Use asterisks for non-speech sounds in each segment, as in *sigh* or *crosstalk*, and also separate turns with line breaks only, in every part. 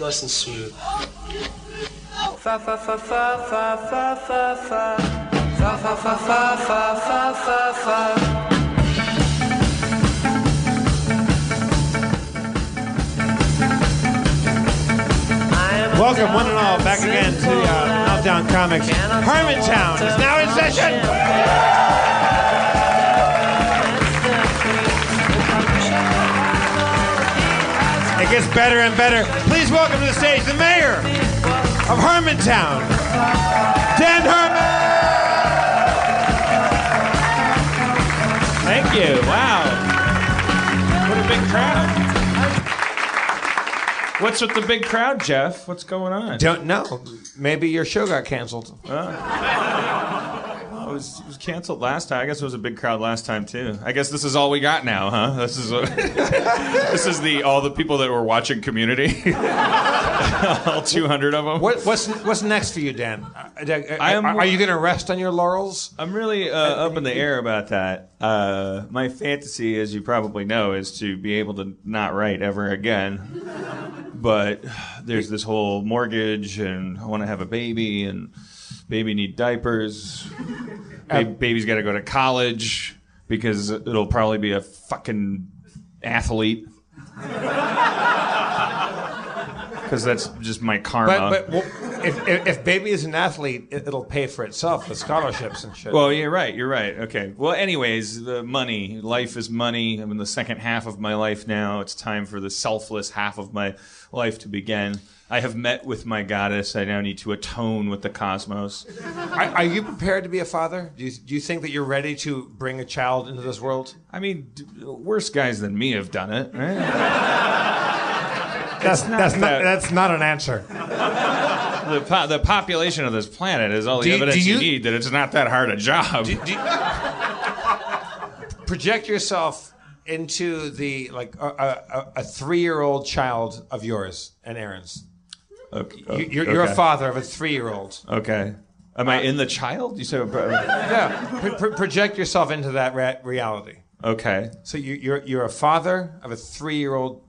Nice and smooth.
fa fa fa fa fa fa fa fa fa fa fa fa fa fa fa fa
Welcome, one and all, back again to the uh, Meltdown Comics. Hermantown is now in session. It gets better and better. Please welcome to the stage the mayor of Hermantown, Dan Herman. Thank you. Wow. What a big crowd.
What's with the big crowd, Jeff? What's going on?
Don't know. Maybe your show got canceled.
Oh, it, was, it was canceled last time. I guess it was a big crowd last time too. I guess this is all we got now, huh? This is what, *laughs* this is the all the people that were watching Community, *laughs* all 200 of them.
What, what's what's next for you, Dan? Uh, uh,
I am-
are, you going to rest on your laurels?
I'm really uh, up in the air about that. Uh, my fantasy, as you probably know, is to be able to not write ever again. But there's this whole mortgage, and I want to have a baby, and baby need diapers.
Uh,
Ba- baby's got to go to college because it'll probably be a fucking athlete. *laughs* Because that's just my karma.
But, but well, if, if if baby is an athlete, it, it'll pay for itself with scholarships and shit.
Well, you're right. You're right. Okay. Well, anyways, the money, life is money. I'm in the second half of my life now. It's time for the selfless half of my life to begin. I have met with my goddess. I now need to atone with the cosmos.
are, are you prepared to be a father? Do you, do you think that you're ready to bring a child into this world?
I mean, d- worse guys than me have done it.
*laughs*
Right?
That's
not that's not- that-
that's not an answer.
The, po- the population of this planet is all the
Do you-
evidence
do
you,
you-
need that it's not that hard a job.
Do you- *laughs* project yourself into the like a, a, a- a three-year-old child of yours and Aaron's.
okay.
You, you're, you're a Uh,
Oh, okay.
father of a three-year-old.
Okay. Am I in the child? You said uh,
Yeah, pro- pro- project yourself into that ra- reality.
okay.
So you, you're you're a father of a three-year-old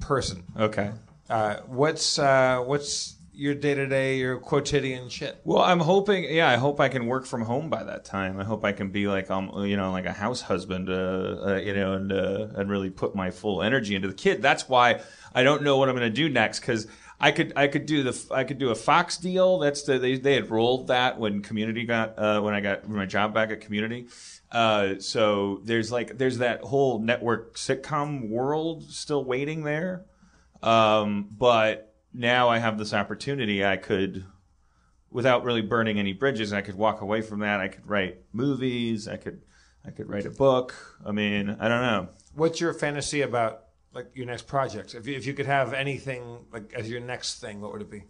person.
Okay.
Uh, what's uh, what's your day-to-day, your quotidian shit?
Well, I'm hoping. Yeah, I hope I can work from home by that time. I hope I can be like, um, you know, like a house husband, uh, uh, you know, and uh, and really put my full energy into the kid. That's why I don't know what I'm going to do next because I could I could do the I could do a Fox deal. That's the they they had rolled that when Community got uh, when I got my job back at Community. Uh, so there's like there's that whole network sitcom world still waiting there, um, but now I have this opportunity. I could without really burning any bridges. I could walk away from that. I could write movies. I could I could write a book. I mean, I don't know.
What's your fantasy about like your next project? If you, if you could have anything like as your next thing, what would it be?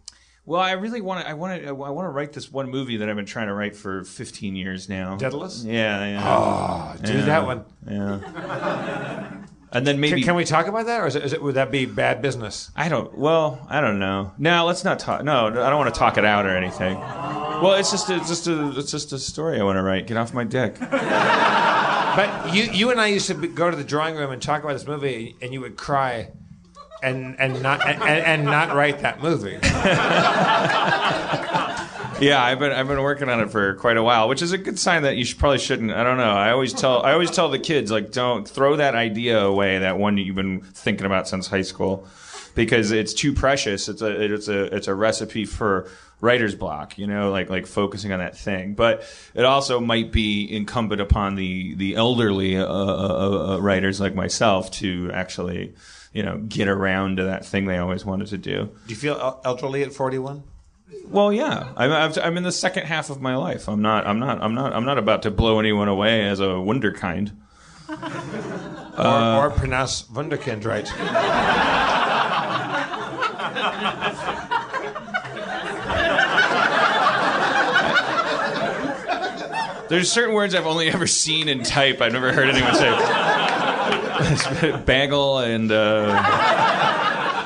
Well, I really want to. I want to. I want to write this one movie that I've been trying to write for 15 years now.
Daedalus? Oh.
Yeah, yeah,
Do that one.
yeah. And then maybe
Can, can we talk about that, or is it, is it would that be bad business?
I don't. Well, I don't know. No, let's not talk. No, no, I don't want to talk it out or anything. Well, it's just a, it's just a it's just a story I want to write. Get off my dick.
But you you and I used to be, go to the drawing room and talk about this movie, and you would cry, and and not and, and not write that movie.
Yeah, I've been I've been working on it for quite a while, which is a good sign that you should, probably shouldn't. I don't know. I always tell I always tell the kids like don't throw that idea away, that one that you've been thinking about since high school, because it's too precious. It's a it's a it's a recipe for writer's block. You know, like like focusing on that thing. But it also might be incumbent upon the the elderly uh, uh, uh, writers like myself to actually you know get around to that thing they always wanted to do.
Do you feel el- elderly at 41?
Well, yeah, I'm, I've, I'm in the second half of my life. I'm not, I'm not, I'm not, I'm not about to blow anyone away as a wunderkind.
Uh, or, or pronounce Wunderkind right.
There's certain words I've only ever seen in type. I've never heard anyone say. *laughs* Bagel and uh,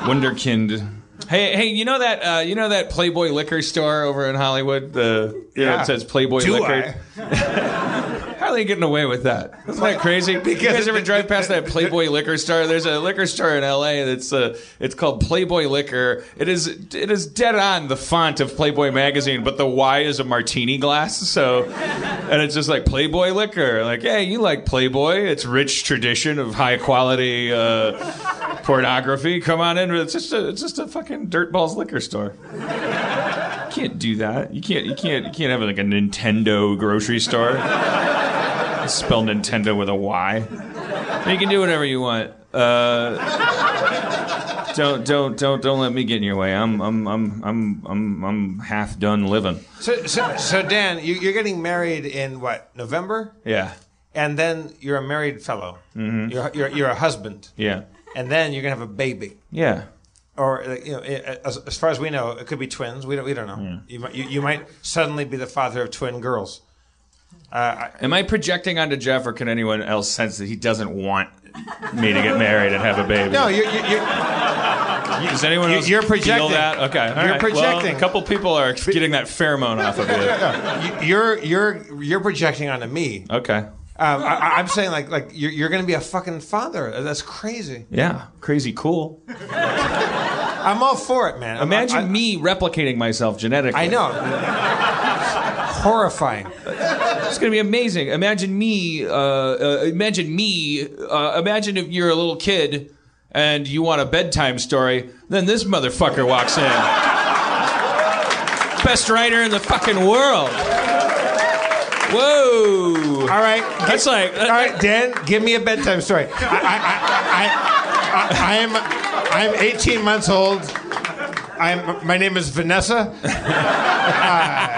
Wunderkind. Hey, hey, you know that uh, you know that Playboy liquor store over in Hollywood? The you know
Yeah.
it says Playboy
Do
liquor. How are they getting away with that? Isn't that crazy? you guys ever drive past that Playboy liquor store? There's a liquor store in L.A. that's uh, it's called Playboy Liquor. It is it is dead on the font of Playboy magazine, but the Y is a martini glass. So, and it's just like Playboy Liquor. Like, hey, you like Playboy? It's rich tradition of high quality uh, pornography. Come on in. It's just a, it's just a fucking dirtballs liquor store. You can't do that. You can't you can't you can't have like a Nintendo grocery store spell Nintendo with a Y. You can do whatever you want. Uh, don't don't don't don't let me get in your way. I'm I'm I'm I'm I'm I'm half done living.
So, so, so Dan, you, you're getting married in what November,
Yeah,
and then you're a married fellow. Mm-hmm. You're, you're you're a husband,
yeah,
and then you're gonna have a baby.
yeah.
Or uh, you know, i- as, as far as we know, it could be twins. We don't we don't know.
Mm.
You might you, you might suddenly be the father of twin girls.
Am I projecting onto Jeff, or can anyone else sense that he doesn't want me to get married and have a baby?
No, you're, you're, you're
Does anyone
you-
else
you're
feel
projecting.
that? Okay, all
You're
right.
projecting.
Well, a couple people are getting that pheromone off of it.
You- you're you're you're projecting onto me.
Okay.
Um, I- I, I'm saying like like you're, you're going to be a fucking father. That's crazy.
Yeah, crazy cool.
I'm all for it, man. I'm-
Imagine
I-
me replicating myself genetically.
I know. Horrifying.
It's gonna be amazing. Imagine me. Uh, uh, imagine me. Uh, imagine if you're a little kid and you want a bedtime story. Then this motherfucker walks in. Best writer in the fucking world. Whoa.
All right.
That's like-
all right, Dan. Give me a bedtime story. I I I, I, I, I am I'm 18 months old. I'm, my name is Vanessa. Uh,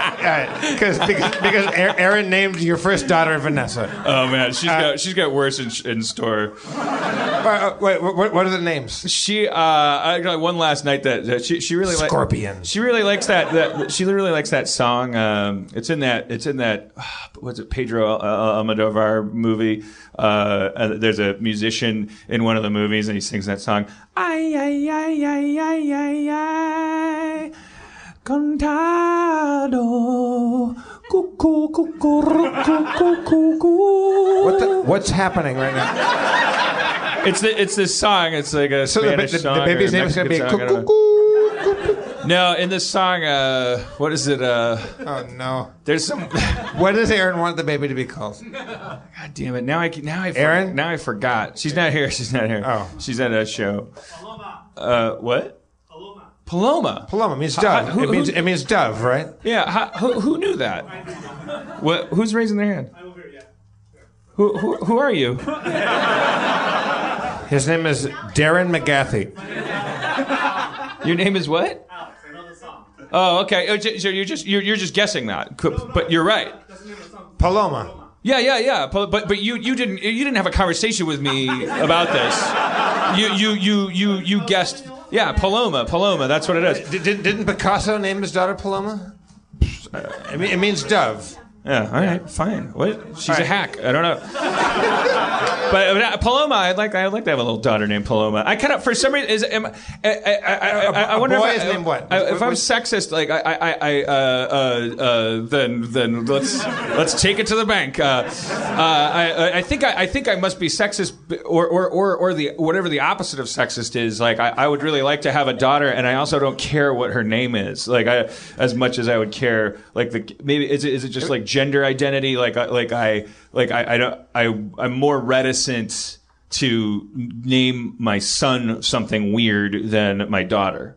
Because because because Aaron named your first daughter Vanessa.
Oh man, she's got she's got worse in, in store.
Uh, wait, what, what are the names?
She uh, I got one last night that, that she she really li-
Scorpion.
She really likes that that she really likes that song. Um, it's in that it's in that *sighs* what's it Pedro uh, Almodovar movie. Uh, uh, there's a musician in one of the movies and he sings that song. Ay ay ay ay ay ay ay. Contado. Cuckoo, cuckoo, cuckoo, cuckoo.
What the, what's happening right now?
It's the, it's this song. It's like a
So the,
Spanish
the- the
song.
baby's
or a
name is going to be
Mexican song, I don't know.
Cuckoo.
No, in this song, uh, what is it? Uh,
Oh no!
there's some. *laughs* God
What does Aaron want the baby to be called?
damn it! Now I can- now I for-
Erin?
now I forgot. She's not here. *laughs* She's not here.
Oh.
she's at a show. Uh, what? Paloma. Paloma.
Paloma means dove.
who-
it means
who-
it means dove, right?
Yeah. How, who, who knew that? What? Who's raising their hand? Who, who, who are you?
His name is Darren McGathy.
Your name is what? *laughs* Oh, okay. Oh, ju- so you're just you're, you're just guessing that, Co- but you're right.
Paloma.
Yeah, yeah, yeah. But but, but you, you didn't you didn't have a conversation with me about this. You you you you you guessed. Yeah, Paloma, Paloma. That's what it is.
Did, did, didn't Picasso name his daughter Paloma? I mean, it means dove.
Yeah. All right. Fine. What? She's a hack. I don't know. but, but uh, Paloma, I'd like I'd like to have a little daughter named Paloma. I kind of for some reason is am, I, I, I, I, I, I
A
wonder
boy
if
is
I,
named what?
I- if
What-
I'm
what-
sexist, like I I, I uh, uh, uh, then then let's let's take it to the bank. Uh, uh, I I- I think I, I think I must be sexist or or, or or the whatever the opposite of sexist is. Like I, I would really like to have a daughter, and I also don't care what her name is. Like I as much as I would care like the maybe is it, is it just like gender identity? Like I like I like I, I don't I I'm more reticent to name my son something weird than my daughter.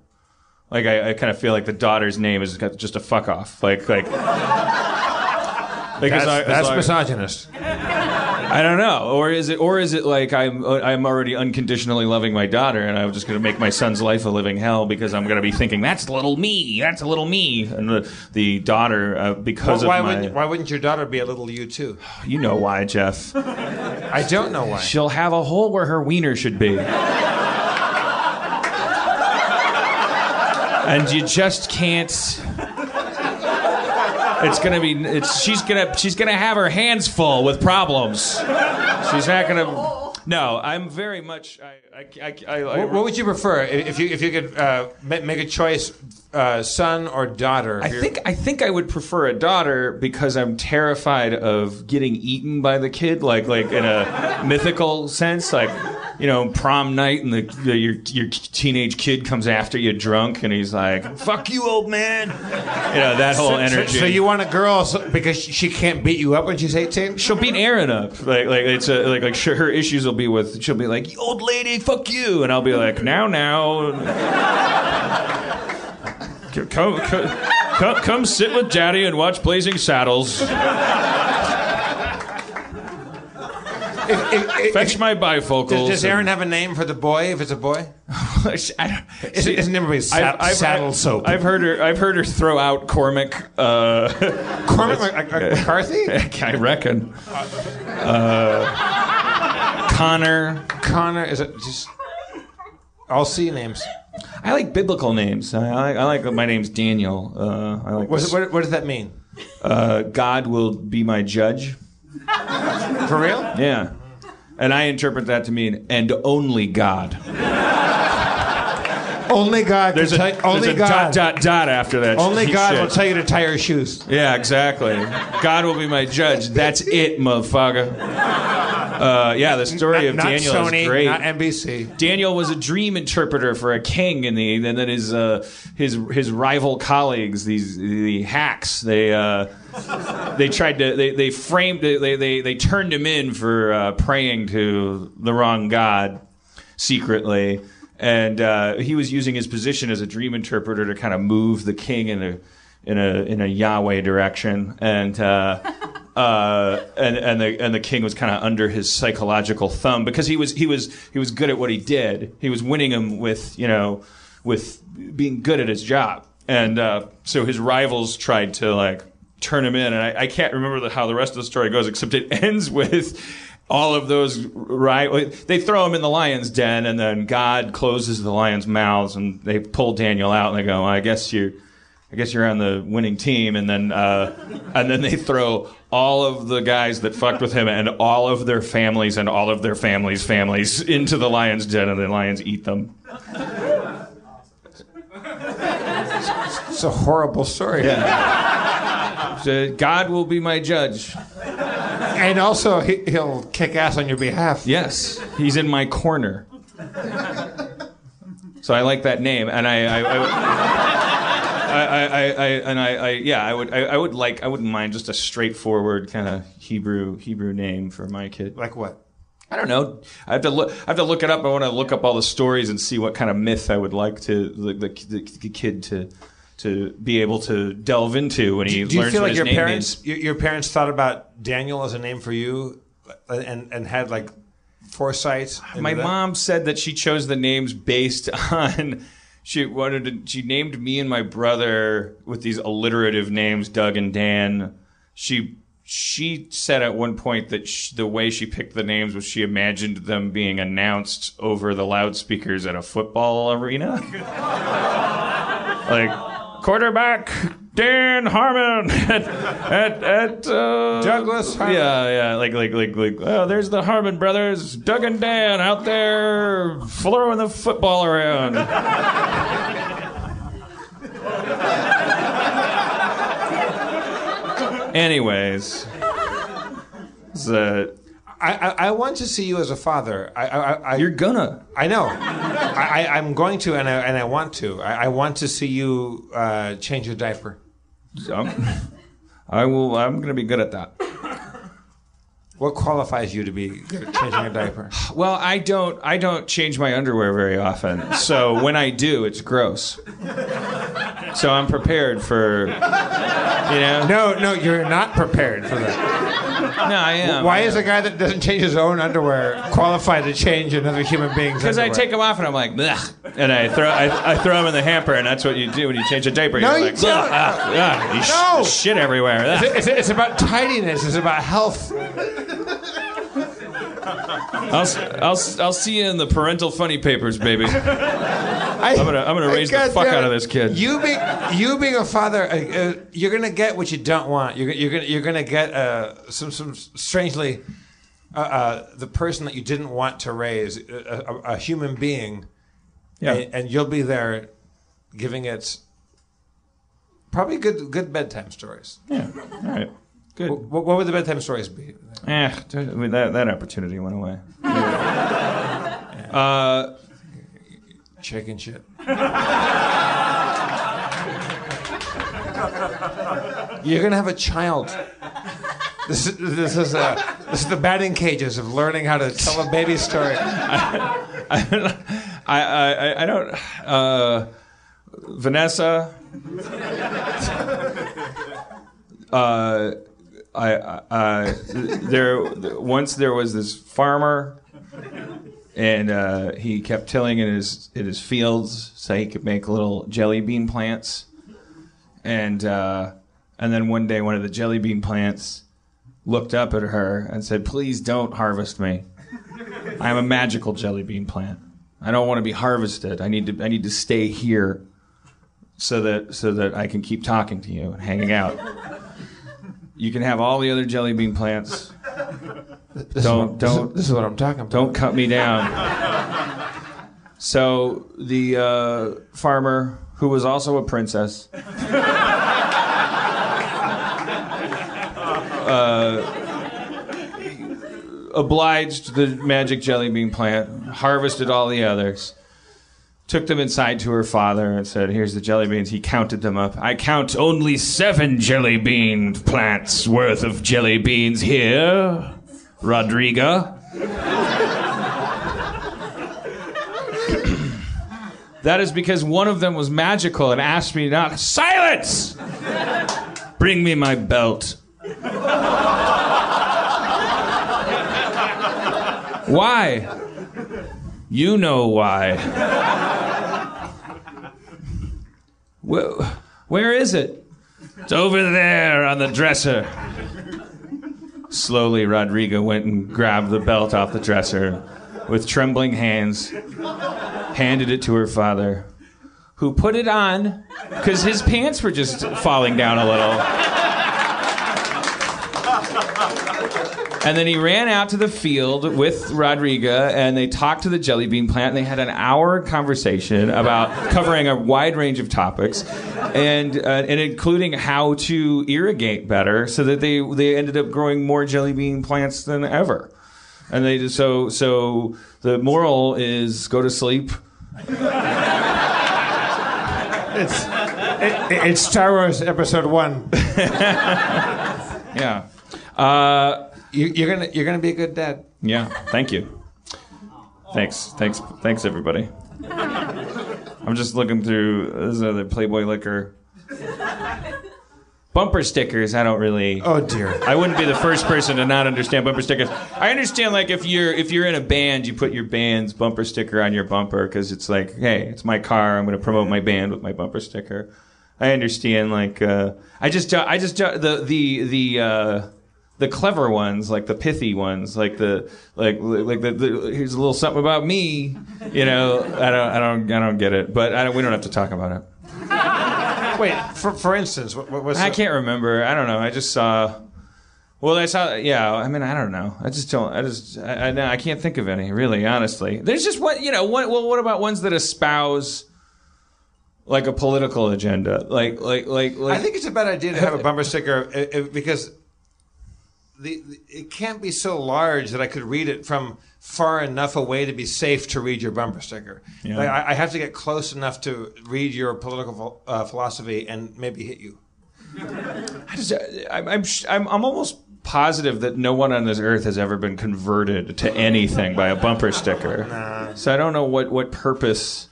Like I, I kind of feel like the daughter's name is just a fuck off. Like like. Like as
That's,
long- as
that's
long-
misogynist.
I don't know, or is it, or is it like I'm, uh, I'm already unconditionally loving my daughter, and I'm just going to make my son's life a living hell because I'm going to be thinking that's little me, that's little me, and the, the daughter uh, because
why,
of my,
wouldn't, why wouldn't your daughter be a little you too?
you know why, Jeff?
I don't know why.
She'll have a hole where her wiener should be. and you just can't. It's gonna be. It's she's gonna she's gonna have her hands full with problems. She's not gonna. No, I'm very much. I I I. I, I
What, what would you prefer if if you if you could uh, ma- make a choice, uh, son or daughter?
I think I think I would prefer a daughter because I'm terrified of getting eaten by the kid, like like in a mythical sense, like you know prom night and the, the your your teenage kid comes after you drunk and he's like fuck you old man, you know that whole
So- so-
energy.
So, you want a girl so, because she- she can't beat you up when she's eighteen?
She'll beat Aaron up. Like, like it's a, like, like sure, her issues will be with. She'll be like, "Old lady, fuck you," and I'll be like, "Now, now, C- come, co- come, come, sit with daddy and watch Blazing Saddles.
If- if- if-
Fetch my
does,
bifocals."
does Aaron
*laughs*
have a name for the boy if it's a boy?
I don't,
Is- Isn't everybody sa- saddle soap?
I've heard her. I've heard her throw out Cormac. Uh, *laughs*
Cormac Mac- Mac- McCarthy,
I reckon. Uh, Connor.
Connor is it just all C names?
I like biblical names. I, I, like, I like my name's Daniel. Uh, I like
What,
this.
what, what does that mean?
Uh, God will be my judge.
For real?
Yeah, and I interpret that to mean and only God.
Only God.
There's a,
can tell- only
there's a
God.
dot dot dot after that.
Only God
shit.
will tell you to tie your shoes.
Yeah, exactly. God will be my judge. That's it, motherfucker. Uh, yeah, the story of
not
Daniel
Sony,
is great.
not NBC.
Daniel was a dream interpreter for a king, and, the, and then his uh, his his rival colleagues, these the hacks, they uh, they tried to they, they framed it, they, they they turned him in for uh, praying to the wrong god secretly, and uh, he was using his position as a dream interpreter to kind of move the king in a in a in a Yahweh direction, and. Uh, *laughs* uh, and and the and the king was kind of under his psychological thumb because he was he was he was good at what he did. He was winning him with you know with being good at his job, and uh, so his rivals tried to like turn him in. And I, I can't remember the, how the rest of the story goes, except it *laughs* ends with. All of those, right? They throw him in the lion's den, and then God closes the lion's mouths, and they pull Daniel out, and they go, "I guess you, I guess you're on the winning team, and then uh, and then they throw all of the guys that fucked with him and all of their families and all of their families' families into the lion's den, and the lions eat them.
It's a horrible story.
So God will be my judge.
And also, he, he'll kick ass on your behalf.
Yes, he's in my corner. So I like that name, and I, I, I, I, I, I and I, I, yeah, I would, I, I would like, I wouldn't mind just a straightforward kind of Hebrew Hebrew name for my kid.
Like what?
I don't know. I have to look. I have to look it up. I want to look up all the stories and see what kind of myth I would like to the, the, the, the kid to to be able to delve into when he
Do you
learns
feel
what
like
his
your
name
parents
is.
your, your parents thought about Daniel as a name for you, uh, and and had like foresight? into
My
that?
mom said that she chose the names based *laughs* on. She wanted to, she named me and my brother with these alliterative names, Doug and Dan. She she said at one point that sh the way she picked the names was she imagined them being announced over the loudspeakers at a football arena. *laughs* like quarterback Dan Harmon *laughs* at at, at uh,
Douglas Harmon.
Yeah, yeah, like like like like. Oh, there's the Harmon brothers, Doug and Dan, out there throwing the football around. *laughs* Anyways, it's, uh,
I, I I want to see you as a father. I I I,
you're gonna.
I know. I, I I'm going to, and I and I want to. I, I want to see you uh, change your diaper.
I'm, I will. I'm gonna be good at that.
What qualifies you to be good at changing a diaper?
Well, I don't I don't change my underwear very often. So when I do, it's gross. So I'm prepared for you know
No, no, you're not prepared for that.
No, Um, I am.
Why is a guy that doesn't change his own underwear qualified to change another human
*laughs*
being's?
because I
underwear?
take them off and I'm like, Blech. and I throw I, I throw them in the hamper, and that's what you do when you change a diaper.
No,
You're
you
like,
don't.
"Blech, ah, ah," you sh-
No.
shit everywhere.
*laughs*
Ah.
It's, it's about tidiness. It's about health. *laughs*
I'll, s- I'll, s- I'll see you in the parental funny papers, baby.
I,
I'm gonna- I'm gonna raise the
God
fuck
damn
out of
it.
this kid.
You being you being a father, uh, uh, you're gonna get what you don't want. You're you're gonna you're gonna get uh, some some strangely uh, uh, the person that you didn't want to raise, a, a, a human being,
Yeah.
and, and you'll be there giving it probably good good bedtime stories.
Yeah. All right. Good.
Wh- What, would the bedtime stories be?
Eh, t- I mean, that, that opportunity went away. uh,
Chicken shit. You're gonna have a child. This is this is uh this is the batting cages of learning how to tell a baby story.
*laughs* I, I, I, I don't. Uh, Vanessa. *laughs* uh, I, I, I there once there was this farmer, and uh, he kept tilling in his in his fields so he could make little jelly bean plants, and uh, and then one day one of the jelly bean plants looked up at her and said, "Please don't harvest me." I am a magical jelly bean plant. I don't want to be harvested. I need to I need to stay here so that so that I can keep talking to you and hanging out. You can have all the other jelly bean plants.
This
Don't-
is what, this is-
don't-
This is what I'm talking about.
Don't cut me down. So the uh, farmer, who was also a princess, *laughs* uh, obliged the magic jelly bean plant, harvested all the others, took them inside to her father, and said, "Here's the jelly beans." He counted them up. I count only seven jelly bean plants worth of jelly beans here, Rodrigo. That is because one of them was magical and asked me not. Silence! Bring me my belt. why? You know why. Wh- where is it? It's over there on the dresser. Slowly, Rodrigo went and grabbed the belt off the dresser with trembling hands handed it to her father, who put it on because his pants were just falling down a little. And then he ran out to the field with Rodriga, and they talked to the jelly bean plant. And they had an hour conversation about covering a wide range of topics, and uh, and including how to irrigate better, so that they they ended up growing more jelly bean plants than ever. And they just, so so the moral is go to sleep.
It's it, it's Star Wars Episode One.
Yeah. Uh,
You, you're gonna you're gonna be a good dad.
yeah. Thank you. Thanks. Thanks. Thanks everybody. I'm just looking through. This is another Playboy liquor. Bumper stickers. I don't really.
Oh dear.
I wouldn't be the first person to not understand bumper stickers. I understand like if you're if you're in a band, you put your band's bumper sticker on your bumper because it's like, hey, it's my car. I'm going to promote my band with my bumper sticker. I understand like uh, I just don't- I just don't- the the the. Uh, the clever ones, like the pithy ones, like the like like the, the here's a little something about me, you know. I don't I don't I don't get it, but I don't, we don't have to talk about it.
Wait. For for instance, what, what was
I
the-
can't remember. I don't know. I just saw. Well, I saw. Yeah, I mean, I don't know. I just don't. I just. I, I, no, I can't think of any. Really, honestly, there's just what you know. What, well, what about ones that espouse like a political agenda? Like, like, like, like.
I think it's a bad idea to have
*laughs*
a bumper sticker uh, uh, because the, the- it can't be so large that I could read it from far enough away to be safe to read your bumper sticker.
Yeah.
Like, I, I have to get close enough to read your political phil- uh, philosophy and maybe hit you.
I just, I'm, I'm, sh- I'm, I'm almost positive that no one on this earth has ever been converted to anything by a bumper sticker. So I don't know what, what purpose.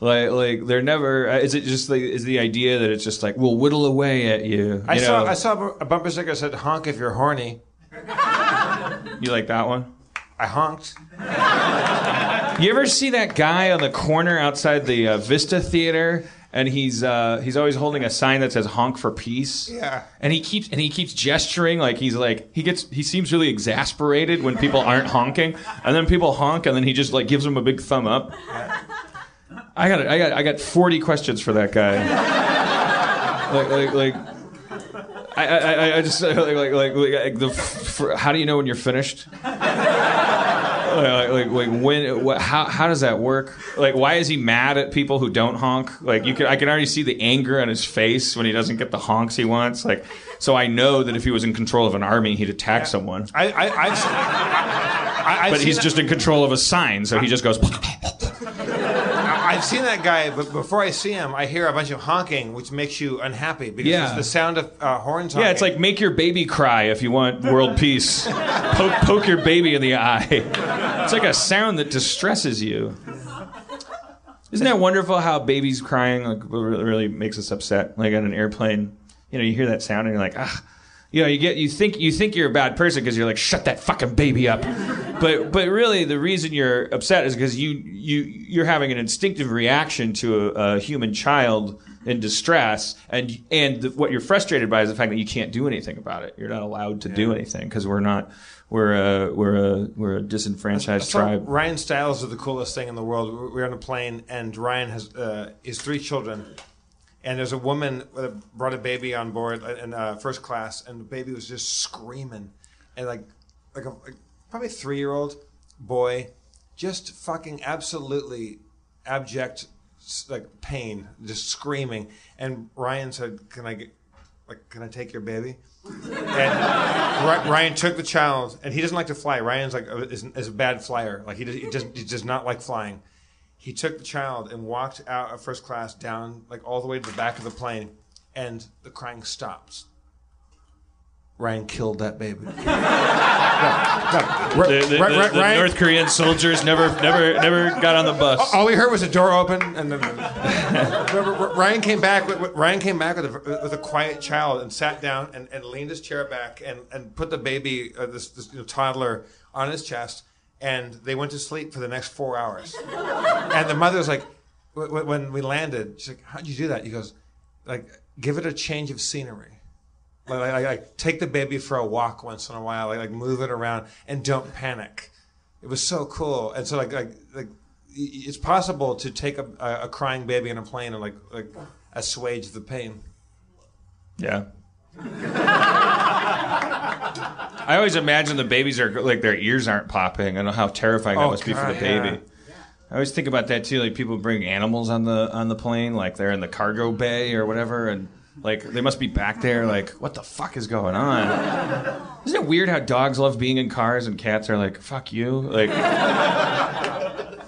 Like, like they're never. uh, Is it just like is the idea that it's just like we'll whittle away at you?
I
you
saw
know?
I saw a bu- a bumper sticker that said "honk if you're horny."
You like that one?
I honked.
You ever see that guy on the corner outside the uh, Vista Theater? And he's uh, he's always holding a sign that says "Honk for Peace."
Yeah.
And he keeps and he keeps gesturing like he's like he gets he seems really exasperated when people aren't honking, and then people honk, and then he just like gives them a big thumb up. I got I got I got 40 questions for that guy. like like like I, I, I- I just *laughs* like like like, like the, for, how do you know when you're finished? Like, Uh, like, like when wh- how how does that work? Like why is he mad at people who don't honk? Like you can I can already see the anger on his face when he doesn't get the honks he wants. Like so I know that if he was in control of an army he'd attack someone.
I, I, I've, s- I, have
But he's just in control of a sign so he just goes *laughs*
I've seen that guy, but before I see him, I hear a bunch of honking, which makes you unhappy because
Yeah.
it's the sound of uh, horns. Honking.
Yeah, it's like make your baby cry if you want world peace. poke, poke your baby in the eye. It's like a sound that distresses you. Isn't that wonderful how babies crying like really, really makes us upset? Like on an airplane, you know, you hear that sound and you're like, ah, you know, you get you think you think you're a bad person because you're like, shut that fucking baby up. But but really, the reason you're upset is because you you you're having an instinctive reaction to a, a human child in distress, and and the, what you're frustrated by is the fact that you can't do anything about it. You're not allowed to do anything because we're not we're a we're a we're a disenfranchised
So
tribe.
Ryan Styles is the coolest thing in the world. We we're on a plane, and Ryan has uh, his three children, and there's a woman that brought a baby on board uh, in uh, first class, and the baby was just screaming, and like like a like probably three year old boy, just fucking absolutely abject s- like pain, just screaming. And Ryan said, "Can I get like Can I take your baby?" And Ry- Ryan took the child, and he doesn't like to fly. Ryan's like uh, is, is a bad flyer. Like he does, he, does, he does not like flying. He took the child and walked out of first class down like all the way to the back of the plane, and the crying stops. Ryan killed that baby. *laughs* No, no. Ry-
The, the-
Ry-
the-
Ry-
the
Ryan-
North Korean soldiers never, never, never got on the bus.
all we heard was a door open, and then Ryan came back. With, with- Ryan came back with a, with a quiet child and sat down and, and leaned his chair back and, and put the baby, uh, this, this you know, toddler, on his chest, and they went to sleep for the next four hours. And the mother's like, wh- wh- when we landed, she's like, "How'd you do that?" He goes, "Like, give it a change of scenery." Like, like, like take the baby for a walk once in a while, like, like move it around, and don't panic. It was so cool, and so like like like y- y- it's possible to take a, a, a crying baby in a plane and like like assuage the pain.
Yeah. I always imagine the babies are like their ears aren't popping. I know how terrifying that
Oh,
must be for
God,
the baby.
yeah.
I always think about that too. Like people bring animals on the on the plane, like they're in the cargo bay or whatever, and like they must be back there. Like what the fuck is going on? Isn't it weird how dogs love being in cars and cats are like fuck you? Like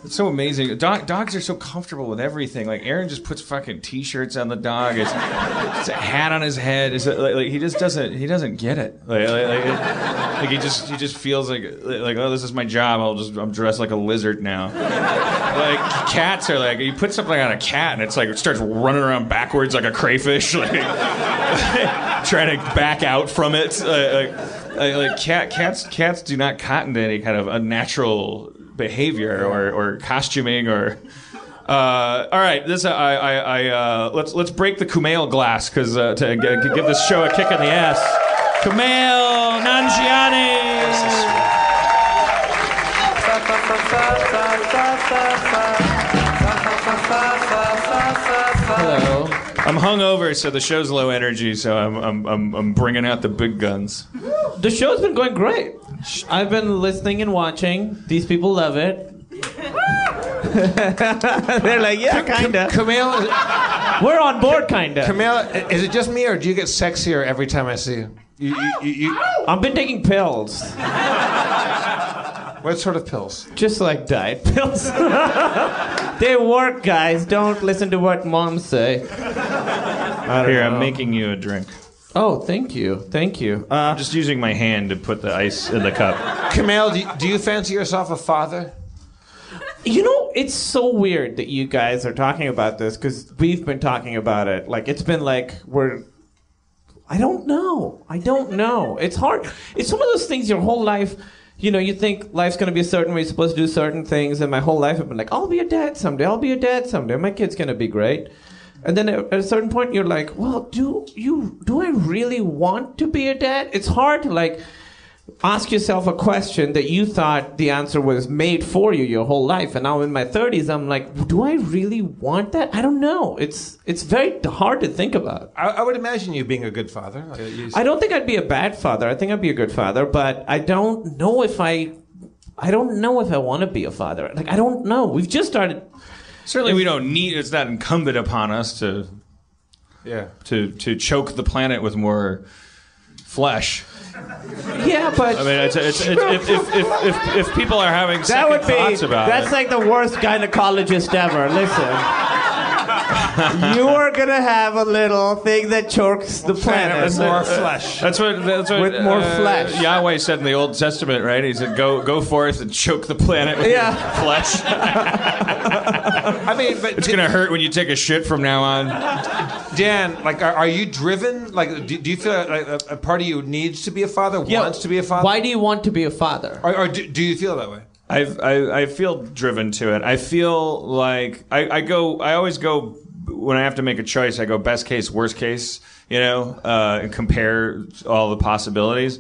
it's so amazing. Dog, dogs are so comfortable with everything. Like Aaron just puts fucking t-shirts on the dog. It's, it's a hat on his head. It's like, like he just doesn't he doesn't get it. Like, like, like, it- like, he just he just feels like like oh this is my job. I'll just I'm dressed like a lizard now. like cats are like you put something on a cat and it's like it starts running around backwards like a crayfish. *laughs* Like trying to back out from it. Uh, like, uh, like cat, cats, cats do not cotton to any kind of unnatural behavior or, or costuming or. Uh, all right, this uh, I, I, I uh, let's let's break the Kumail glass because uh, to, g- to give this show a kick in the ass. Kumail Nanjiani. Hello. I'm hungover, so the show's low energy. So I'm I'm I'm, I'm bringing out the big guns.
The show's been going great. I've been listening and watching. These people love it. They're like, yeah, kinda.
*laughs* Camille,
We're on board, kinda.
Camille, is it just me or do you get sexier every time I see you? You, you, you, you
I've been taking pills,
what sort of pills?
just like diet *laughs* pills. they work, guys. Don't listen to what moms say.
Here, I'm making you a drink.
Oh, thank you, thank you. Uh,
I'm just using my hand to put the ice in the cup.
Camille, do you, do you fancy yourself a father?
You know, it's so weird that you guys are talking about this because we've been talking about it. Like, it's been like we're. I don't know. I don't know. It's hard. It's one of those things your whole life, you know, you think life's going to be a certain way, you're supposed to do certain things. And my whole life I've been like, I'll be a dad someday. I'll be a dad someday. My kid's going to be great. And then at at a certain point, you're like, well, do you, do I really want to be a dad? It's hard to like, ask yourself a question that you thought the answer was made for you your whole life and now in my 30s i'm like do i really want that i don't know it's it's very hard to think about
I, I would imagine you being a good father. Uh, you-
i don't think i'd be a bad father i think i'd be a good father but i don't know if i i don't know if i want to be a father like i don't know we've just started
Certainly, we don't need. It's not incumbent upon us to
yeah.
to to choke the planet with more flesh.
yeah but
I mean, it's, it's, it's, if, if, if, if, if people are having
that
second
would be
thoughts about
that's
it,
like the worst gynecologist
*laughs*
ever listen you are gonna have a little thing that chokes the planet
That's
More
uh,
flesh.
That's what. That's what. uh,
With more flesh.
Yahweh said in the Old Testament, right? He said, "Go, go forth and choke the planet with
Yeah.
your flesh. *laughs*
I mean, but
It's gonna hurt when you take a shit from now on."
Dan, like, are, are you driven? Like, do, do you feel like a, a part of you needs to be a father, wants to be a father?
Why do you want to be a father?
or or do, do you feel that way?
I've, I, I feel driven to it. I feel like I, I go. I always go when I have to make a choice. I go best case, worst case. You know, uh, and compare all the possibilities.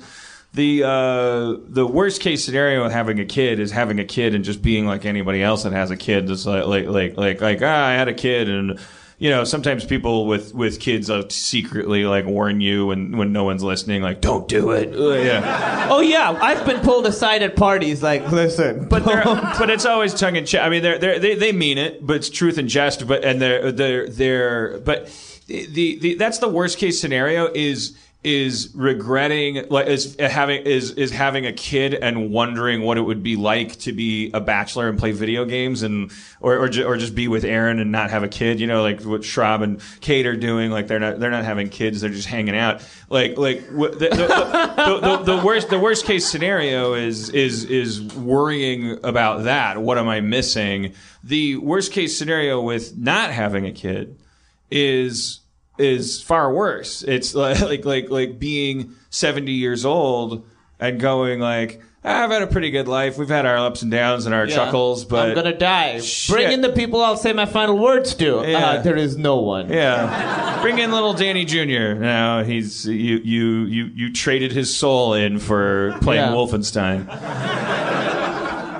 The uh, the worst case scenario of having a kid is having a kid and just being like anybody else that has a kid. That's like like like like like ah, I had a kid and you know sometimes people with with kids uh, secretly like warn you when when no one's listening like don't do it. Uh, yeah.
Oh yeah, I've been pulled aside at parties. Like, listen,
But they're, *laughs* but it's always tongue in cheek. I mean, they're, they're, they they mean it, but it's truth and jest. But and they're they're they're but the, the that's the worst case scenario is is regretting like is having is is having a kid and wondering what it would be like to be a bachelor and play video games and or or, ju- or just be with Aaron and not have a kid you know like what Schraub and Kate are doing like they're not they're not having kids they're just hanging out like like what- the, the, the, the, the worst the worst case scenario is is is worrying about that what am I missing the worst case scenario with not having a kid is is far worse. It's like *laughs* like like, like being 70 years old and going like "Ah, I've had a pretty good life. We've had our ups and downs and our chuckles, but
I'm gonna die.
Shit.
Bring in the people I'll say my final words to.
Yeah.
Uh, there is no one.
yeah, bring in little Danny Jr. Now he's you you you you traded his soul in for playing
Yeah.
Wolfenstein.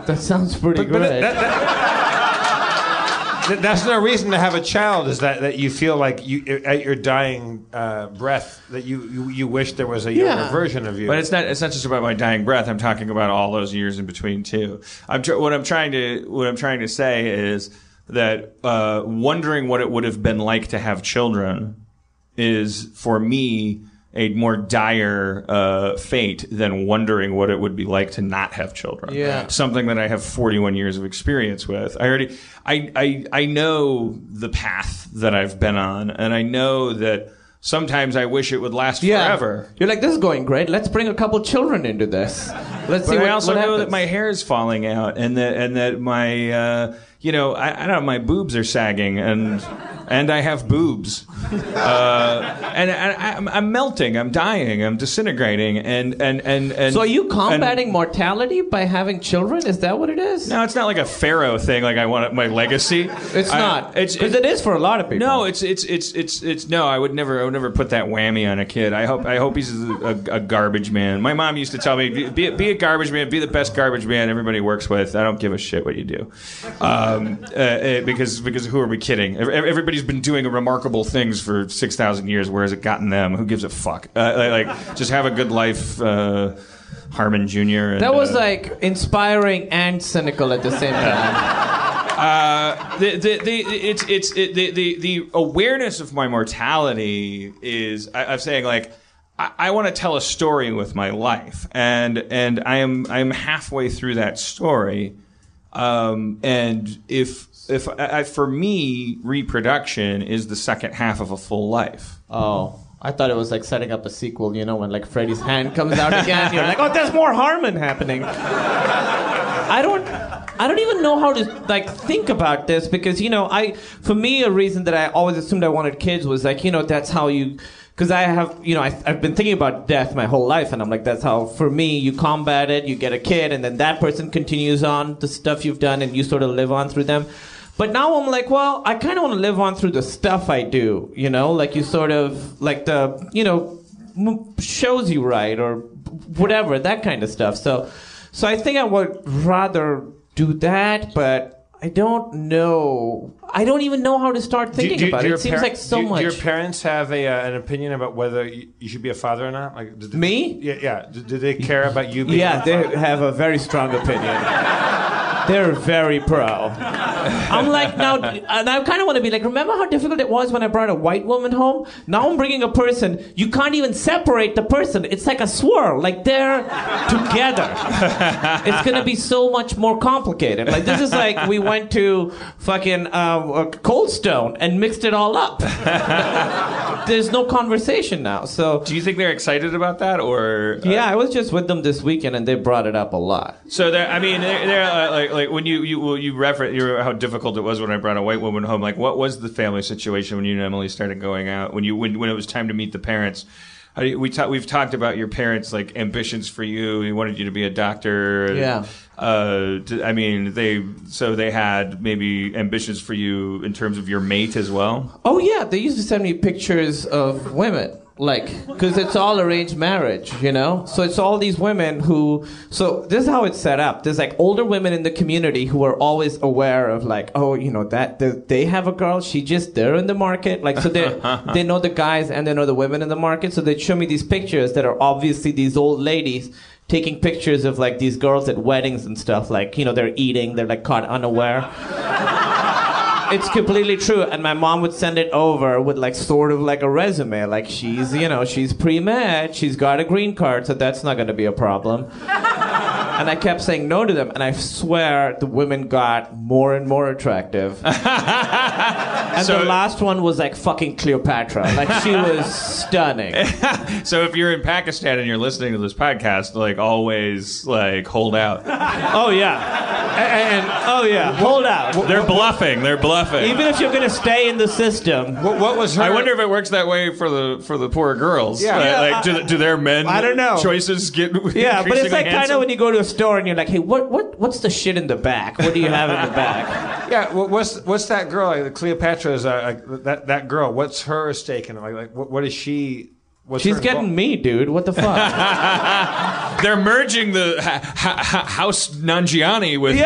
That sounds pretty
But
good.
that, that- that- that's no reason to have a child. Is that that you feel like you at your dying uh, breath that you, you you wish there was a younger
Yeah.
version of you?
But it's not it's not just about my dying breath. I'm talking about all those years in between too. I'm tr- what I'm trying to what I'm trying to say is that uh, wondering what it would have been like to have children is for me a more dire uh, fate than wondering what it would be like to not have children.
Yeah.
Something that I have 41 years of experience with. I already, I, I, I know the path that I've been on, and I know that sometimes I wish it would last forever.
You're like, this is going great. Let's bring a couple children into this. Let's see
But I
what,
also
what
know
happens.
that my hair is falling out, and that and that my uh, you know I, I don't know my boobs are sagging, and and I have boobs, uh, and I, I, I'm, I'm melting, I'm dying, I'm disintegrating, and and and, and
so are you combating
and-
mortality by having children? Is that what it is?
no, it's not like a pharaoh thing. Like I want my legacy.
it's
I-
not.
It's,
because it is for a lot of people.
No, it's it's it's it's it's no. I would never I would never put that whammy on a kid. I hope I hope he's a, a, a garbage man. My mom used to tell me, "Be- be be a garbage man, be the best garbage man everybody works with. I don't give a shit what you do, um, uh, uh, because because who are we kidding? Ev- ev- Everybody's been doing remarkable things for six thousand years. Where has it gotten them? Who gives a fuck? Uh, like like, just have a good life. Uh, Harmon Jr. and,
that was
uh,
like inspiring and cynical at the same time.
Uh, the, the, the, it's, it's, it, the, the, the awareness of my mortality is I, I'm saying like I, I want to tell a story with my life and and I am I'm halfway through that story um, and if if I, I- for me reproduction is the second half of a full life
Oh. I thought it was like setting up a sequel, you know, when like Freddy's hand comes out again. You're like, oh, there's more Harmon happening. I don't, I don't even know how to like think about this because you know, I for me a reason that I always assumed I wanted kids was like you know that's how you, because I have you know I, I've been thinking about death my whole life and I'm like that's how for me you combat it, you get a kid and then that person continues on the stuff you've done and you sort of live on through them. But now I'm like, well, I kind of want to live on through the stuff I do, you know, like you sort of like the, you know, m- shows you right or whatever that kind of stuff. So, so I think I would rather do that, but I don't know. I don't even know how to start thinking about it.
your
It seems
par-
like so
do, do
much.
your parents have a uh, an opinion about whether you, you should be a father or not? Like did,
Me?
Yeah, yeah. Do, do they care about you? Being
Yeah,
a
they
father?
have a very strong opinion. They're very pro. I'm like now, and I kind of want to be like. Remember how difficult it was when I brought a white woman home? Now I'm bringing a person. You can't even separate the person. It's like a swirl. Like they're together. it's gonna be so much more complicated. Like this is like we went to fucking um, uh, Cold Stone and mixed it all up. There's no conversation now. So
Do you think they're excited about that, or uh,
yeah, I was just with them this weekend, and they brought it up a lot.
So there, I mean, there, there uh, like, like when you you well, you reference you how difficult it was when I brought a white woman home. Like, what was the family situation when you and Emily started going out? When you when when it was time to meet the parents, How do you- we ta- we've talked about your parents' like ambitions for you. He wanted you to be a doctor. and,
Yeah.
Uh, d- I mean, they so they had maybe ambitions for you in terms of your mate as well.
Oh yeah, they used to send me pictures of women, like, because it's all arranged marriage, you know. So it's all these women who. So this is how it's set up. There's like older women in the community who are always aware of like, oh, you know that they, they have a girl. She just they're in the market, like, so they they know the guys and they know the women in the market. So they show me these pictures that are obviously these old ladies taking pictures of like these girls at weddings and stuff. Like, you know, they're eating, they're like caught unaware it's completely true. And my mom would send it over with like sort of like a resume, like she's you know she's pre-med, she's got a green card, so that's not going to be a problem. And I kept saying no to them, and I swear the women got more and more *laughs* attractive. and
So-
the last one was like fucking Cleopatra, like she was stunning.
So if you're in Pakistan and you're listening to this podcast, like always, like hold out.
Oh yeah, and, and- oh yeah, hold out.
They're bluffing. They're bluffing.
Even if you're gonna stay in the system,
What, what was her?
I wonder if it works that way for the for the poor girls.
Yeah.
Uh,
Yeah,
like, do, do their men?
I don't know.
Choices get
Yeah, but it's
increasingly
like kind
handsome?
of when you go to a store and you're like, hey, what, what, what's the shit in the back? What do you have in
*laughs*
the back?
Yeah, what, what's what's that girl? Like, Cleopatra is uh, like that that girl. What's her stake in it? Like, like what, what is she? What's
She's
her
getting
involve-
me, dude. What
*laughs*
the fuck?
they're merging the ha- ha- ha- House Nanjiani with
it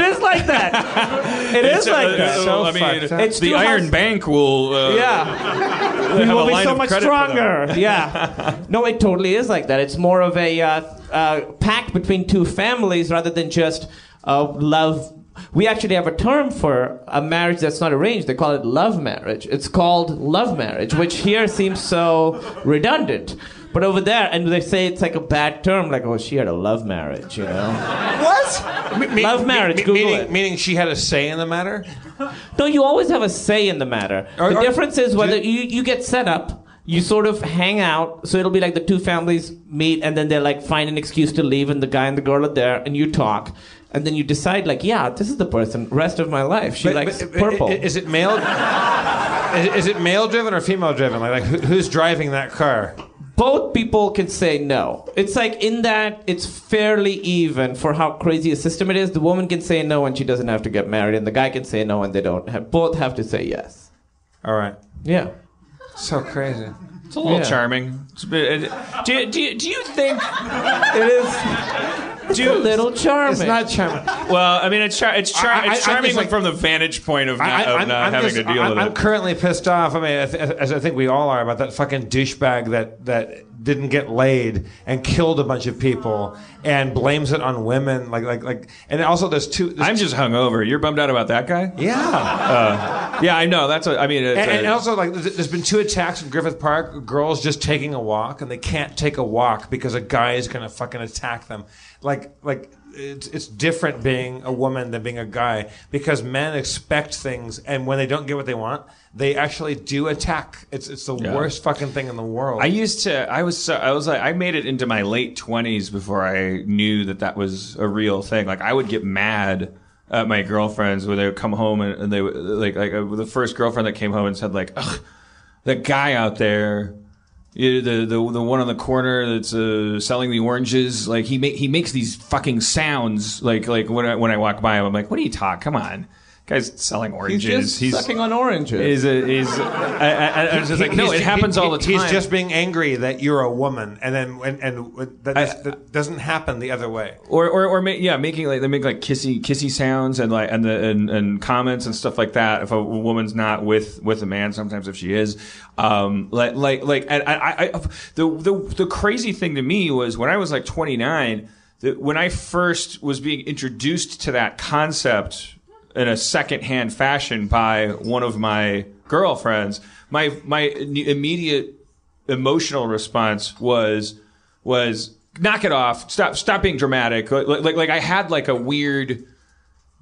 is
*laughs*
like that. It is
It's, uh,
like that.
uh,
So
I mean,
fucked up.
It's
the
two
Iron
house-
Bank will. Uh,
yeah,
have
*laughs* we
a
will be
line
so
of
much
credit for them. *laughs*
stronger. Yeah. No, it totally is like that. It's more of a uh, uh, pact between two families rather than just uh, love. We actually have a term for a marriage that's not arranged. They call it love marriage. It's called love marriage, which here seems so redundant. But over there, and they say it's like a bad term, like, oh, she had a love marriage, you know?
what? Me- me-
Love marriage, Google
meaning,
it.
meaning she had a say in the matter.
No, you always have a say in the matter.
Or-
the
or-
difference is whether
do-
you, you get set up, you sort of hang out, so it'll be like the two families meet and then they like find an excuse to leave and the guy and the girl are there and you talk and then you decide like, yeah, this is the person rest of my life. She
But-
likes
but-
purple.
i- i- Is it male? *laughs* is, is it male driven or female driven? Like, like who, who's driving that car?
both people can say no. It's like in that it's fairly even for how crazy a system it is. The woman can say no and she doesn't have to get married, and the guy can say no and they don't have both have to say yes.
All right.
Yeah.
So crazy.
It's a little
Yeah.
charming. It's a bit- uh, do, you- do, you- do you think?
It is a *laughs*
Do,
little charming.
It's not charming.
well, I mean, it's char- it's, char-
I- I- I'm
it's
just
charming
like-
from the vantage point of not, of
I'm-
not
I'm
having
just-
to deal
I'm,
with
I'm
it.
currently pissed off. I mean, as, as I think we all are about that fucking douchebag that that didn't get laid and killed a bunch of people and blames it on women. Like like like. And also, there's two. There's
I'm just hungover. You're bummed out about that guy?
yeah.
Yeah, I know. That's what I mean. It's
And,
a-
and also, like, th- there's been two attacks in Griffith Park. Girls just taking a walk, and they can't take a walk because a guy is gonna fucking attack them. Like, like it's it's different being a woman than being a guy because men expect things, and when they don't get what they want, they actually do attack. It's it's the worst fucking thing in the world.
I used to. I was. So, I was like. I made it into my late twenties before I knew that that was a real thing. Like I would get mad at my girlfriends when they would come home and, and they would like like uh, the first girlfriend that came home and said like, Ugh, that guy out there. You know, the the the one on the corner that's uh, selling the oranges, like he ma- he makes these fucking sounds, like like when I when I walk by him, I'm like, what are you talking? Come on, Guy's selling
He's
oranges.
just sucking on oranges.
He's
*laughs*
a, he's. I, I, I was just like,
He-
no,
he's-
it happens
he-
all the
he-
time.
He's just being angry that you're a woman, and then and, and that,
I-
that doesn't happen the other way.
or or, or ma- yeah, making like they make like kissy kissy sounds and like and the and, and comments and stuff like that. If a woman's not with with a man, sometimes if she is, um, like like like and I, I, I the the the crazy thing to me was when I was like 29, that when I first was being introduced to that concept in a secondhand fashion by one of my girlfriends, my my immediate emotional response was was knock it off stop stop being dramatic like like, like i had like a weird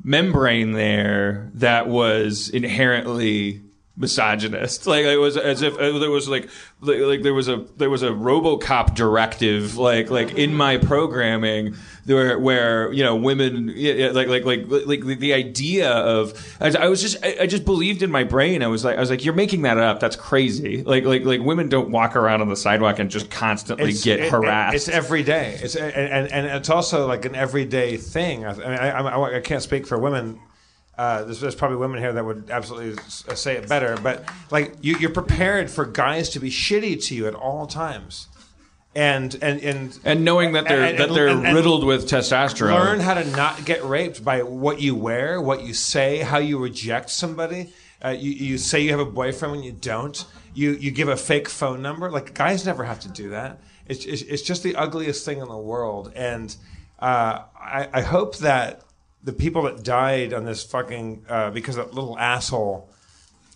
membrane there that was inherently misogynist like it was as if uh, there was like, like like there was a there was a robocop directive like like in my programming where where you know women yeah, yeah, like like like like the- the idea of I, I was just I, I just believed in my brain i was like i was like you're making that up that's crazy like like like women don't walk around on the sidewalk and just constantly get
it- it-
harassed
it's every day. It's and, and and it's also like an everyday thing. I, I mean, I, I, I can't speak for women. Uh, there's, there's probably women here that would absolutely s- uh, say it better, but like you, you're prepared for guys to be shitty to you at all times, and and and
and knowing that they're
And-
that
and-
they're
and- and
riddled with testosterone
Learn how to not get raped by what you wear, what you say, how you reject somebody. Uh, you, you say you have a boyfriend when you don't. You you give a fake phone number. Like guys never have to do that. It's it's, it's just the ugliest thing in the world. And uh, I, I hope that the people that died on this fucking uh, because that little asshole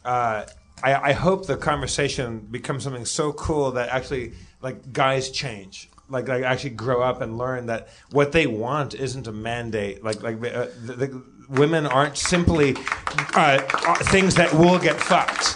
uh, I, I hope the conversation becomes something so cool that actually like guys change like like actually grow up and learn that what they want isn't a mandate like like uh, the, the, women aren't simply uh, uh, things that will get fucked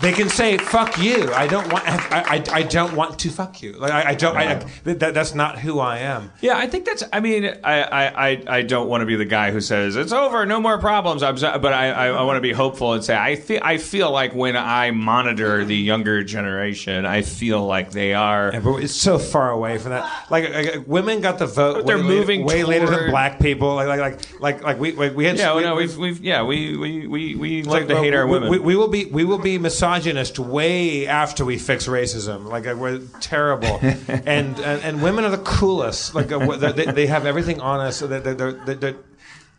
they can say fuck you i don't want i, I, I don't want to fuck you like i, I don't I, I, that, that's not who i am
Yeah, I think that's. I mean, I I, I, I don't want to be the guy who says it's over, no more problems. I'm, so-" but I, I, I want to be hopeful and say I feel I feel like when I monitor the younger generation, I feel like they are.
Yeah, but it's so far away from that. Like, like, like, women got the vote.
they're
way
moving
later, way later than
toward-
black people. Like like like like like we like, we had
Yeah, well,
we,
no, we've we've yeah we we we, we
it's
like to
well,
hate our
we,
women.
We, we will be we will be misogynist way after we fix racism. Like uh, we're
*laughs*
terrible, and, and and women are the coolest. Like uh, they, they- they have everything on us. So they're they're they're. they're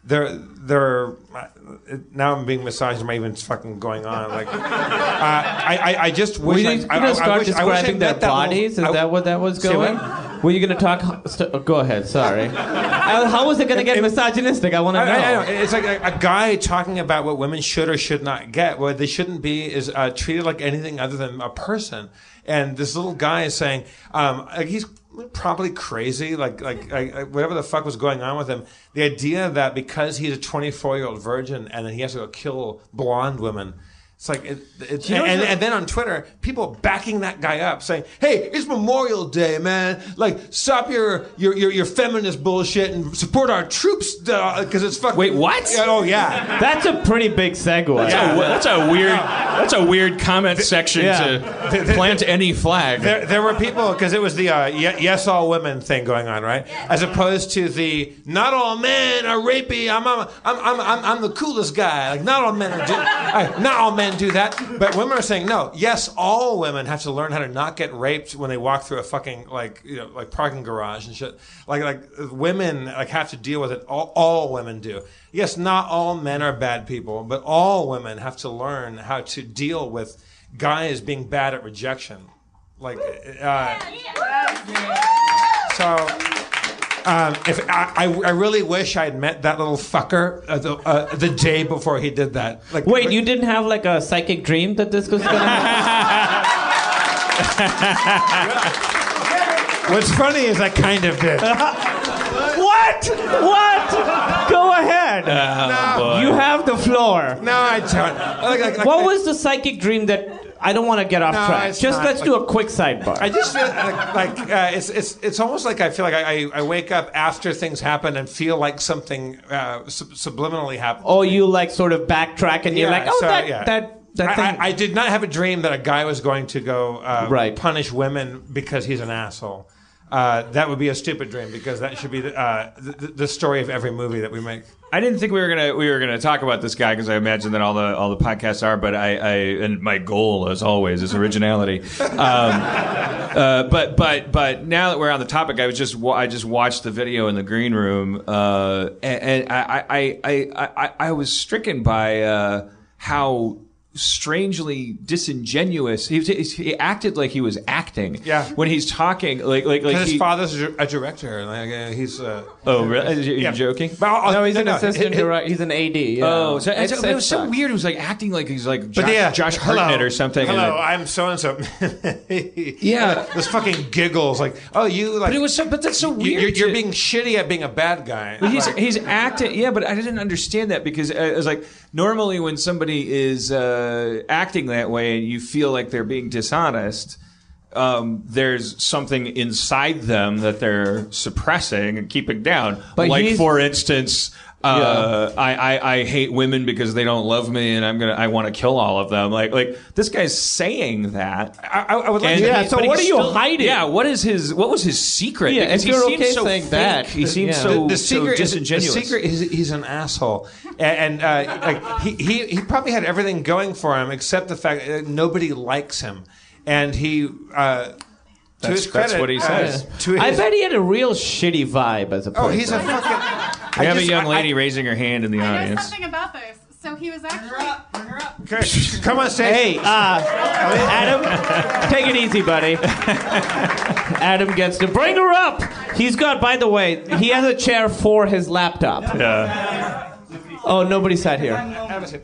they're, they're- uh, now I'm being misogynist. Am I even fucking going on? Like, uh, I, I, I just wish
Were you
I,
going
I,
to
I,
start
wish, I wish I
describing their
met that little-
bodies?
I-
Is that what that was
Say what?
going? Were you going to talk? St- oh, go
*laughs*
ahead. Sorry. Uh, how was it going to get misogynistic? I want to know.
I, I, I know. It's like a, a guy talking about what women should or should not get. What they shouldn't be is uh, treated like anything other than a person. And this little guy is saying um, like he's probably crazy, like like I, I- whatever the fuck was going on with him. The idea that because he's a 24 year old virgin and then he has to go kill blonde women. It's like it, it's,
know
and,
what's-
and then on Twitter, people backing that guy up, saying, "Hey, it's Memorial Day, man! Like, stop your your your, your feminist bullshit and support our troops because it's fucking."
Wait, what?
Yeah, oh yeah.
That's a pretty big segue.
that's, a, that's a weird that's a weird comment section
yeah.
to
*laughs*
plant any flag.
There, there were people because it was the uh, ye- yes all women thing going on, right? As opposed to the not all men are rapey. I'm I'm I'm I'm, I'm, I'm the coolest guy. Like not all men are do, *laughs* uh, not all men do that. But women are saying no. Yes, all women have to learn how to not get raped when they walk through a fucking like you know like parking garage and shit. Like like women like have to deal with it. All all women do. Yes, not all men are bad people, but all women have to learn how to deal with guys being bad at rejection like uh, so um, if I, I, I really wish I had met that little fucker uh, the, uh, the day before he did that. Like,
Wait, you didn't have like a psychic dream that this was going to
*laughs*
happen?
What's funny is I kind of
*laughs*
did.
what? What? Go ahead. you have the floor.
no, I don't. Like, like, like,
What was the psychic dream that I don't want to get off
No,
track?
it's
Just
not
let's
like-
do a quick sidebar.
I just feel like, like uh, it's it's it's almost like I feel like I, I, I wake up after things happen and feel like something uh, sub- subliminally happened.
or Oh, you like sort of backtrack and you're
Yeah,
like, oh,
so,
that,
yeah.
that that
I,
thing.
I, I did not have a dream that a guy was going to go uh,
Right.
punish women because he's an asshole. uh, that would be a stupid dream because that should be the, uh, the, the story of every movie that we make.
I didn't think we were gonna we were gonna talk about this guy because I imagine that all the all the podcasts are. But I, I and my goal as always is originality. Um, uh, but but but now that we're on the topic, I was just wa- I just watched the video in the green room, uh, and, and I, I, I I I I was stricken by uh, how strangely disingenuous he, was, he acted like he was acting.
Yeah.
when he's talking, like like like
His
he-
father's a dir- a director. Like uh, he's. Uh,
Oh, really? Are you
Yeah.
joking?
But I'll- I'll-
No, he's an
hit-
assistant
hit-
director. He's an AD. Yeah.
Oh, so, and so-
It's-
it was
it
so
sucks.
weird. It was like acting like he's like Josh,
But yeah,
Josh
hello.
Hartnett or something. and
Hello,
it-
I'm so and *laughs* so.
Yeah.
this fucking giggles like, oh, you like.
but it was so. But that's so
you-
weird.
You're, you're
to-
being shitty at being a bad guy.
But he's he's acting. Yeah, but I didn't understand that because I, I was like, normally when somebody is uh, acting that way and you feel like they're being dishonest. Um, there's something inside them that they're suppressing and keeping down.
But
like,
he's-
for instance, uh, I, I, I hate women because they don't love me, and I'm gonna I want to kill all of them. Like like this guy's saying that.
I, I- I would like.
And-
to-
Yeah, so
but
what
he's
are you hiding?
Yeah, what is his? What was his secret?
Yeah,
because
if you're
he seems
okay
so
saying
fake.
that,
he
the-
seems
yeah.
so,
the
so
secret is
disingenuous.
the secret is he's an asshole, and, and uh, like he, he he probably had everything going for him except the fact that nobody likes him, and he. Uh, to
That's-
his credit,
that's what he says.
Uh, to his,
I bet he had a real shitty vibe as a
Oh,
person.
he's a fucking.
We
I
have
just-
a young
I-
lady raising her hand in the
I know
audience.
something about this. So he was actually.
I- come on stage.
Hey, uh, Adam, take it
*laughs*
easy, buddy. Adam gets to bring her up. He's got, by the way, he has a chair for his laptop.
Yeah.
Oh, nobody sat here.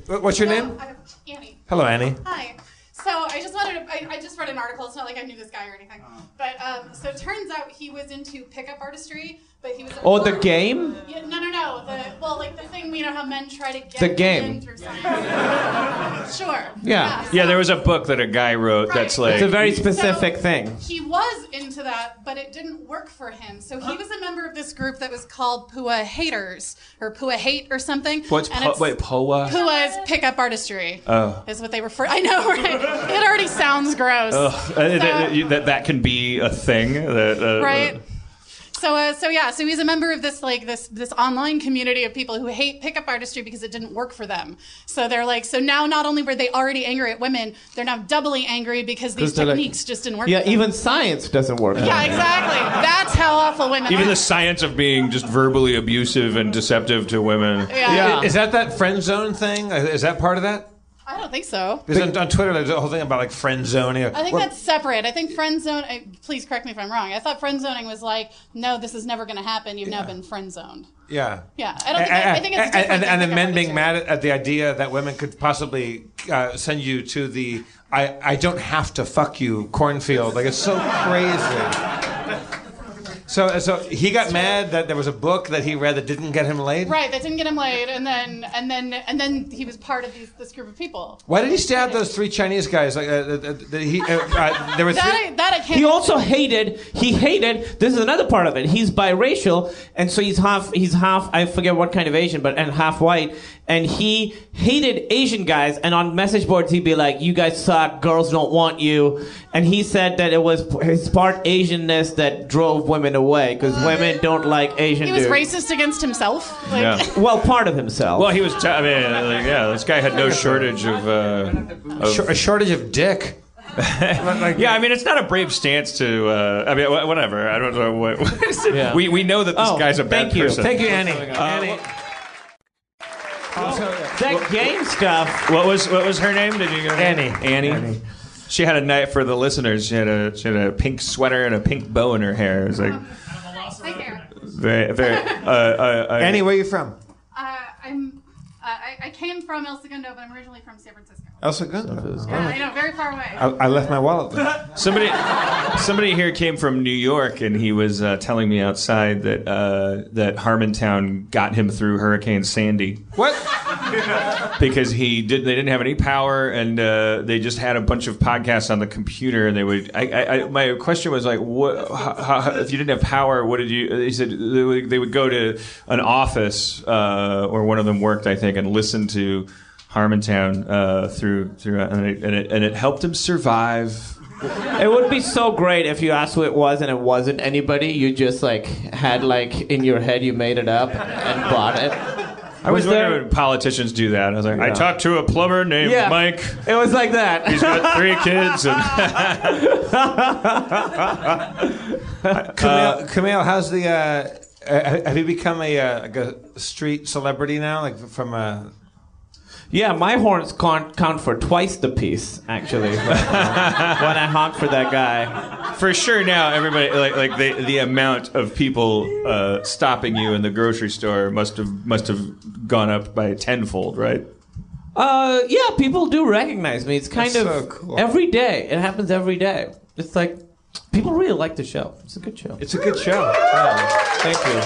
What- What's your name?
Uh, Annie.
Hello, Annie.
Hi. So I just wanted to, I, I just read an article. It's not like I knew this guy or anything. But um, so it turns out he was into pickup artistry, but he was. a-
Oh, the game?
Yeah, no, no, no. The well, like the thing we know how men try to get
The game.
women through science. sure.
Yeah.
so
Yeah, there was a book that a guy wrote that's like
It's a very specific thing.
He was into that, but it didn't work for him. So he was a member of this group that was called Pua Haters or Pua Hate or something.
what's
And
po-
it's-
wait poa.
Pua's pickup artistry is what they refer. I know, right? It already sounds gross,
Ugh. Uh, that, that- that that can be a thing. That, uh,
right? So, uh, so yeah, so he's a member of this like this this online community of people who hate pickup artistry because it didn't work for them. So they're like, so now not only were they already angry at women, they're now doubly angry because these
'Cause they're like-
techniques just didn't work.
Yeah,
for them.
even science doesn't work.
yeah, exactly. That's how awful women.
Even
are.
the science of being just verbally abusive and deceptive to women.
Yeah.
Yeah.
Is that that friend zone thing? Is that part of that?
I don't think so.
Because on, on Twitter, there's a whole thing about like friend zoning.
I think that's separate. I think friend zone. I, please correct me if I'm wrong. I thought friend zoning was like, no, this is never going to happen. You've now been friend zoned.
yeah.
Yeah, I don't think. I, I think it's
and,
different
and,
than
and then
pickup
men being
artistry.
mad at, at the idea that women could possibly uh, send you to the I, I don't have to fuck you cornfield. Like it's so crazy. So so he got mad that there was a book that he read that didn't get him laid.
Right, that didn't get him laid, and then and then and then he was part of these, this group of people.
Why did he stab those three Chinese guys? Like uh, uh, uh, that he uh, uh, there were
*laughs* That I,
three.
that I can't.
He also hated. He hated. This is another part of it. He's biracial, and so he's half. He's half. I forget what kind of Asian, but and half white. And he hated Asian guys. And on message boards, he'd be like, "You guys suck. Girls don't want you." And he said that it was his part Asianness that drove women away because women don't like Asian
he was
dudes.
racist against himself. Like, *laughs*
Yeah.
Well, part of himself.
Well, he was. T- I mean, uh, like, yeah, this guy had no shortage of. Uh,
Shor- a shortage of dick.
Yeah, I mean, it's not a brave stance to. Uh, I mean, wh- whatever. I don't know what. what *laughs* is it?
Yeah.
We we know that this
Oh,
guy's a bad
thank you.
person.
Thank you, Annie.
Annie.
that game stuff.
What was what was her name? Did you get her name? Annie. Annie. She had a night for the listeners. She had a she had a pink sweater and a pink bow in her hair. It was like
right here.
very very. Uh, uh, uh,
Annie, where are you from?
Uh, I'm. Uh, I, I came from El Segundo, but I'm originally from San Francisco.
El Segundo.
Yeah, I know, very far away.
I, I left my wallet. There.
Somebody, somebody here came from New York, and he was uh, telling me outside that uh, that Harmontown got him through Hurricane Sandy
What?
because he did. They didn't have any power, and uh, they just had a bunch of podcasts on the computer. And they would. I, I, I, my question was like, what? How, how, if you didn't have power, what did you? He said they would, they would go to an office, uh, or one of them worked, I think, and listen to Harmontown uh, through through, and it, and it and it helped him survive.
It would be so great if you asked who it was and it wasn't anybody. You just like had like in your head you made it up and bought it.
I was,
was there-
wondering when politicians do that. I was like, I talked to a plumber named
Yeah.
Mike.
It was like that.
He's got three kids. And *laughs*
Camille, Camille how's the? Uh, uh, have you become a, uh, like a street celebrity now? Like from a
Yeah, my horns count, count for twice the piece,
*laughs*
actually. when I honk for that guy.
for sure now, everybody like like the the amount of people uh, stopping you in the grocery store must have must have gone up by tenfold, right?
Uh, yeah, people do recognize me. It's kind
That's
of
so cool.
every day. It happens every day. It's like people really like the show. It's a good show.
it's a good show. Yeah. Thank you.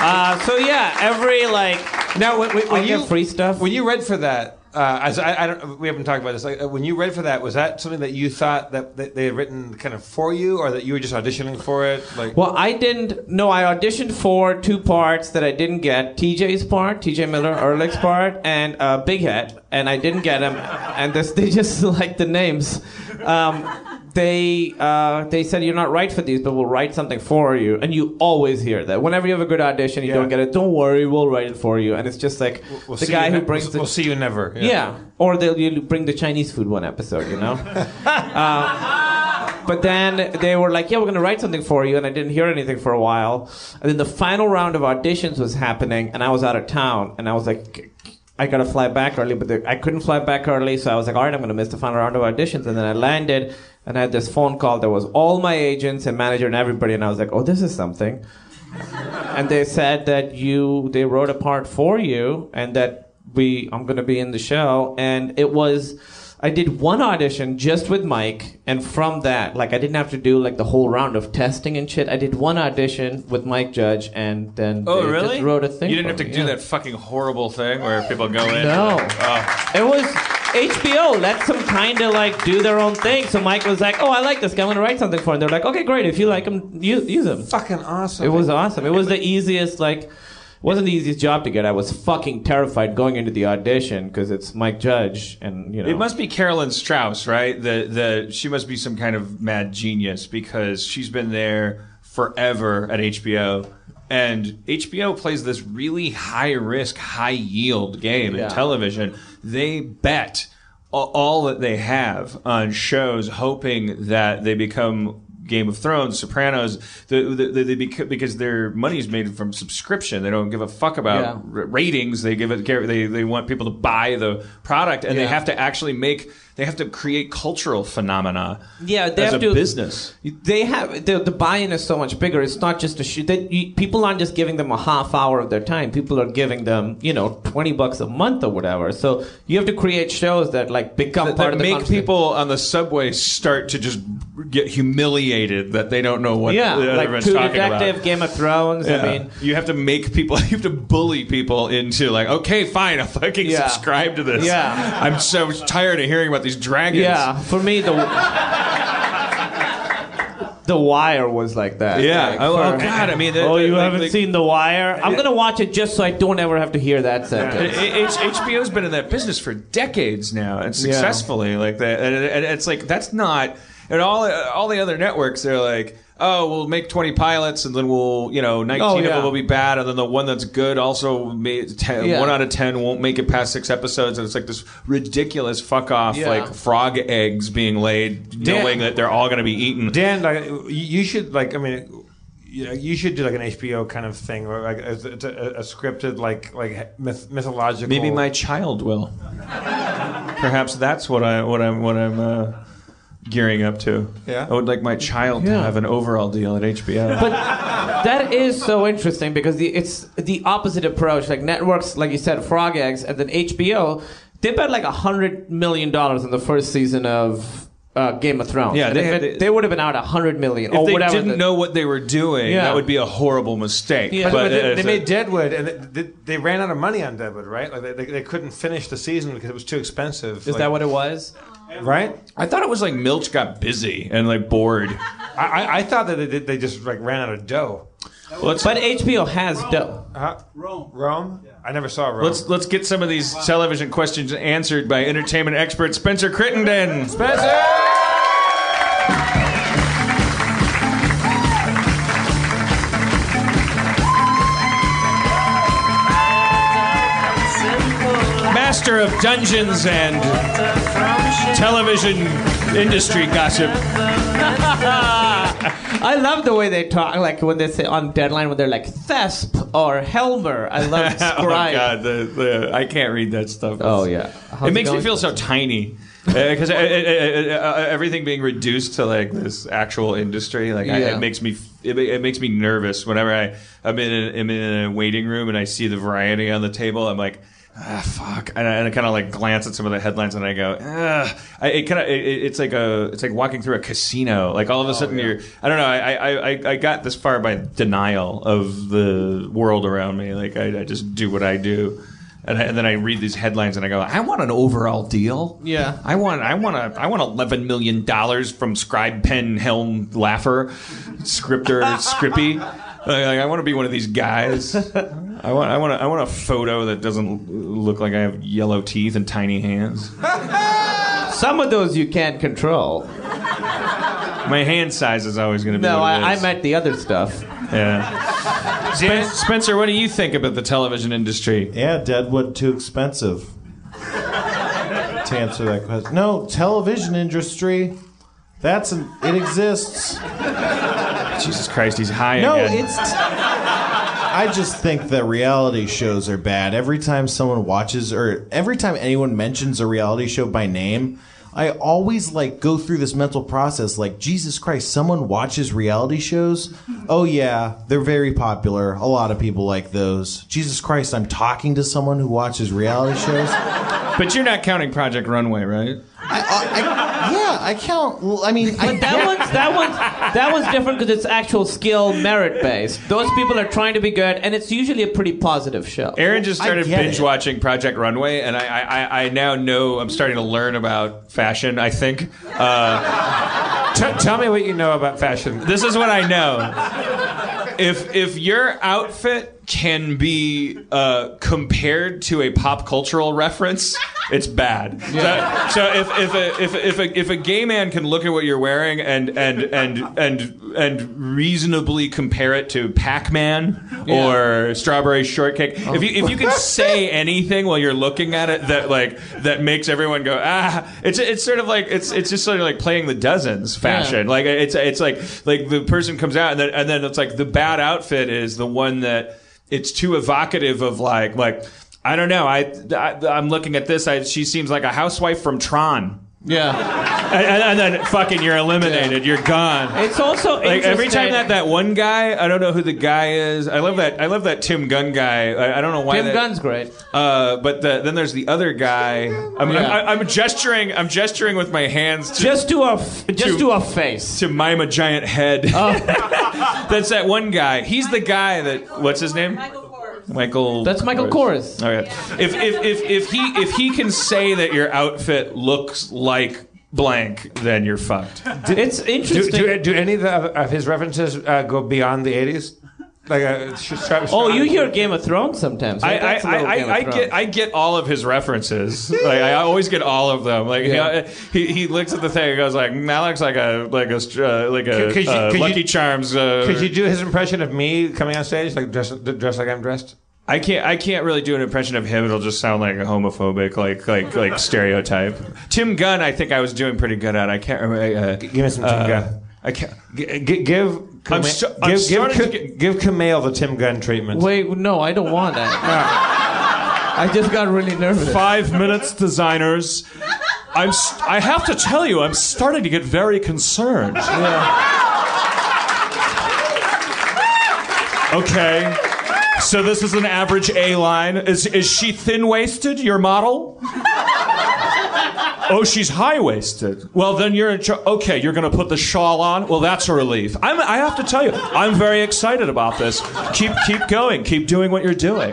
Uh, so yeah, every like
Now, when, when, when
I'll
you
get free stuff.
when you read for that, uh, as I, I don't, we haven't talked about this. Like, uh, when you read for that, was that something that you thought that that they had written kind of for you, or that you were just auditioning for it? Like,
Well, I didn't. No, I auditioned for two parts that I didn't get: TJ's part, TJ Miller Ehrlich's part, and uh, Big Head. And I didn't get them. And this, they just *laughs* like the names. Um, they uh, they said you're not right for these, but we'll write something for you. And you always hear that whenever you have a good audition, you
Yeah.
don't get it. Don't worry, we'll write it for you. And it's just like
we'll
the
see
guy
you
who
ne-
brings
we'll,
the
we'll see you never.
yeah, or they'll you bring the Chinese food one episode, you know. uh, but then they were like, "Yeah, we're gonna write something for you," and I didn't hear anything for a while. And then the final round of auditions was happening, and I was out of town, and I was like. I gotta fly back early, but the, I couldn't fly back early, so I was like, all right, I'm gonna miss the final round of auditions. And then I landed, and I had this phone call that was all my agents and manager and everybody, and I was like, oh, this is something and they said that you they wrote a part for you and that we I'm gonna be in the show and it was I did one audition just with Mike and from that like I didn't have to do like the whole round of testing and shit I did one audition with Mike Judge and then they just wrote a thing
Oh, You didn't have to
for me,
do
Oh, yeah.
that fucking horrible thing where people go in.
No.
and, oh.
It was HBO let them kind of like do their own thing. So Mike was like, "Oh, I like this guy. I'm gonna write something for him." They're like, "Okay, great. If you like him, use, use him."
fucking awesome.
It was awesome. It was the easiest like it wasn't the easiest job to get. I was fucking terrified going into the audition because it's Mike Judge and you know.
It must be Carolyn Strauss, right? The the she must be some kind of mad genius because she's been there forever at HBO. And HBO plays this really high risk, high yield game
Yeah.
in television. They bet a- all that they have on shows, hoping that they become Game of Thrones, Sopranos, the, the, the, they bec- because their money's made from subscription. They don't give a fuck about
Yeah.
uh, r- ratings. They give it. care- They they want people to buy the product, and they
Yeah.
have to actually make. They have to create cultural phenomena.
yeah, they
as
have
a
to
business.
They have the, the buy-in is so much bigger. It's not just a sh- that you, people aren't just giving them a half hour of their time. People are giving them you know twenty bucks a month or whatever. So you have to create shows that like become
That,
part
that
of the
make
conversation.
people on the subway start to just get humiliated that they don't know what
Yeah,
the other
like
one's
True
talking
Detective,
about.
Game of Thrones.
Yeah.
I mean,
you have to make people. *laughs* You have to bully people into like, okay, fine, I fucking
Yeah.
subscribe to this.
Yeah.
I'm so tired of hearing about these dragons.
Yeah, for me the The Wire was like that.
Yeah.
Like,
Oh,
for-
oh, God, I mean, the-
oh,
the-
you
like-
haven't
like-
seen The Wire? I'm gonna watch it just so I don't ever have to hear that sentence.
H- HBO's been in that business for decades now, and successfully like that. And, and it's like that's not. And all all the other networks, they're like, oh, we'll make twenty pilots, and then we'll you know nineteen
Oh,
of
yeah.
them will be bad, and then the one that's good also made ten,
Yeah.
one out of ten won't make it past six episodes, and it's like this ridiculous fuck off
Yeah.
like frog eggs being laid,
Dan-
knowing that they're all going to be eaten.
Dan, like you you should like I mean, you you should do like an HBO kind of thing or like a, a, a scripted like like myth, mythological.
Maybe my child will. Perhaps that's what I what I'm what I'm uh, gearing up to.
Yeah.
I would like my child to
Yeah.
have an overall deal at HBO.
But that is so interesting because the, it's the opposite approach. Like networks, like you said, Frog Eggs, and then HBO, they bet like a hundred million dollars on the first season of uh, Game of Thrones.
Yeah,
And
they-
if it-
they-
would have been out a hundred million or
if they
whatever.
didn't
the-
know what they were doing,
Yeah.
that would be a horrible mistake.
Yeah.
But, but
uh,
they, they
it's
made
a-
Deadwood, and they, they, they ran out of money on Deadwood, right? Like they, they, they couldn't finish the season because it was too expensive.
is that what it was?
Right?
I thought it was like Milch got busy and like bored.
I, I, I thought that they, did- they just like ran out of dough.
Let's
But HBO has dough.
Huh? Rome. Rome? I never saw Rome.
let's let's get some of these television questions answered by entertainment expert Spencer Crittenden.
Spencer!
Master of dungeons and television industry gossip.
I love the way they talk, like when they say on deadline, when they're like Thesp or Helmer. I love
*laughs* *laughs* oh
Scribe.
god, the, the, I can't read that stuff.
Oh, yeah. How's
it
it
makes me
going?
feel so tiny Uh, because uh, everything being reduced to like this actual industry, like I,
Yeah.
it makes me f- it, ma- it makes me nervous whenever I I'm in a, I'm in a waiting room and I see the variety on the table. I'm like. Ah, fuck! And I, and I kind of like glance at some of the headlines, and I go, ah. I, it kind of it, it- it's like a it's like walking through a casino. Like all of a sudden, you're I don't know. I, I I I got this far by denial of the world around me. Like I, I just do what I do. And, I, and then I read these headlines and I go, I want an overall deal.
Yeah.
I want, I want a, I want eleven million dollars from Scribe, Pen, Helm, Laffer,
*laughs*
Scripter, Scrippy. Like, like, I want to be one of these guys. I want, I want, a, I want a photo that doesn't l- look like I have yellow teeth and tiny hands.
Some of those you can't control.
My hand size is always going to be.
No,
what it
I, I
is.
meant the other stuff.
Yeah. Spen- Spencer, what do you think about the television industry?
Yeah, Deadwood too expensive. to answer that question, no television industry. That's an, it exists.
Jesus Christ, he's high
No,
again.
it's. *laughs* I just think that reality shows are bad. Every time someone watches or every time anyone mentions a reality show by name, I always like go through this mental process like Jesus Christ, someone watches reality shows? Oh yeah, they're very popular. A lot of people like those. Jesus Christ, I'm talking to someone who watches reality shows?
but you're not counting Project Runway, right?
I, I, I, yeah, I count. Well, I mean, I,
*laughs*
But that one's that one's that one's different because it's actual skill, merit based. Those people are trying to be good, and it's usually a pretty positive show.
Aaron just
I
started
get
binge
it.
watching Project Runway, and I, I, I- I now know I'm starting to learn about fashion. I think Uh,
T- tell me what you know about fashion.
this is what I know. If if your outfit can be uh, compared to a pop cultural reference, it's bad. So, so if if a, if a, if a if a gay man can look at what you're wearing and and and and and reasonably compare it to Pac-Man or Strawberry Shortcake, if you if you can say anything while you're looking at it that like that makes everyone go ah, it's it's sort of like it's it's just sort of like playing the dozens fashion. Like it's it's like like the person comes out and then and then it's like the bad outfit is the one that it's too evocative of like like I don't know. I, I am looking at this. I, she seems like a housewife from Tron.
Yeah,
And, and, and then fucking you're eliminated. You're gone.
it's also
Like every time
interesting-
that that one guy, I don't know who the guy is. I love that. I love that Tim Gunn guy. I, I don't know why.
Tim
that,
Gunn's great.
Uh, but the, then there's the other guy. I'm,
Yeah.
I'm, I'm gesturing. I'm gesturing with my hands to,
Just do a f-
To-
just do a face.
to mime a giant head.
Oh.
*laughs* That's that one guy. He's the guy that. What's his name? Michael.
That's Michael Kors.
All right. If, if if if he if he can say that your outfit looks like blank, then you're fucked.
It's
Do,
interesting.
do, do any of, the, of his references uh, go beyond the 80s? Like, uh, sh- sh-
oh, you hear Game of Thrones sometimes.
I, I,
right? That's a little
I,
Game of
I, I
Thrones.
get I get all of his references. Like I always get all of them. Like
Yeah.
he, he he looks at the thing and goes like, "Mm, "That looks like a like a str- uh, like a
Could- could you-
uh,
could you-
Lucky Charms."
*laughs*
Uh,
Could you do his impression of me coming on stage, like dressed dress like I'm dressed?
I can't I can't really do an impression of him. It'll just sound like a homophobic like like like stereotype. Tim Gunn, I think I was doing pretty good at. I can't remember. Uh,
Give me some Tim
uh,
Gunn.
I can't.
G- g- give Kama-
sta- I'm
give give,
starting
Ka-
to get-
give Kamel the Tim Gunn treatment.
Wait, no, I don't want that.
*laughs*
I just got really nervous.
five minutes, designers. I'm. St- I have to tell you, I'm starting to get very concerned. Okay. So this is an average A line. Is is she thin waisted? Your model? Oh, she's high waisted. Well, then you're in charge. Okay, you're gonna put the shawl on. Well, that's a relief. I'm, I have to tell you, I'm very excited about this. Keep keep going. Keep doing what you're doing.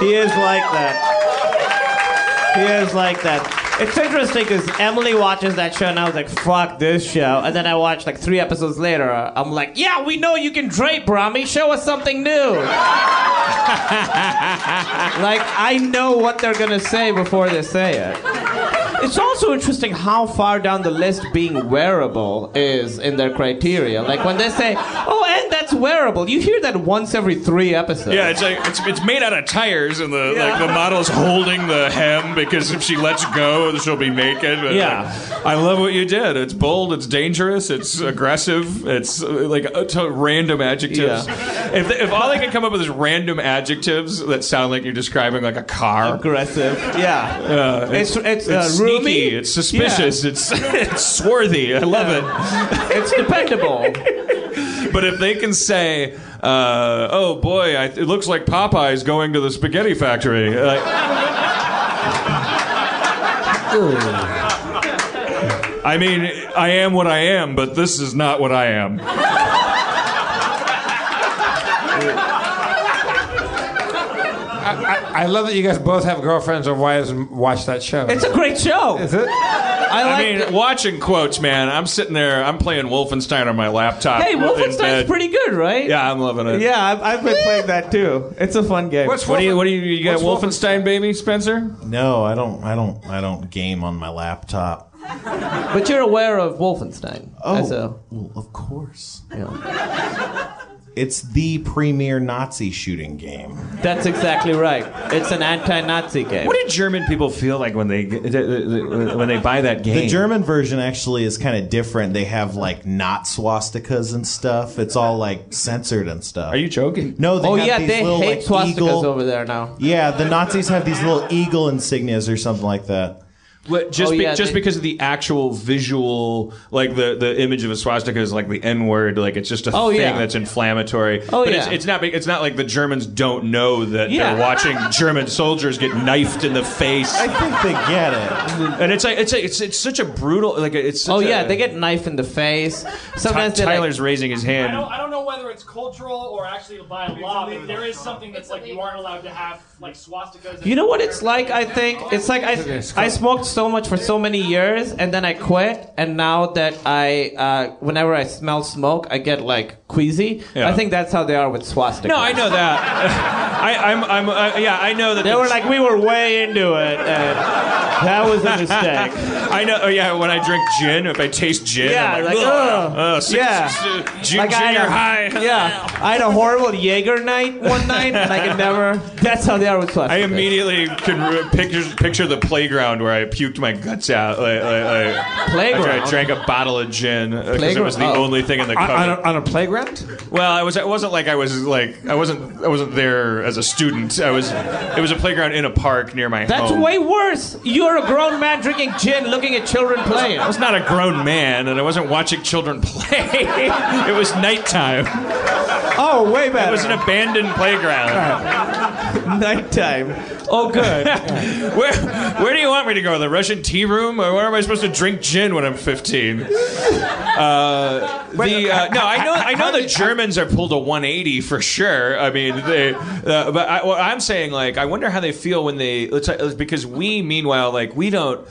he is like that. He is like that.
It's interesting because Emily watches that show and I was like, fuck this show. And then I watched like three episodes later. I'm like, yeah, we know you can drape, Rami. Show us something new. *laughs* like, I know what they're going to say before they say it. It's also interesting how far down the list being wearable is in their criteria. Like when they say, "Oh, and that's wearable," you hear that once every three episodes.
Yeah, it's like it's, it's made out of tires, and the like the model's holding the hem because if she lets go, she'll be naked. And,
Yeah.
like, I love what you did. It's bold. It's dangerous. It's aggressive. It's uh, like uh, to- random adjectives. If, if all they can come up with is random adjectives that sound like you're describing like a car.
aggressive. Yeah,
Uh,
It's- it's, uh,
sneaky.
roomy?
It's suspicious. It's *laughs* it's swarthy. I love it.
it's dependable.
But if they can say, uh, "Oh boy, I, it looks like Popeye's going to the spaghetti factory," uh, like, I mean, I am what I am, but this is not what I am.
I love that you guys both have girlfriends or wives and watch that show.
It's a great show.
Is it?
I like.
I mean,
it.
watching quotes, man. I'm sitting there. I'm playing Wolfenstein on my laptop.
hey,
in
Wolfenstein's
bed.
pretty good, right?
Yeah, I'm loving it.
Yeah, I've, I've been playing that too. It's a fun game.
What's
What do you? What do you? You got
What's
Wolfenstein, baby, Spencer?
No, I don't. I don't. I don't game on my laptop.
but you're aware of Wolfenstein.
Oh,
as a-
well, of course.
yeah.
It's the premier Nazi shooting game.
That's exactly right. It's an anti-Nazi game.
What do German people feel like when they when they buy that game?
The German version actually is kind of different. They have like not swastikas and stuff. It's all like censored and stuff.
Are you joking?
No, they
oh
have
yeah,
these
they
little,
hate
like,
swastikas
eagle-
over there now.
Yeah, the Nazis have these little eagle insignias or something like that.
What- just
Oh,
be-
yeah,
just
they-
because of the actual visual, like the, the image of a swastika is like the N word, like it's just a
Oh,
thing
yeah.
that's inflammatory.
Oh,
but it's,
yeah.
it's not be- it's not like the Germans don't know that
Yeah.
they're
*laughs*
watching German soldiers get knifed in the face,
I think they get it.
and it's like it's like, it's, it's such a brutal like it's. Such
Oh yeah,
a-
they get knife in the face. Sometimes they like,
Tyler's raising his
I don't,
hand.
I don't know whether it's cultural or actually by law, but there is something that's like you aren't allowed to have like swastikas.
You know what it's like? I think it's like I I smoked so much for so many years, and then I quit. And now that I, uh, whenever I smell smoke, I get like queasy.
Yeah.
I think that's how they are with swastikas.
No, I know that. *laughs* I, I'm, I'm, uh, yeah, I know that.
They
the-
were like, we were way into it, and that was a
*laughs*
mistake.
I know. Oh yeah, when I drink gin, if I taste gin,
Yeah,
I'm
like,
like, ugh,
ugh,
ugh, six-
yeah.
six- uh, ju-
Like, I um, had
junior
a-
high.
Yeah, I had a horrible Jaeger night one night, and I could never. That's how they are with swastikas.
I immediately can re- picture picture the playground where I puked my guts out. Like, like, like, After I
Playground?
drank a bottle of gin because it was the
Playground? Oh.
only thing in the
On,
cupboard.
on a, on a playground?
Well, I was. It wasn't like I was like I wasn't. I wasn't there as a student. I was. It was a playground in a park near my
That's
home.
way worse. You're a grown man drinking gin, looking at children playing.
I was not a grown man, and I wasn't watching children *laughs* play. it was nighttime.
Oh, way
It
better.
was an abandoned playground.
*laughs* nighttime. Oh,
*laughs*
good.
Where, where do you want me to go? The Russian tea room, or where am I supposed to drink gin when I'm 15? Uh, the uh, no, I know, I know the Germans are pulled a 180 for sure. I mean, they, uh, but I, what I'm saying, like, I wonder how they feel when they let's, uh, because we, meanwhile, like, we don't.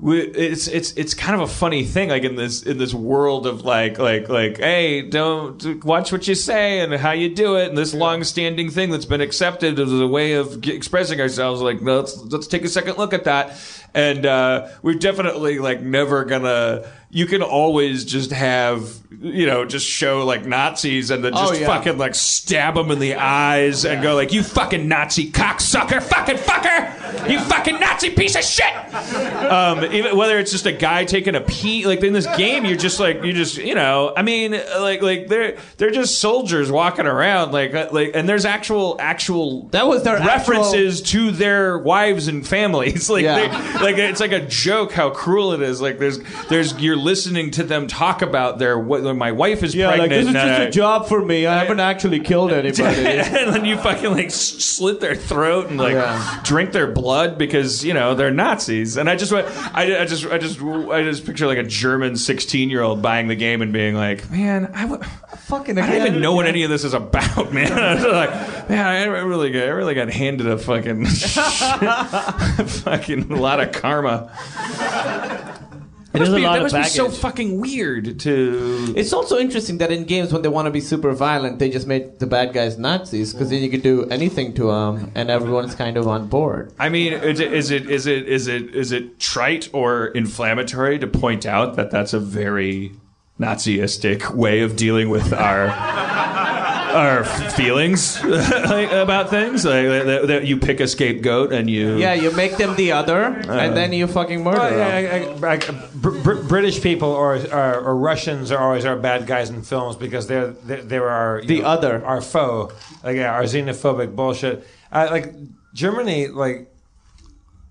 We, it's it's it's kind of a funny thing, like in this in this world of like like like, hey, don't watch what you say and how you do it, and this long-standing thing that's been accepted as a way of g- expressing ourselves. Like, no, let's let's take a second look at that, and uh, we're definitely like never gonna. You can always just have you know just show like Nazis and then just
Oh, yeah.
fucking like stab them in the eyes and go like, you fucking Nazi cocksucker, fucking fucker, you fucking Nazi piece of shit um, even, whether it's just a guy taking a pee, like in this game, you're just like you just you know, I mean, like like they're they're just soldiers walking around, like uh, like, and there's actual actual
That was their
references to their wives and families, *laughs* like
Yeah.
they, like it's like a joke how cruel it is. Like there's there's you're listening to them talk about their what my wife is
Yeah, like
pregnant.
this is
and
just
I-
a job for me. I haven't actually *laughs* killed
*laughs*
anybody.
and then you fucking like s- slit their throat and like
Yeah.
drink their blood because you know they're Nazis. And I just went, I, I just, I just, I just picture like a German sixteen-year-old buying the game and being like, man, I w-
Fucking
I don't even know what any of this is about, *laughs* man. I was like, man, I really, got, I really got handed a *laughs* fucking, fucking lot of karma. Must
There's a
be-
lot
that
of
must be so
baggage.
fucking weird to.
It's also interesting that in games when they want to be super violent, they just made the bad guys Nazis because then you could do anything to them, and everyone's kind of on board.
I mean, is it, is it is it is it is it trite or inflammatory to point out that that's a very Naziistic way of dealing with our our feelings *laughs* like, about things? Like, that, that you pick a scapegoat and you
Yeah, you make them the other, and then you fucking murder
Well,
'em.
Oh, yeah, I- I- I- Br- Br- British people or, or, or Russians are always our bad guys in films because they're they're, they're our you
The other.
our foe, like yeah, our xenophobic bullshit. Uh, like Germany, like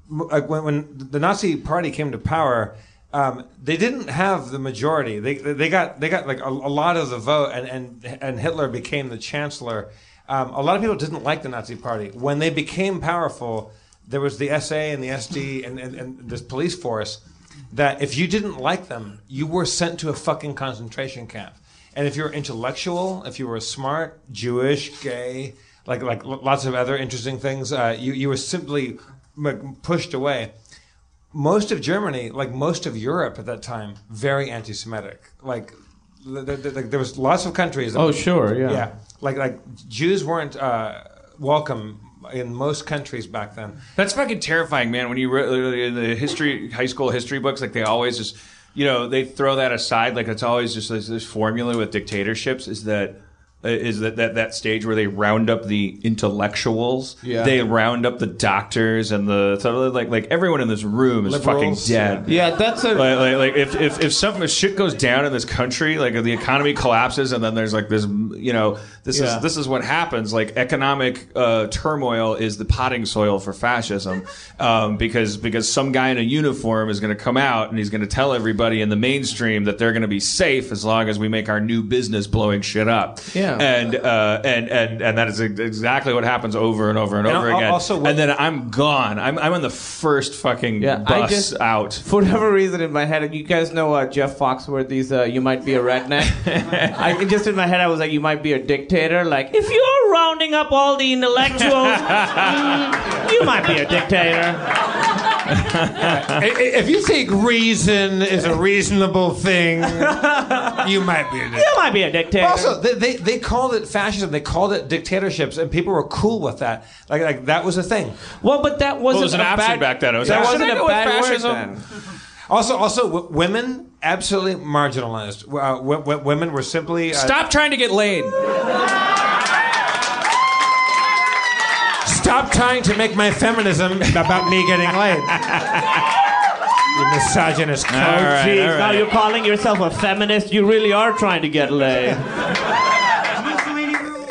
m- like when, when the Nazi Party came to power, um, they didn't have the majority. They they got they got like a, a lot of the vote, and and and Hitler became the chancellor. Um, a lot of people didn't like the Nazi Party when they became powerful. There was the SA and the SD and, and, and this police force that if you didn't like them, you were sent to a fucking concentration camp. And if you were intellectual, if you were smart, Jewish, gay, like like lo- lots of other interesting things, uh, you you were simply m- pushed away. Most of Germany, like most of Europe at that time, very anti-Semitic. Like, th- th- th- like there was lots of countries. that-
Oh, sure, yeah.
yeah. Like like Jews weren't uh, welcome in most countries back
*laughs*
then.
That's fucking terrifying, man. When you re- in the history, high school history books, like they always just, you know, they throw that aside. Like it's always just this, this formula with dictatorships is that uh, is that, that that stage where they round up the intellectuals,
Yeah.
they round up the doctors and the so like like everyone in this room is
Liberals,
fucking dead.
yeah, that's a.
Like, like, like if, if, if some if shit goes down in this country, like if the economy collapses, and then there's like this, you know, this
Yeah.
is this is what happens. Like economic uh, turmoil is the potting soil for fascism, um, because because some guy in a uniform is going to come out and he's going to tell everybody in the mainstream that they're going to be safe as long as we make our new business blowing shit up.
Yeah.
and uh, and and and that is ex- exactly what happens over and over and,
And
over
al-
again.
also-
and then I'm gone. I'm I'm on the first fucking
Yeah, I
bus
just-
out.
*laughs* For whatever reason, in my head, you guys know uh, Jeff Foxworthy's uh, "You Might Be a Redneck." I just in my head, I was like, "You might be a dictator." Like, if you're rounding up all the
*laughs*
intellectuals, mm, you might be a dictator.
I- I- if you think reason is a reasonable thing, you might be.
*laughs*
An
You might be a dictator.
Also, they, they they called it fascism. They called it dictatorships, and people were cool with that. Like like that was a thing.
well, but that wasn't
Well, it was an
a
option
bad,
back then. It was
that
like,
wasn't
should I
a
go with
bad
fascism?
word then.
*laughs* Also also w- women absolutely marginalized. Uh, w- w- women were simply uh,
Stop trying to get laid.
Oh,
Stop trying to make my feminism about me getting *laughs* laid. you misogynist. cunt.
All right, all right.
now you're calling yourself a feminist. You really are trying to get
*laughs*
laid.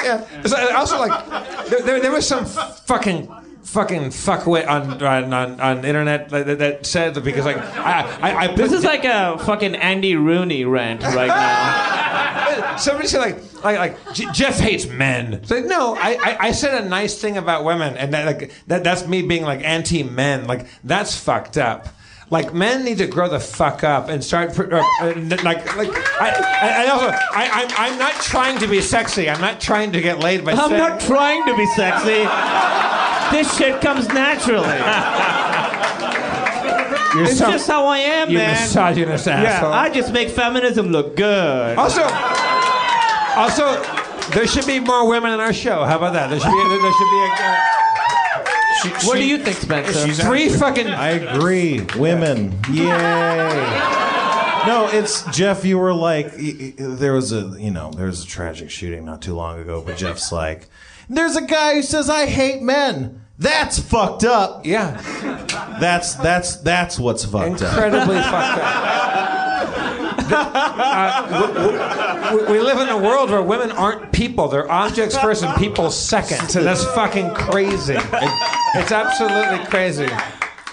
Yeah. So, and also, like, there, there, there was some fucking fucking fuckwit on on on, on internet that, that- that said that because like I I, I put
This is like a fucking Andy Rooney rant right now.
Somebody said like like like "J- Jeff hates men. It's like no, I, I I said a nice thing about women, and that like that that's me being like anti men. Like that's fucked up. Like men need to grow the fuck up and start pr- uh, uh, like like I, I, I also I I'm, I'm not trying to be sexy. I'm not trying to get laid by.
I'm
saying-
not trying to be sexy. This shit comes naturally.
You're
It's
so-
just how I am,
you
man.
misogynist
Yeah,
asshole. Oh.
I just make feminism look good.
Also, also, there should be more women in our show. How about that? There should be. There should be a. Uh,
What do you think, Spencer?
Three fucking.
I agree. Women. Yay. No, it's Jeff. You were like, y- y- there was a, you know, there was a tragic shooting not too long ago, but Jeff's like, there's a guy who says I hate men. That's fucked up.
yeah,
That's that's that's what's fucked up. *laughs*
incredibly fucked up. Uh, we, we- we live in a world where women aren't people; they're objects first and people second. So that's fucking crazy. it's absolutely crazy.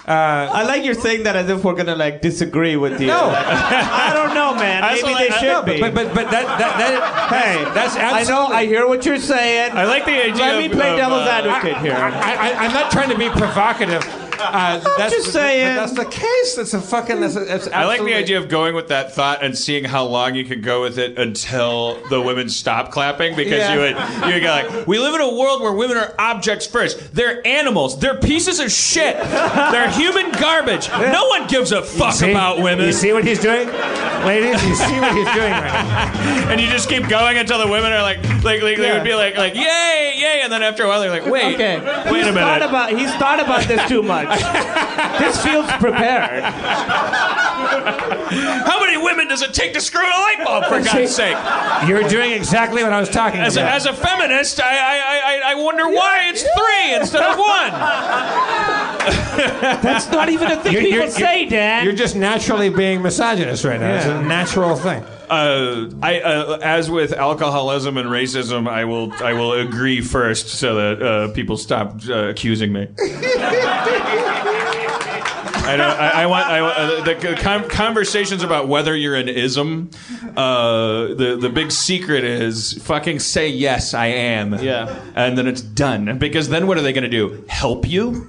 I like you're saying that as if we're gonna like disagree with you.
No.
I don't know, man.
I also
Maybe
like-
they
I-
should
No, but
be.
but but, but that, that that
hey,
that's
I know.
absolutely-
I hear what you're saying.
I like the idea.
Let me
of-
play
of,
devil's
uh,
advocate
I,
here.
I, I, I'm not trying to be provocative. Uh, that's,
just saying.
That's the case. That's a fucking. That's a, that's
I like the
absolutely-
idea of going with that thought and seeing how long you could go with it until the women stop clapping because
Yeah.
you would you would go like, "We live in a world where women are objects first. They're animals. They're pieces of shit. They're human garbage. No one gives a fuck
See?
about women."
You see what he's doing, ladies? You see what he's doing right now?
*laughs* and you just keep going until the women are like, like, like they would be like, like, yay, yay, and then after a while they're like, wait,
Okay.
wait
he's
a
Thought
minute.
about, he's thought about this too much. this feels prepared.
How many women does it take to screw in a light bulb?
*laughs*
For God's sake!
You're doing exactly what I was talking
As a,
about.
as a feminist, I, I, I, I wonder why it's three instead of one.
That's not even a thing
You're-
people
you're-
say, Dan.
You're just naturally being misogynist right now. It's a natural thing.
Uh, I, uh, as with alcoholism and racism, I will, I will agree first so that uh, people stop uh, accusing me. I, don't, I, I want I, uh, the con- conversations about whether you're an ism. Uh, the the big secret is fucking say yes, I am.
Yeah.
and then it's done because then what are they going to do? Help you?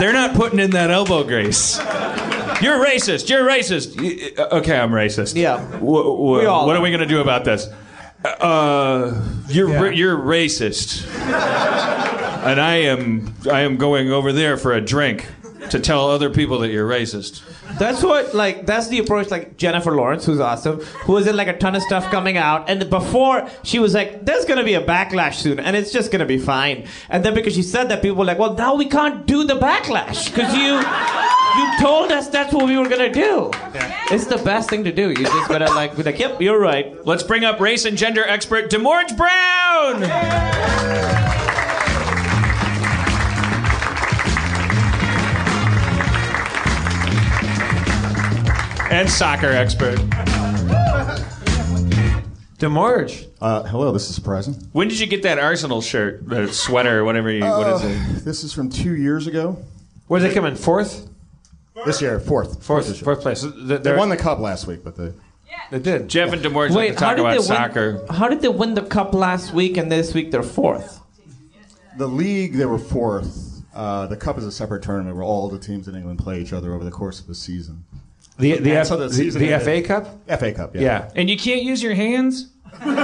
They're not putting in that elbow grease. You're racist. You're racist. Y- uh, Okay, I'm racist.
Yeah.
Wh- wh-
We all
what are
are.
we going to do about this? Uh, you're ra- you're racist and I am I am going over there for a drink to tell other people that you're racist.
That's what like that's the approach like Jennifer Lawrence, who's awesome, who was in like a ton of stuff coming out, and before she was like, There's gonna be a backlash soon and it's just gonna be fine. And then because she said that people were like, Well now we can't do the backlash because you you told us that's what we were gonna do. It's the best thing to do. You just gotta like be like, Yep, you're right.
Let's bring up race and gender expert Demorge Brown. And soccer expert.
Demorge.
Uh, hello, this is surprising.
When did you get that Arsenal shirt, the sweater, or whatever you, what
Oh.
is it?
This is from two years ago.
Where did they come in? Fourth?
This year, fourth.
Fourth, fourth place. They,
They won the cup last week, but they.
They did.
Jeff and Demorge like to talk
they
about
win,
soccer.
how did they win the cup last week and this week they're fourth?
The league, they were fourth. Uh, the cup is a separate tournament where all the teams in England play each other over the course of the season.
The, the, F,
so the
the,
season
the
ended.
FA Cup?
FA Cup, yeah.
Yeah.
And you can't use your hands?
Demorge,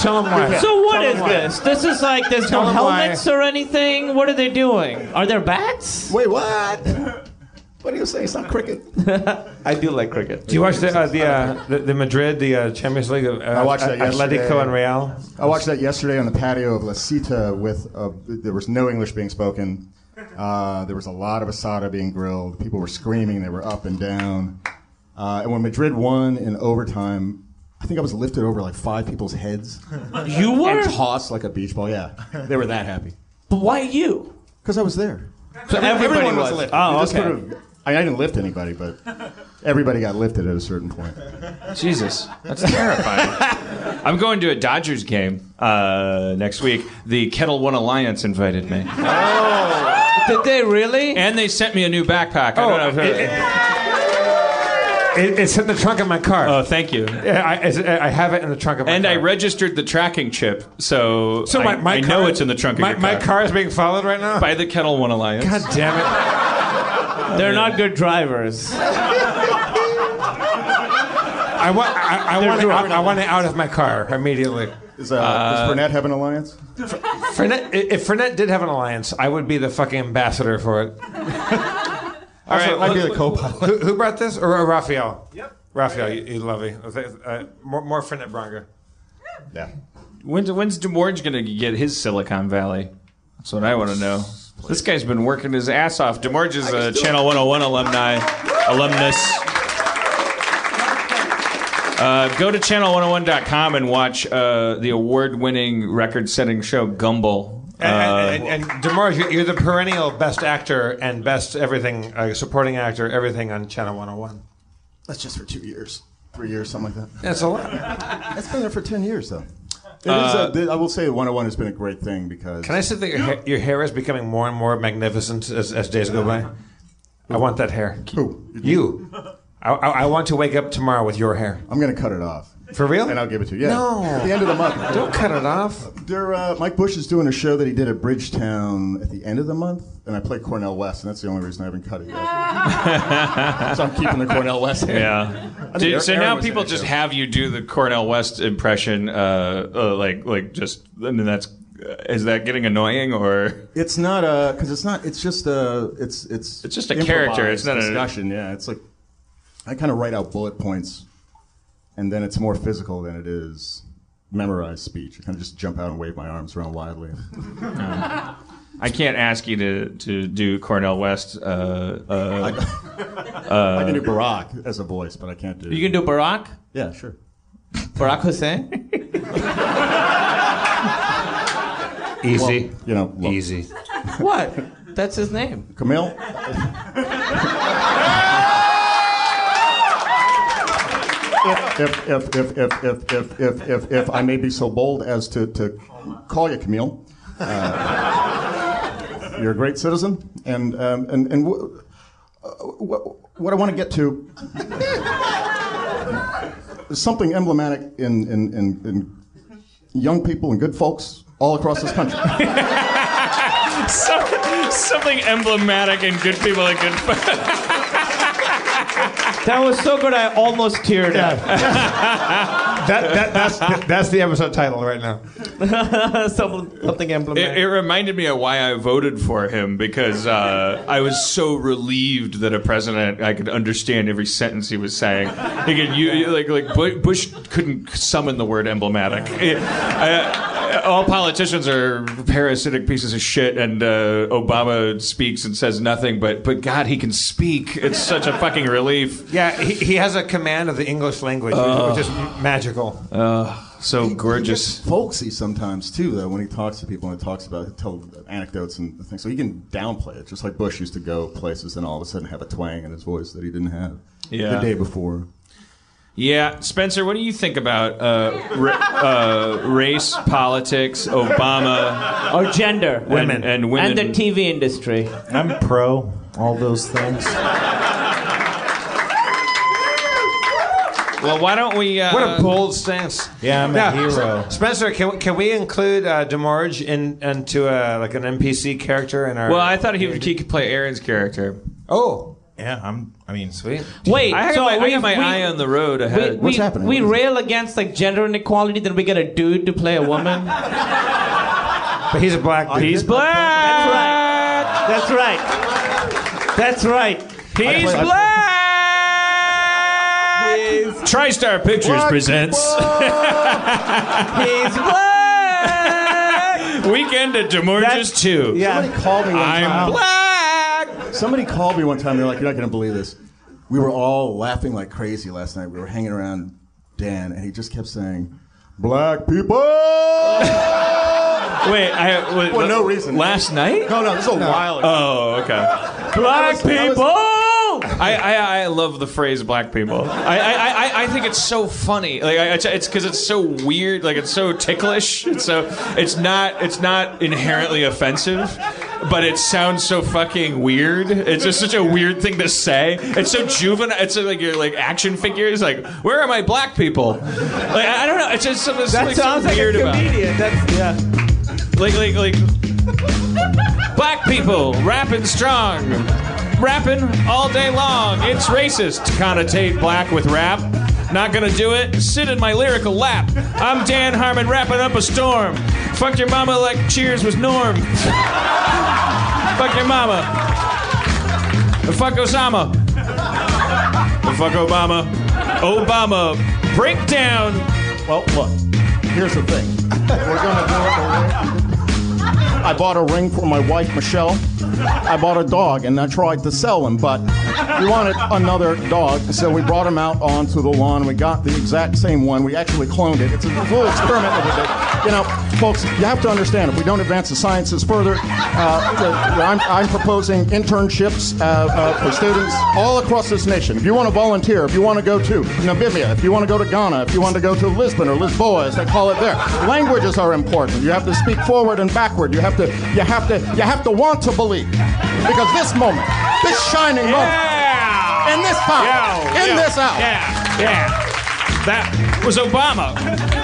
tell them why.
*laughs* So what is this? This is like there's no
Tell 'em why.
helmets or anything. What are they doing? Are there bats?
Wait, what? What are you saying? It's not cricket.
I do like cricket.
Do you watch the uh, the, uh, the the Madrid the uh, Champions League? Uh, I
watched that yesterday.
Atletico and Real.
I watched that yesterday on the patio of La Cita with uh, there was no English being spoken. Uh, there was a lot of asada being grilled. People were screaming. They were up and down. Uh, and when Madrid won in overtime, I think I was lifted over like five people's heads
You were?
and tossed like a beach ball. Yeah, they were that happy
But why you?
because I was there.
So everybody
Everyone was,
was.
lifted. You
Oh,
just
okay.
could've- I, mean, I didn't lift anybody, but everybody got lifted at a certain point.
Jesus, that's terrifying. *laughs* I'm going to a Dodgers game uh, next week. The Kettle One Alliance invited me,
Did they really?
and they sent me a new backpack.
Oh,
I don't know. If,
It, it's in the trunk of my car.
oh, thank you.
Yeah, I, it's- I have it in the trunk of my
And
car.
I registered the tracking chip, so,
So my, my
I, I
car,
know it's in the trunk of
my,
your
My car is being followed right now.
by the Kettle One Alliance.
God damn it!
They're not good drivers.
I want I, I want it out, I want it out of my car immediately.
Is, uh, does Burnett have an alliance?
Fernet, i- if Fernet did have an alliance, I would be the fucking ambassador for
*laughs*
it. All
So
right,
it might be
look-
the co-pilot.
who, who brought this? Or, or Raphael? Yep. Raphael, you, you lovey. Uh, more, more Fernet Bronger.
Yeah.
When's when's DeMorge gonna get his Silicon Valley? That's what I want to know. This guy's been working his ass off. DeMorge is a Channel 101 alumni, alumnus. Uh, go to channel101.com and watch uh, the award-winning, record-setting show Gumball. Uh,
And, and, and, and Demars, you're- you're the perennial best actor and best everything, uh, supporting actor, everything on Channel 101.
That's just for two years, three years, something like that.
That's a lot.
It's been there for 10 years, though. It is
Uh,
a- I will say 101 has been a great thing because.
Can I say that your, ha- your hair is becoming more and more magnificent as, as days go by? I want that hair.
Who?
You. I, I, I want to wake up tomorrow with your hair.
I'm going to cut it off.
For real?
And I'll give it to you. Yeah.
No.
At the end of the month.
*laughs* Don't cut it off.
There, uh, Mike Bush is doing a show that he did at Bridgetown at the end of the month, and I play Cornell West, and that's the only reason I haven't cut
*laughs*
it yet. so I'm keeping the Cornell West. in.
Yeah.
I think
Dude,
Aaron-
so
Aaron
now
was in
people
it,
just
too.
have you do the Cornell West impression, uh, uh, like like just and then that's uh, is that getting annoying or
It's not a because it's not. It's just a. It's it's. It's
just a character, it's not a-
discussion. yeah, it's like I kind of write out bullet points, and then it's more physical than it is memorized speech. I kind of just jump out and wave my arms around wildly.
I can't ask you to to do Cornell West. Uh, uh, uh,
I can do Barack as a voice, but I can't
*laughs*
do.
You can do Barack?
Yeah, sure.
Barack *laughs* Hussein?
Easy. you know,
easy.
what? That's his name.
Camille. if, if, if, if, if, if, if, if, if, if I may be so bold as to, to call you Camille, uh, you're a great citizen. And, um, and, and w- uh, w- what I want to get to is something emblematic in, in, in, in young people and good folks all across this country.
Some- something emblematic and good people and good.
That was so good, I almost teared
up. That, that, that's, that's the episode title right now.
*laughs* something, something
It,
emblematic.
it reminded me of why I voted for him because uh, I was so relieved that a president I could understand every sentence he was saying. Again, you, you- like like Bu- Bush couldn't summon the word emblematic. It- I- I- all politicians are parasitic pieces of shit, and uh, Obama speaks and says nothing. But but God, he can speak. It's such a fucking relief.
Yeah, he, he has a command of the English language,
Ugh.
Uh.
which, which is m- magical.
so gorgeous.
folksy sometimes too, though, when he talks to people and he talks about tell anecdotes and things. So he can downplay it, just like Bush used to go places and all of a sudden have a twang in his voice that he didn't have
Yeah.
the day before.
Yeah, Spencer, what do you think about uh, ra- uh, race, politics, Obama,
or gender,
and, and women,
And the TV industry.
I'm pro all those things.
Well, why don't we? Uh,
what a bold stance!
Yeah, I'm a hero.
S- Spencer, can can we include uh, Demorge in into uh, like an NPC character in our?
Well, I thought he, would, he could play Aaron's character.
Oh,
yeah, I'm. I mean,
sweet.
Wait,
I got
so
my, I
we-
got my
we-
eye on the road
We,
Uh,
ahead.
we, we rail against like gender inequality, then we get a dude to play a
*laughs*
woman.
but he's a black. Dude.
He's black.
That's right. That's right.
He's
I play-
black. TriStar Pictures presents
He's black.
Weekend at Demorges Two.
Somebody called me one
I'm
time.
black.
Somebody called me one time. They're like, "You're not going to believe this." We were all laughing like crazy last night. We were hanging around Dan, and he just kept saying, "Black people."
Wait, I wait,
For no reason.
Last night?
*laughs* No, no, this is a while ago.
Oh, okay.
*laughs*
Black
people. I, I, I love the phrase "black people." I I, I- I, I think it's so funny. Like I, it's- it's because it's so weird. Like it's so ticklish. It's so it's not it's not inherently offensive, but it sounds so fucking weird. It's just such a weird thing to say. It's so juvenile. It's like your like action figures. Like where are my black people? Like I, I don't know. It's just something
That
like, so
sounds like
weird
a
about. It.
comedian. That's yeah.
Like like like black people rapping strong rapping all day long it's racist to connotate black with rap not gonna do it sit in my lyrical lap i'm dan harmon wrapping up a storm fuck your mama like cheers was norm fuck your mama and fuck osama and fuck obama obama breakdown
Well, look. Here's the thing. We're gonna do it. the way- I bought a ring for my wife Michelle. I bought a dog and I tried to sell him, but we wanted another dog, so we brought him out onto the lawn. We got the exact same one. We actually cloned it. It's a full experiment that we did. You know, folks, you have to understand if we don't advance the sciences further, uh, the- the- I'm, I'm proposing internships uh, uh, for students all across this nation. If you want to volunteer, if you want to go to Namibia, if you want to go to Ghana, if you want to go to Lisbon or Lisboa, as they call it there, languages are important. You have to speak forward and backward. You have to, you have to, you have to want to believe, because this moment, this shining moment,
yeah
in this time,
Yeah.
in
Yeah.
this hour,
yeah yeah That was Obama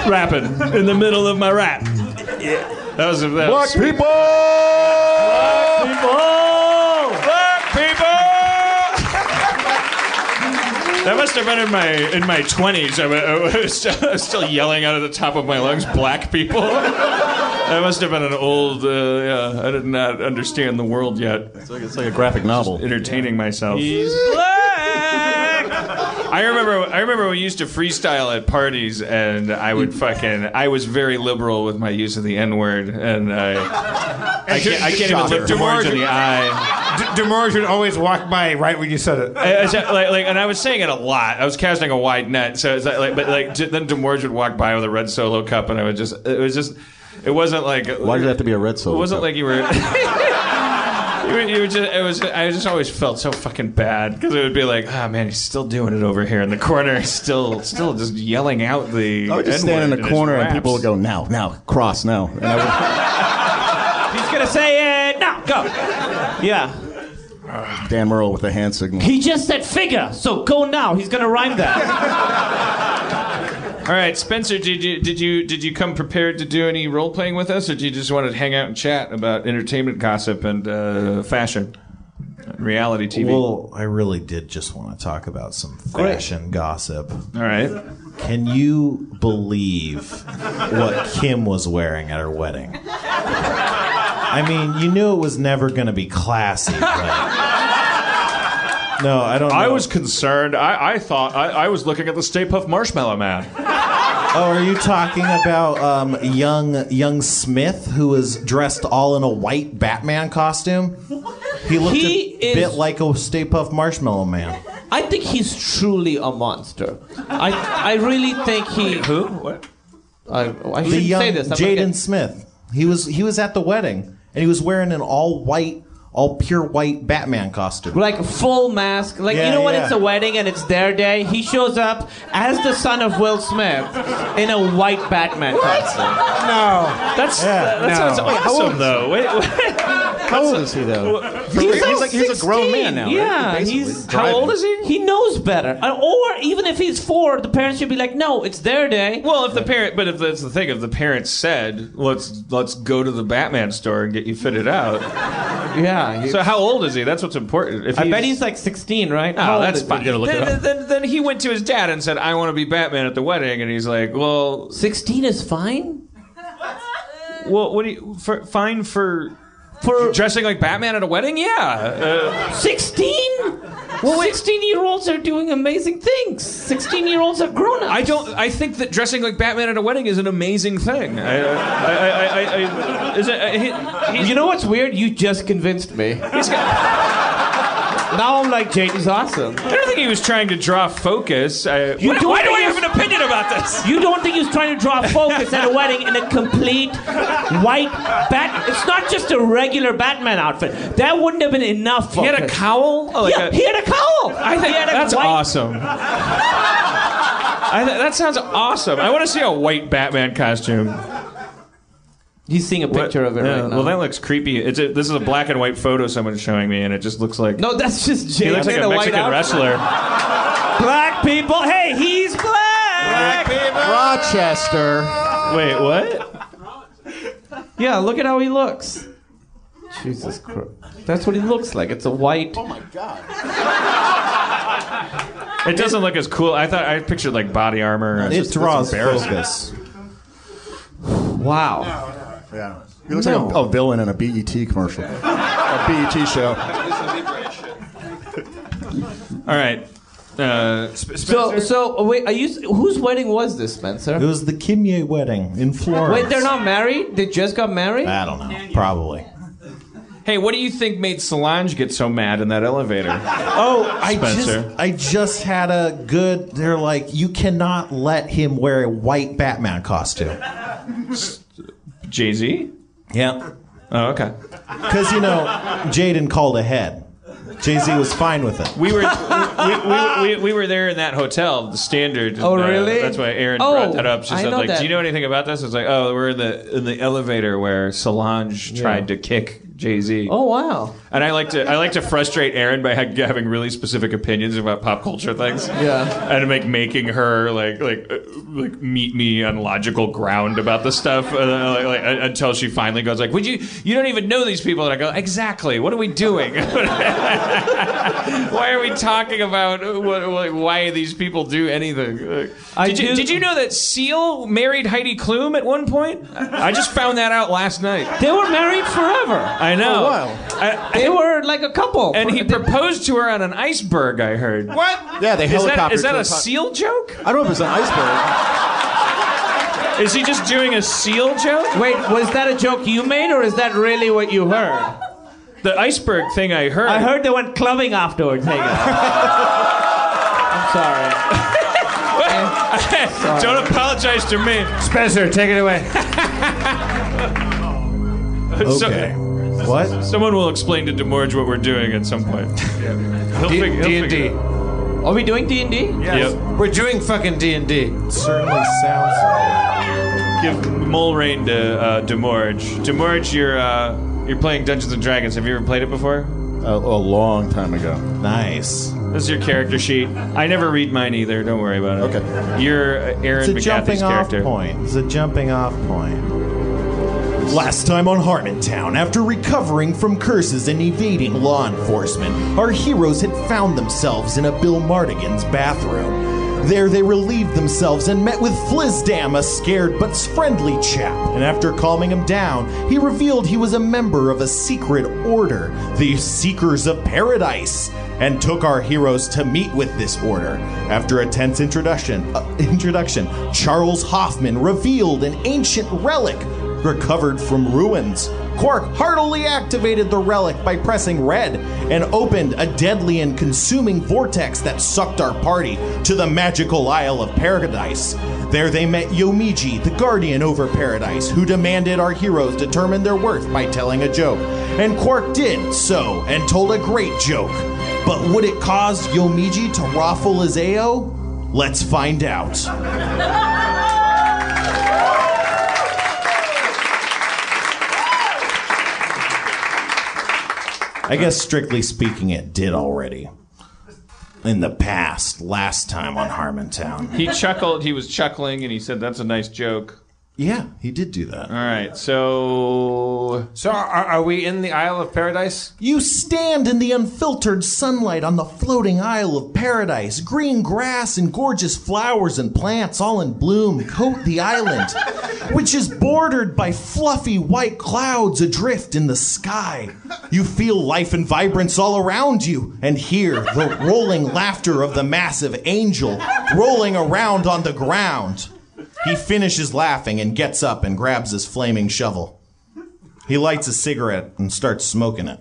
rapping in the middle of my rap. Yeah. That was that
Black
was-
people!
Black
people!
Black people! That must have been in my in my twenties. I wa- I was still, I was still yelling out of the top of my lungs, "Black people!" That must have been an old. Uh, yeah, I did not understand the world yet. It's like, it's like a graphic novel. entertaining myself. *laughs* I remember I remember we used to freestyle at parties and I would fucking I was very liberal with my use of the N word and I *laughs* I can't, I can't even
Shocker.
look DeMarge in the eye. DeMarge would always walk by right when you said it. like, like, and I was saying it a lot. I was casting a wide net. So it's like, like- but like j- then DeMarge would walk by with a red solo cup and I would just it was just it wasn't like
Why did it have to be a red
it
solo?
wasn't like you were. *laughs* You were, you were just, it was, I just always felt so fucking bad because it would be like, ah, man, he's still doing it over here in the corner, *laughs* still, still just yelling out the.
I would just stand in
N-word
a
his
corner and
raps.
people would go, now, now, cross, now. And I would,
He's gonna say it now. Go. Yeah.
Dan Merle with the hand signal.
He just said figure, so go now. He's gonna rhyme that.
All right, Spencer, did you did you did you come prepared to do any role playing with us, or do you just want to hang out and chat about entertainment gossip and uh, fashion, reality TV?
Well, I really did just want to talk about some
Great.
fashion gossip.
All right.
um,
Can you believe what Kim was wearing at her wedding? I mean, you knew it was never going to be classy. but- No, I don't. Know.
I was concerned. I, I thought I, I was looking at the Stay Puft Marshmallow
*laughs*
Man.
Oh, are you talking about um, young young Smith who was dressed all in a white Batman costume? He looked
He
a
is-
bit like a Stay Puft Marshmallow Man.
I think he's truly a monster. I I really think he.
who? What?
I, I
the
shouldn't
young
say this. I'm gonna
Jaden
get-
Smith. He was he was at the wedding and he was wearing an all white, all pure white Batman costume.
Like full mask. Like
Yeah,
you know when
yeah.
it's a wedding and it's their day, he shows up as the son of Will Smith in a white Batman costume.
No, that's
Yeah,
that
no.
sounds
Wait, how old
awesome
is-
though. Wait, wait.
How old is he, though?
He's,
He's like- he's a grown man now, right?
Yeah,
Basically.
he's
Driving.
how old is he? He knows better. Uh, Or even if he's four, the parents should be like, no, it's their day.
Well, if the parent, but if that's the thing, if the parents said, "Let's let's go to the Batman store and get you fitted out,"
yeah.
So how old is he? That's what's important. If
I bet he's like 16, right? How
Oh,
old
that's
is he?
fine. then, Then, then he went to his dad and said, "I want to be Batman at the wedding," and he's like, "Well,
sixteen is fine."
Well, what do you for, fine for for dressing like Batman at a wedding? Yeah,
sixteen. Well, sixteen-year-olds are doing amazing things. Sixteen-year-olds are grown up.
I don't. I think that dressing like Batman at a wedding is an amazing thing. I, I, I, I, I, is it, I- he- he's-
You know what's weird? You just convinced me. now I'm like, Jaden's awesome.
I don't think he was trying to draw focus. I,
You
why,
don't
why do I
think
have an opinion about this?
You don't think he's trying to draw focus at a wedding in a complete white bat? It's not just a regular Batman outfit. That wouldn't have been enough.
He had a
focus.
cowl? Oh, like
yeah,
a-
he had a cowl.
I think
He had a
that's
white-
awesome. I th- that sounds awesome. I want to see a white Batman costume.
He's seeing a picture of it right now.
Well, that looks creepy. It's a, this is a black and white photo someone's showing me, and it just looks like
No, that's just
he
Jay.
looks like
in
a
white
Mexican
outfit.
wrestler.
Black people. Hey, he's black.
Rochester.
Wait, what?
Yeah, look at how he looks. Jesus Christ. That's what he looks like. It's a white. Oh my
God.
It doesn't look as cool. I thought I pictured like body armor.
It
just-
draws
that's embarrassing.
focus.
Wow.
Yeah. He looks
No.
like a, a villain in a BET commercial, a BET show.
All right. Uh,
So, so wait, are you? Whose wedding was this, Spencer?
It was the Kimye wedding in Florence.
Wait, they're not married. They just got married.
I don't know. Probably.
hey, what do you think made Solange get so mad in that elevator?
Oh, I
Spencer.
just I just had a good. They're like, you cannot let him wear a white Batman costume.
Jay Z.
Yeah,
Oh, okay.
because you know, Jaden called ahead. Jay Z was fine with it.
We were we, we, we, we were there in that hotel, the standard.
Oh,
and, uh,
really?
that's why Aaron
Oh,
brought that up. She
I
said,
know
like,
that.
do you know anything about this? It's like, oh, we're in the in the elevator where Solange tried to kick
Jay Z.
Oh wow!
And I like to I like to frustrate Aaron by ha- having really specific opinions about pop culture things.
Yeah.
and like making her like like uh, like meet me on logical ground about the stuff uh, like, like, uh, until she finally goes like, "Would you? You don't even know these people." And I go, "Exactly. What are we doing? *laughs* why are we talking about uh, what, like, why these people do anything?" Like,
I
did, you,
do-
did you know that Seal married Heidi Klum at one point? I just found that out last night.
They were married forever.
I know.
Oh, wow.
I-
They were like a couple.
and he proposed to her on an iceberg. I heard.
What?
Yeah, they
is that,
helicoptered
is that
to
a
a top-
seal joke?
I don't know if it's an iceberg.
Is he just doing a seal joke?
Wait, was that a joke you made, or is that really what you heard?
The iceberg thing I heard. *laughs*
I heard they went clubbing afterwards. Hang on. *laughs* I'm sorry.
Don't apologize to me.
Spencer, take it away.
*laughs* So-
Okay. What?
someone will explain to Demorge what we're doing at some point. He'll
D
fig- he'll
and
figure
D.
it out.
Are we doing D and D?
Yep.
We're doing fucking D and D.
Certainly sounds.
Give Mulrain to uh, Demorge. Demorge, you're uh, you're playing Dungeons and Dragons. Have you ever played it before?
A, a long time ago.
Nice.
This is your character sheet. I never read mine either. Don't worry about it.
Okay.
You're uh,
It's
Aaron
a
McGathy's
jumping off
character.
point. It's a jumping off point. Last time on Harmontown, after recovering from curses and evading law enforcement, our heroes had found themselves in a Bill Mardigan's bathroom. There they relieved themselves and met with Flizdam, a scared but friendly chap. And after calming him down, he revealed he was a member of a secret order, the Seekers of Paradise, and took our heroes to meet with this order. After a tense introduction, uh, introduction, Charles Hoffman revealed an ancient relic recovered from ruins. Quark heartily activated the relic by pressing red and opened a deadly and consuming vortex that sucked our party to the magical Isle of Paradise. There they met Yomiji, the guardian over Paradise, who demanded our heroes determine their worth by telling a joke. And Quark did so and told a great joke. But would it cause Yomiji to raffle his AO? Let's find out. I guess strictly speaking, it did already. In the past, last time on Harmontown.
He chuckled. He was chuckling, and he said, "That's a nice joke."
Yeah, he did do that.
All right. So
So are, are we in the Isle of Paradise?
You stand in the unfiltered sunlight on the floating Isle of Paradise. Green grass and gorgeous flowers and plants all in bloom coat the island, which is bordered by fluffy white clouds adrift in the sky. You feel life and vibrance all around you and hear the rolling laughter of the massive angel rolling around on the ground. He finishes laughing and gets up and grabs his flaming shovel. He lights a cigarette and starts smoking it.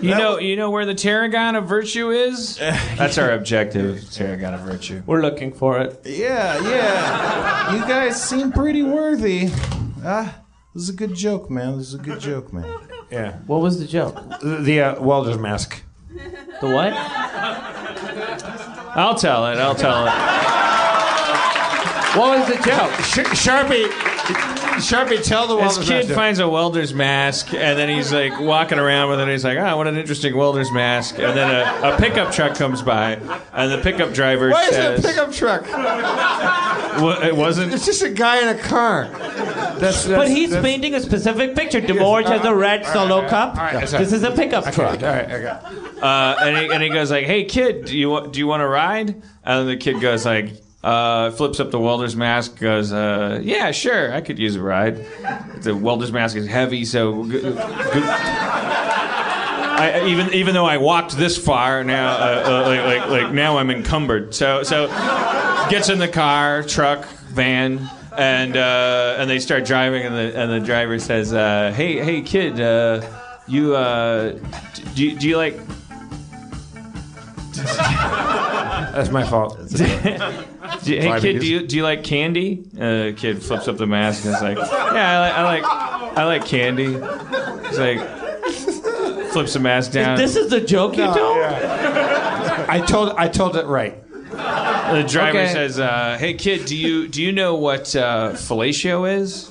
You know, you know where the tarragon of virtue is. *laughs* That's our objective, tarragon of virtue.
We're looking for it.
Yeah, yeah. you guys seem pretty worthy. Ah, this is a good joke, man. This is a good joke, man.
Yeah.
What was the joke?
The, the uh, welder's mask.
The what?
I'll tell it. I'll tell it.
What was the joke?
Sh- Sharpie, Sharpie, tell the
This
welder's
kid
mask.
finds a welder's mask, and then he's like walking around with it. And he's like, "Ah, what an interesting welder's mask!" And then a, a pickup truck comes by, and the pickup driver
Why is it
says,
a pickup truck?
"Well, "It wasn't."
It's just a guy in a car. That's, that's
But he's
that's,
painting a specific picture. DeMorge has a red solo cup.
that's
this is a pickup truck.
All right, okay.
Uh, and, he, and he goes like, "Hey kid, do you wa- do you want to ride?" And the kid goes like, uh, flips up the welder's mask, goes, uh, "Yeah, sure, I could use a ride." The welder's mask is heavy, so g- g- I, even even though I walked this far, now uh, uh, like, like like now I'm encumbered. So so gets in the car, truck, van. And uh, and they start driving, and the and the driver says, uh, "Hey, hey, kid, uh, you uh, d- do, you- do you like
That's my fault.
Do you- hey
Five
kid,
years.
do you do you like candy? Uh, kid flips up the mask and is like, yeah, I like I like, I like candy. He's like, flips the mask down.
This is the joke you told?
I told I told it right.
the driver
okay.
says, uh, hey kid, do you do you know what uh, fellatio is?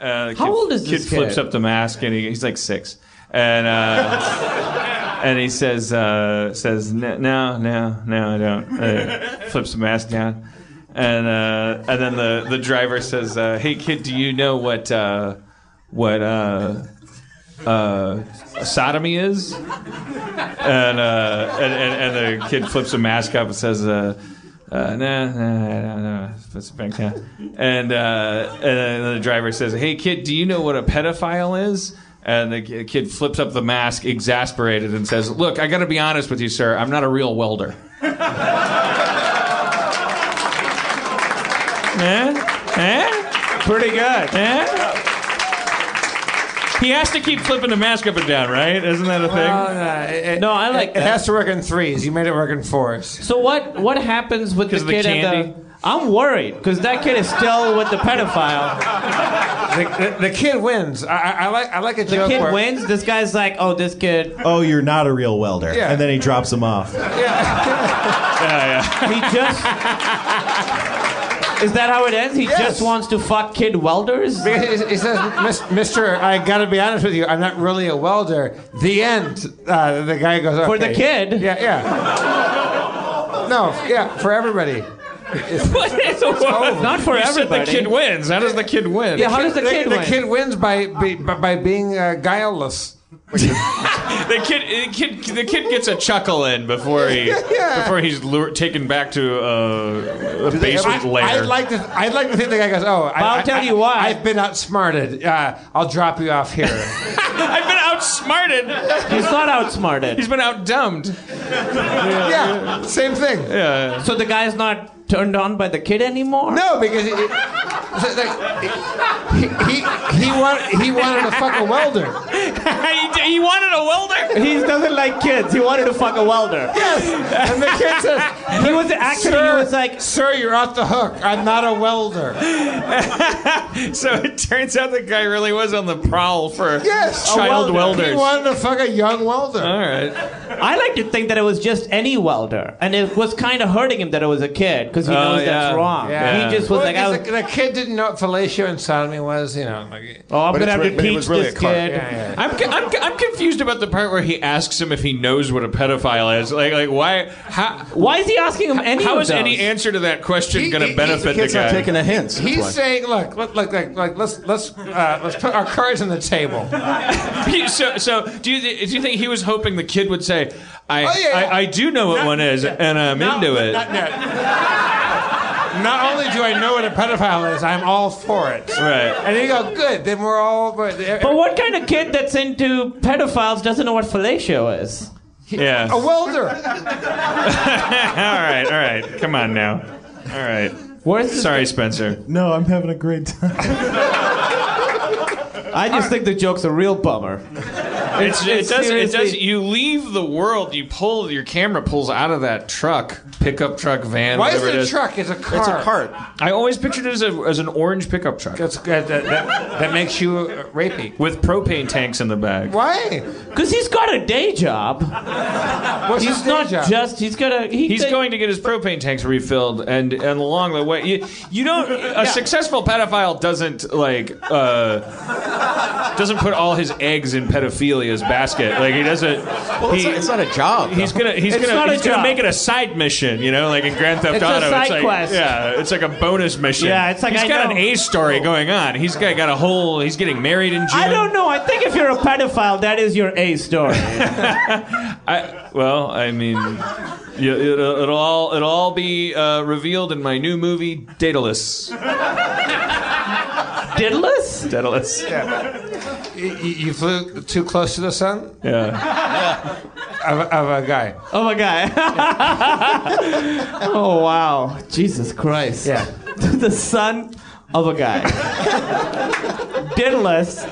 Uh, the
How
kid-
old is
kid
this
flips
kid?
up the mask and he, he's like six, and
*laughs*
uh, and he says uh, says "N- no no no I don't. Uh, flips the mask down, and uh, and then the the driver says, uh, "Hey kid, do you know what uh, what uh, uh, sodomy is?" And, uh, and and and the kid flips the mask up and says. Uh, uh, no, no, no, no, it's back down. And, uh, and then the driver says, "Hey, kid, do you know what a pedophile is?" And the ki- kid flips up the mask, exasperated, and says, "Look, I got to be honest with you, sir. I'm not a real welder." *laughs* eh? Eh? Pretty good. Eh? He has to keep flipping the mask up and down, right? Isn't that a thing?
no, I like
Uh, It,
that.
has to work in threes. You made it work in fours.
So what what happens with the
'Cause of the
kid
candy?
at the? I'm worried because that kid is still with the pedophile.
The, the, the kid wins. I, I, I like I like a
The
joke
kid
where-
wins. This guy's like, oh, this kid.
Oh, you're not a real welder.
Yeah.
And then he drops him off.
He just. Is that how it ends? He just wants to fuck kid welders.
*laughs* Because He he says, "Mis- "Mister, I got to be honest with you. I'm not really a welder." The end. Uh, the guy goes okay.
For the kid?
Yeah, yeah. No, yeah, for everybody.
What is the
over.
Not for
You said the
everybody.
kid
wins. How does the kid win? *laughs*
Yeah, how does the kid
the,
win?
kid wins by be, by by being uh, guileless.
The kid, the kid, the kid gets a chuckle in before he before he's lured, taken back to uh, a basement
I,
lair.
I'd
*laughs*
like to. I'd like to think the guy goes, "Oh,
But I'll
I, I-
tell
I-
you why.
I've been outsmarted. Uh, I'll drop you off here."
*laughs* I've been outsmarted.
He's not outsmarted.
He's been outdumbed.
yeah, same thing.
Yeah.
So the guy's not turned on by the kid anymore.
No, because it, so, like, he, he, he, wanted, he wanted to fuck a welder.
he, he wanted a welder. *laughs*
He doesn't like kids. He wanted to fuck a welder.
Yes. And the kid says,
He was actually
Sir,
he was like,
"Sir, you're off the hook. I'm not a welder."
So it turns out the guy really was on the prowl for
Yes,
child
A
welders.
He wanted to fuck a young welder.
All right.
I like to think that it was just any welder, and it was kind of hurting him that it was a kid because he
Oh,
knows
yeah.
that's wrong.
Yeah.
He just was
Well,
like, I
because
was,
the, the kid didn't know what fellatio and sodomy was. You know, like,
oh, I'm
But
gonna
it's
have
re-
to
but it was
teach
really
this
a cart.
kid.
Yeah,
*laughs*
yeah.
I'm, co- I'm, co- I'm confused about the part where he asks him if he knows what a pedophile is. Like, like why? How,
Why is he asking him any?
how
of
is any
those?
answer to that question
He-
going
he-
to benefit
Kids
the guy?
are
*laughs*
taking the hints. that's
He's
why.
saying, "Look, look, look, look, look let's let's uh, let's put our cards on the table."
He- *laughs* so, so do you th- do you think he was hoping the kid would say, "I,
Oh, yeah, yeah.
I, I do know what one is, and I'm into it."
Not, not- not only do I know what a pedophile is, I'm all for it.
right.
And you go, "Good." Then we're all. uh,
But what kind of kid that's into pedophiles doesn't know what fellatio is?
Yeah.
A welder.
all right. All right. Come on now. All right.
Where's this-
Sorry, Spencer.
No, I'm having a great time.
I just think the joke's a real bummer.
It's, it
it's
does. It does.
seriously-
You leave the world. You pull. Your camera pulls out of that truck, pickup truck, van.
Why is
whatever
it a
is.
truck? It's a car.
It's a cart.
I always pictured it as, a, as an orange pickup truck
That's that, that, that, that makes you uh, rapey.
with propane tanks in the back.
Why?
Because he's got a day job.
What's his
He's
day
not
job?
just. He's got a. He,
He's going to get his propane tanks refilled, and, and along the way, you, you don't. A successful pedophile doesn't like uh, doesn't put all his eggs in pedophilia's basket. Like he doesn't.
Well, it's,
he-
not, it's not a job.
He's gonna he's
It's not
gonna
a
he's gonna
job.
make it a side mission, you know, like in Grand Theft
It's a
Auto.
side
it's like
quest.
yeah, it's like a bonus mission.
Yeah, it's like,
he's
I
got
know.
an A story going on. He's got, got a whole. He's getting married in June.
I don't know. I think if you're a pedophile, that is your A
*laughs*
story.
I, well, I mean, you, it'll, it'll all it'll all be uh, revealed in my new movie, Daedalus.
Diddless?
Daedalus. Yeah.
You, you flew too close to the sun
yeah.
of, of a guy.
Oh my god. *laughs* oh wow. Jesus Christ.
Yeah.
*laughs* the son of
*laughs*
a guy. Diddless.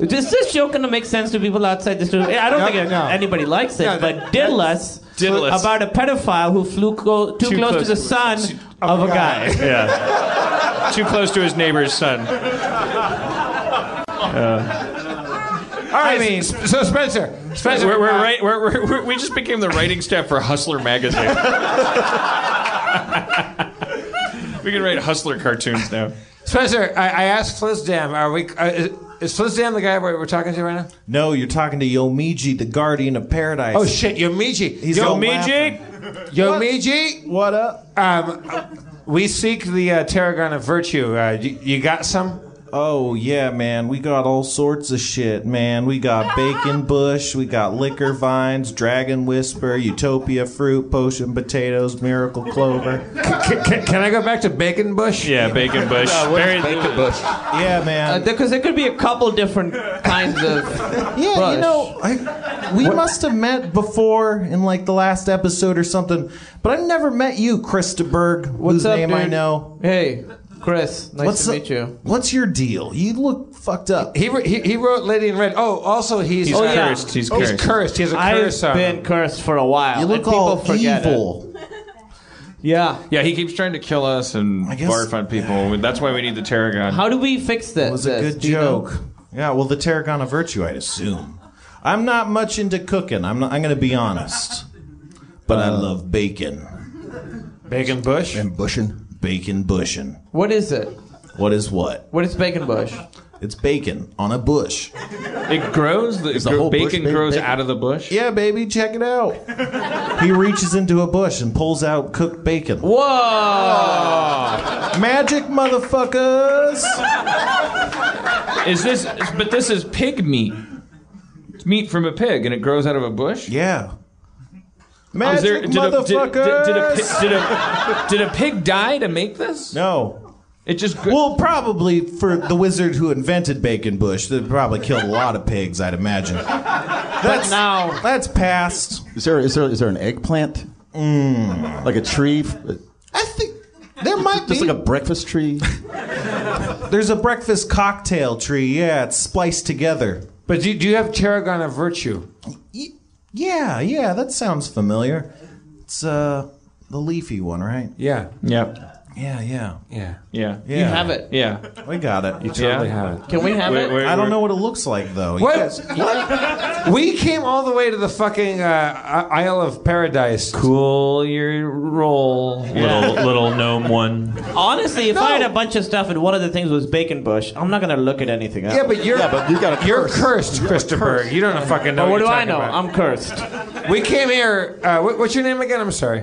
Is this joke gonna make sense to people outside this room? I don't
No,
think
no.
anybody likes it,
No,
but Diddless,
Diddless.
about a pedophile who flew co- too,
Too
close,
close. Oh
to the son of a guy.
Too close to his neighbor's son.
I mean, so Spencer, Spencer,
We're,
uh,
we're right. We're, we're, we're, we just became the writing staff for Hustler
*laughs*
magazine. we can write Hustler cartoons now.
Spencer, I, I asked Flizdam, are we? Uh, is, is Flizdam the guy we're, we're talking to right now?
No, you're talking to Yomiji, the guardian of paradise.
Oh shit, Yomiji.
He's all laughing.
Yomiji.
What up?
Um, uh, we seek the uh, tarragon of virtue. Uh, you, you got some?
Oh yeah, man. We got all sorts of shit, man. We got bacon bush, we got liquor vines, dragon whisper, utopia fruit, potion potatoes, miracle clover.
Can, can, can I go back to bacon bush?
Yeah, bacon bush.
No, what is bacon
bush.
Yeah,
Uh,
man.
Because Uh, there could be a couple different kinds
*laughs*
of.
Yeah,
bush.
you know, I, we must have met before in like the last episode or something, but I've never met you, Christaberg, whose
up,
name I
dude?
know.
Hey, Chris. Nice
What's
to
the-
meet you.
What's your deal? You look fucked up.
He, wr- he, he wrote Lady in Red. Oh, also he's,
He's Oh, yeah. cursed. He's cursed.
He's cursed. He has a curse
I've
on
been
him.
cursed for a while.
You
and
look
people
all
forget it.
evil.
Yeah.
Yeah, he keeps trying to kill us and
guess-
barf on people. That's why we need the tarragon.
How do we fix this?
It was a
this?
good
Do you know?
joke. Yeah, well, the tarragon of virtue, I'd assume. I'm not much into cooking. I'm not, I'm going to be honest, but I
Uh,
love bacon,
Bacon Bush.
And bushing.
bacon bushin.
What is it?
What is what?
What is bacon bush?
It's bacon on a bush.
It grows. The,
Is the
gro-
whole bush
bacon
made of
grows
bacon?
out of the bush.
Yeah, baby, check it out. He reaches into a bush and pulls out cooked bacon.
Whoa!
Magic, motherfuckers!
Is this? But this is pig meat. It's meat from a pig, and it grows out of a bush.
Yeah.
Is
Magic,
Oh, there- did a- did- did-
motherfuckers!
did a pi- did a- Did a pig die to make this?
no.
It just gr-
Well, probably for the wizard who invented Bacon Bush, that probably killed a lot of pigs, I'd imagine. That's
now
that's past. Mm.
Is there is there is there an eggplant? Like a tree? Just
I think there might be.
like a breakfast tree?
*laughs* There's a breakfast cocktail tree. Yeah, it's spliced together.
But do, do you have tarragon of virtue?
Y- yeah, yeah, that sounds familiar. It's uh the leafy one, right?
Yeah.
Yep.
Yeah, yeah,
Yeah.
Yeah.
yeah.
You have it.
Yeah.
We got it.
Totally
Yeah.
have it.
Can we have it?
I don't know what it looks like though. You
What?
guys-
We came all the way to the fucking uh, I- Isle of Paradise.
Cool your roll, little little gnome one.
Honestly, if I had a bunch of stuff and one of the things was bacon bush, I'm not gonna look at anything else.
Yeah, but you're
Yeah, but you got a
you're
curse.
cursed, Christopher. You don't fucking know.
But what do
you're
I
talking
know?
about.
I'm cursed.
We came here. Uh, what, what's your name again? I'm sorry.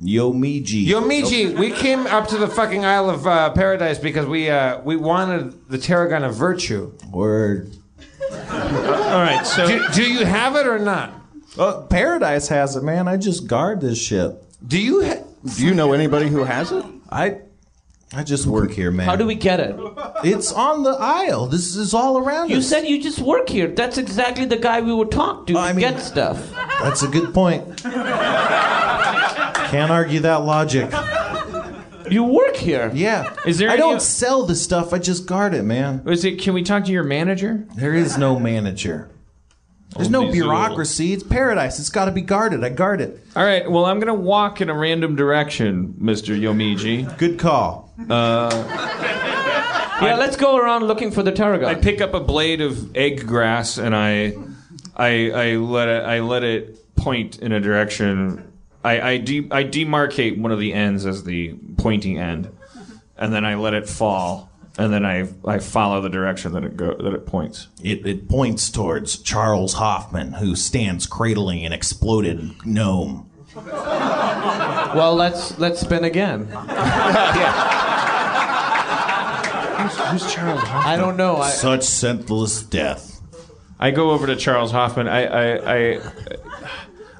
Yomiji.
Yomiji. We came up to the fucking Isle of uh, Paradise because we uh, we wanted the tarragon of virtue.
Word.
All right, so
Do, do you have it or not?
Oh, paradise has it, man. I just guard this shit.
Do you? Ha-
Do you know anybody who has it?
I I just work here, man.
How do we get it?
It's on the aisle. This is all around
You
us.
said you just work here. That's exactly the guy we would talk to
I
to
mean-
get stuff.
That's a good point. Can't argue that logic.
You work here.
Yeah.
Is there
I
any-
don't sell the stuff. I just guard it, man.
is it? Can we talk to your manager?
There is no manager. There's no
Only Zool.
bureaucracy. It's paradise. It's got to be guarded. I guard it.
All right. Well, I'm gonna walk in a random direction, Mister Yomiji.
Good call.
Yeah, let's go around looking for the tarragon.
I pick up a blade of egg grass and I, I, I let it, I let it point in a direction. I, I, de- I demarcate one of the ends as the pointy end, and then I let it fall, and then I, I follow the direction that it go, that it points.
It, it points towards Charles Hoffman, who stands cradling an exploded gnome.
well, let's let's spin again.
Who's Charles?
I don't know. I,
Such senseless death.
I go over to Charles Hoffman. I, I, I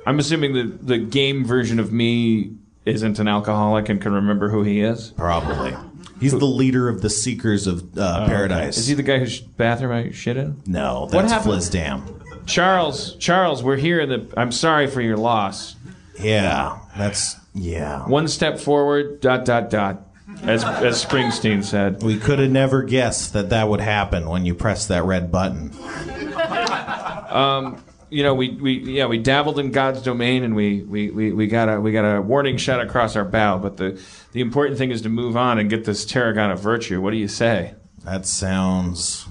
I'm assuming the the game version of me isn't an alcoholic and can remember who he is.
Probably. He's the leader of the Seekers of uh, Paradise.
Oh, Is he the guy whose bathroom I shit in?
No, that's
happened-
Flizdam.
Charles, Charles, we're here in the. I'm sorry for your loss.
Yeah, that's yeah.
One step forward, dot dot dot, as as Springsteen said.
We could have never guessed that that would happen when you press that red button.
You know, we, we yeah we dabbled in God's domain and we, we, we, we got a we got a warning shot across our bow. But the the important thing is to move on and get this tarragon of virtue. What do you say?
That sounds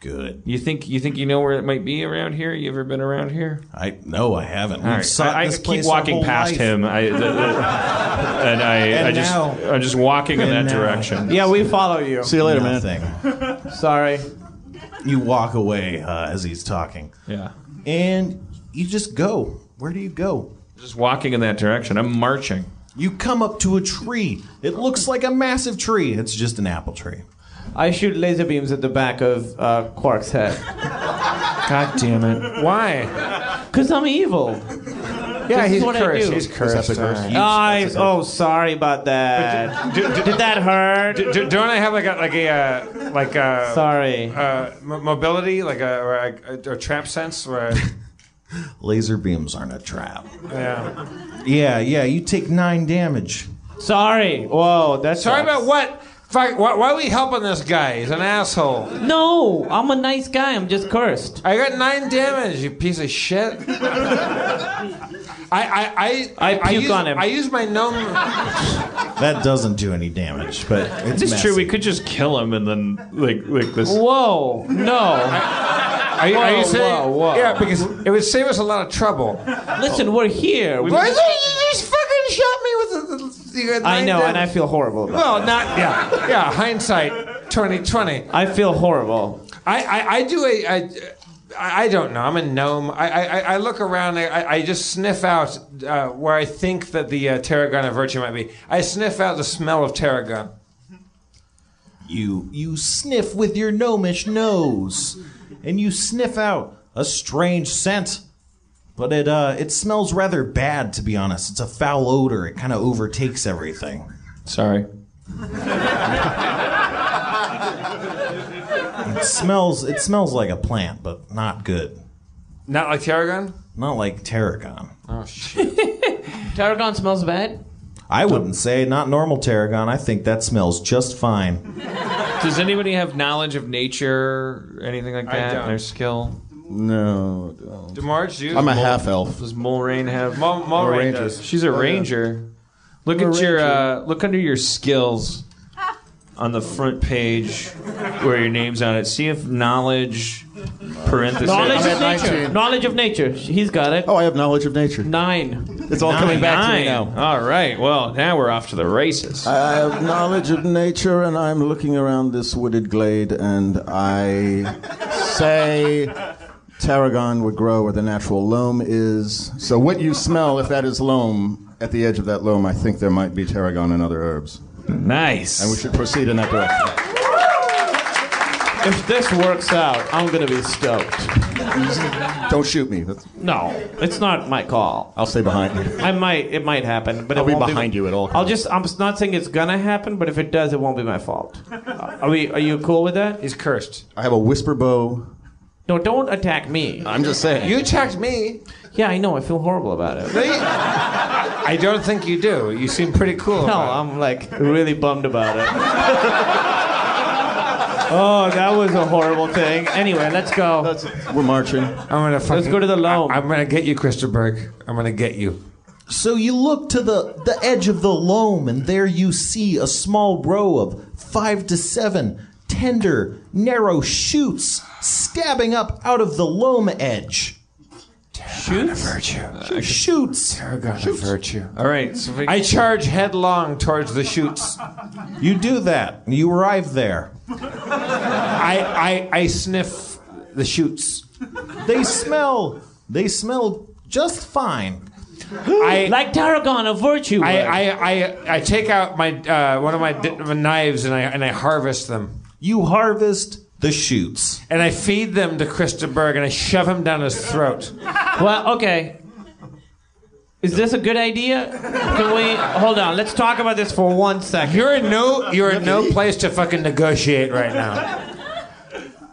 good.
You think you think you know where it might be around here? You ever been around here?
I no, I haven't.
All
We've
right.
sought
I, I
this
keep
place our
walking
whole
past
life.
him. I, the- the- and I,
And
I just,
now-
I'm just walking in that
And now-
direction.
Yeah, we follow you.
See you later,
man. Sorry.
You walk away uh, as he's talking.
Yeah.
And you just go. Where do you go?
Just walking in that direction. I'm marching.
You come up to a tree. It looks like a massive tree. It's just an apple tree.
I shoot laser beams at the back of uh, Quark's
*laughs*
head.
God damn it.
Why? Because I'm evil.
Yeah,
This is
he's
what I
cursed.
do.
He's cursed. All right.
I, oh, sorry about that. Did that hurt?
Do, do, don't I have like a like a uh, like a
sorry
uh, mo- mobility like a or a, a, trap sense where I,
Laser beams aren't a trap.
yeah.
Yeah, yeah. You take nine damage.
Sorry. Whoa, that's
Sorry about what? Fuck, why, why are we helping this guy? He's an asshole.
No, I'm a nice guy. I'm just cursed.
I got nine damage, you piece of shit. I I I,
I puke
use,
on him.
I use my gnome.
That doesn't do any damage, but it's
It's true.
messy.
We could just kill him and then like like this.
Whoa, no.
Are you, are you
Whoa,
saying?
whoa, whoa.
Yeah, because it would save us a lot of trouble.
Listen, we're here.
Why is it- you just fucking shot me with the. the, the
I know,
nine
and I
damage?
feel horrible. About
Well, not yeah, yeah. Hindsight, twenty twenty.
I feel horrible.
I, I, I do a. I, I I don't know. I'm a gnome. I, I, I- I look around. I, I just sniff out uh, where I think that the uh, tarragon of virtue might be. I sniff out the smell of tarragon.
You you sniff with your gnomish nose, and you sniff out a strange scent. But it uh it smells rather bad to be honest. It's a foul odor. It kind of overtakes everything.
Sorry.
It smells it smells like a plant, but not good.
Not like tarragon.
Not like tarragon.
Oh shit!
Tarragon smells bad.
I wouldn't say not normal tarragon. I think that smells just fine.
Does anybody have knowledge of nature, anything like
I
that?
don't.
Their skill?
No. don't.
Demarge, you.
I'm a half elf.
Does Mulrain have?
Mul- Mulrain
Mulrain
does.
does. She's a ranger. Look at your uh, look under your skills on the front page where your name's on it. See if knowledge parentheses.
Knowledge
I'm
of
at
nature.
19.
Knowledge of nature. He's got it.
Oh, I have knowledge of nature.
Nine.
It's all coming back to me
Nine.
now.
All right. Well, now we're off to the races.
I have knowledge of nature, and I'm looking around this wooded glade, and I say tarragon would grow where the natural loam is. So, what you smell, if that is loam, at the edge of that loam, I think there might be tarragon and other herbs.
nice.
And we should proceed in that direction.
If this works out, I'm gonna be stoked.
Don't shoot me. That's-
No, it's not my call.
I'll stay behind you.
I might. It might happen, but
I'll
it
be
won't
behind you at all
I'll just. I'm not saying it's gonna happen, but if it does, it won't be my fault. Are we? Are you cool with that?
He's cursed.
I have a whisper bow.
No, don't attack me.
I'm just saying.
You attacked me.
Yeah, I know. I feel horrible about it.
No, you- I don't think you do. You seem pretty cool.
No,
about it.
I'm like really bummed about
*laughs*
it. oh, that was a horrible thing. Anyway, let's go.
We're marching.
I'm gonna. Fucking,
go to the loam.
I, am gonna get you, Christopher. I'm gonna get you.
So you look to the, the edge of the loam, and there you see a small row of five to seven tender, narrow shoots stabbing up out of the loam edge.
Virtue.
Shoots!
Tarragon of virtue.
All right. So we,
I charge headlong towards the chutes.
You do that. You arrive there.
I, I, I sniff the shoots.
They smell. They smell just fine.
I,
Like tarragon, a virtue.
I,
word.
I, I, I take out my uh, one of my, di- my knives and I and I harvest them
You harvest the shoots.
and I feed them to Christenberg and I shove him down his throat.
Well, okay. Is this a good idea? Can we hold on? Let's talk about this for one second.
You're in no you're in no place to fucking negotiate right now.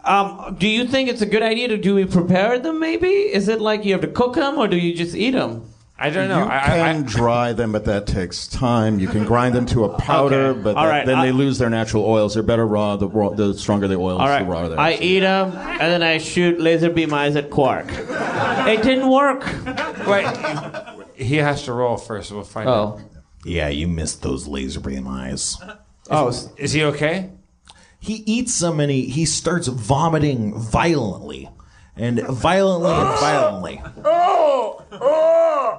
Um, do you think it's a good idea to do we prepare them? Maybe is it like you have to cook them or do you just eat them?
I don't know.
you
I, I,
can
I,
dry them, but that takes time. You can grind them to a powder,
Okay.
but
All
that-
right.
then
I-
they lose their natural oils. They're better raw. The, raw, the stronger the oils,
All right,
the raw they
I eat them and then I shoot laser beam eyes at Quark. it didn't work.
wait. He has to roll first. We'll find out.
Oh,
Yeah, you missed those laser beam eyes.
oh, s-
Is he okay?
He eats so many, he starts vomiting violently. And violently and violently.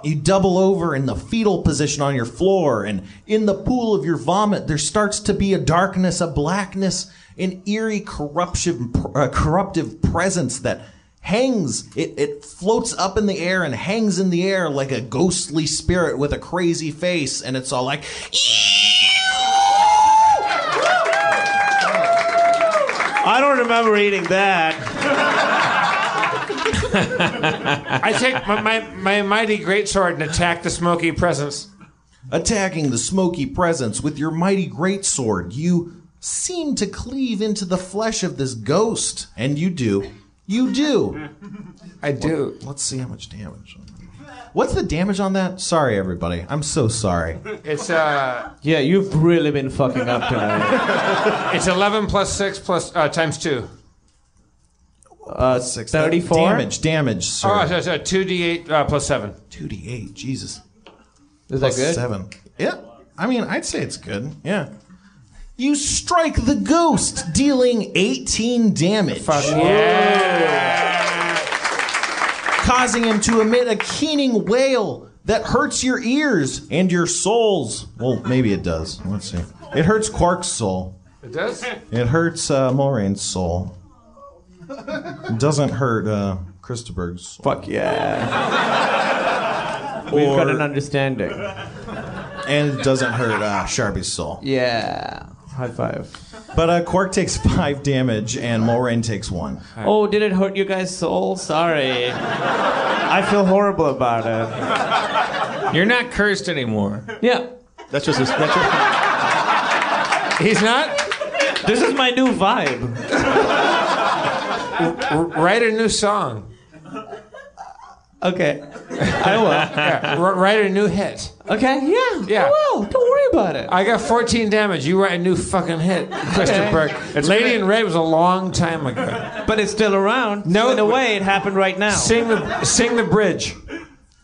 You double over in the fetal position on your floor, and in the pool of your vomit, there starts to be a darkness, a blackness, an eerie corruption, uh, corruptive presence that hangs. It, it floats up in the air and hangs in the air like a ghostly spirit with a crazy face, and it's all like.
I don't remember eating that.
I take my, my, my mighty greatsword and attack the smoky presence.
Attacking the smoky presence with your mighty greatsword, you seem to cleave into the flesh of this ghost. And you do. You do.
*laughs* I do.
Let's see how much damage. What's the damage on that? Sorry, everybody. I'm so sorry.
It's uh,
Yeah, you've really been fucking up tonight.
it's eleven plus six plus uh, times two.
Uh,
Six
34?
Damage, damage, sir.
Oh, sorry, sorry, two d eight uh, plus seven.
2d8, Jesus.
Is that
Plus
good?
Seven. Yeah. I mean, I'd say it's good. Yeah. You strike the ghost, dealing 18 damage. Causing him to emit a keening wail that hurts your ears and your souls. Well, maybe it does. Let's see. It hurts Quark's soul.
It does.
It hurts uh, Moraine's soul. It doesn't hurt uh, Christopher's soul.
Fuck yeah. We've got an understanding.
And it doesn't hurt uh, Sharpie's soul.
Yeah. High five.
But uh, Quark takes *laughs* five damage and Moraine takes one.
Oh, did it hurt you guys' soul? Sorry. I feel horrible about it.
You're not cursed anymore.
Yeah.
That's just his. That's just,
He's not.
This is my new vibe.
R- write a new song.
Okay.
*laughs*
I
Yeah, r- write a new hit.
will. Okay, yeah.
Yeah.
I will. Don't worry about it.
I got 14 damage. You write a new fucking hit, Christopher. Lady in Red was a long time ago.
But it's still around.
No,
so in a way, it happened right now.
Sing the sing the bridge.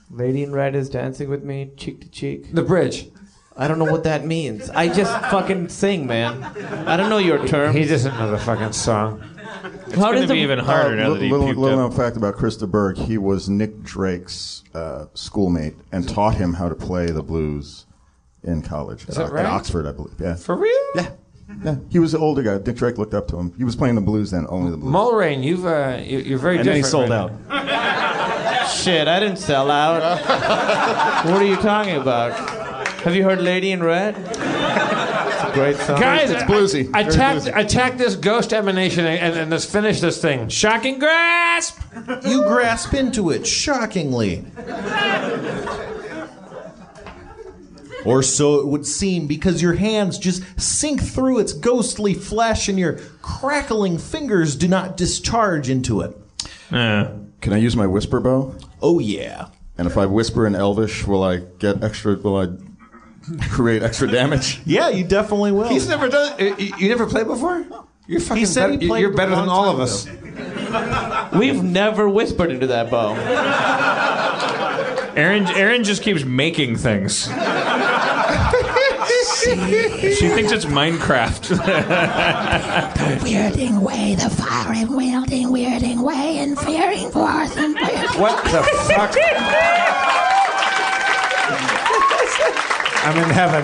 Lady in Red is dancing with me, cheek to cheek.
The bridge.
I don't know what that means. I just fucking sing, man. I don't know your term.
He doesn't know the fucking song.
How
It's
does
gonna
the,
be even harder now
little
that he
little,
puked
little
up.
known fact about Krista Berg: he was Nick Drake's uh, schoolmate and taught him how to play the blues in college at,
that
Ox-
right?
at Oxford, I believe. Yeah,
For real?
yeah, yeah. He was the older guy. Nick Drake looked up to him. He was playing the blues then, only the blues.
Mulrain, you've uh, you- you're very
and
different.
then he sold
right
out.
Shit, I didn't sell out. what are you talking about? Have you heard Lady in Red? It's a great song.
Guys,
It's bluesy.
I- I-
Very
Attack,
bluesy.
attack this ghost emanation and, and, and let's finish this thing. Shocking grasp!
You grasp into it shockingly. Or so it would seem, because your hands just sink through its ghostly flesh and your crackling fingers do not discharge into it.
Yeah.
Can I use my whisper bow?
Oh, yeah.
And if I whisper in Elvish, will I get extra? Will I create extra damage?
*laughs* Yeah, you definitely will.
He's never done. You, you never played before. You're fucking.
He said he
better-
played
you're better
a
than
long
all
time
of us. *laughs*
*laughs*
We've never whispered into that bow.
Aaron, Aaron just keeps making things. she thinks it's Minecraft.
Weirding way, the firing, wielding, weirding way, and fearing forth and
What the fuck? I'm in heaven.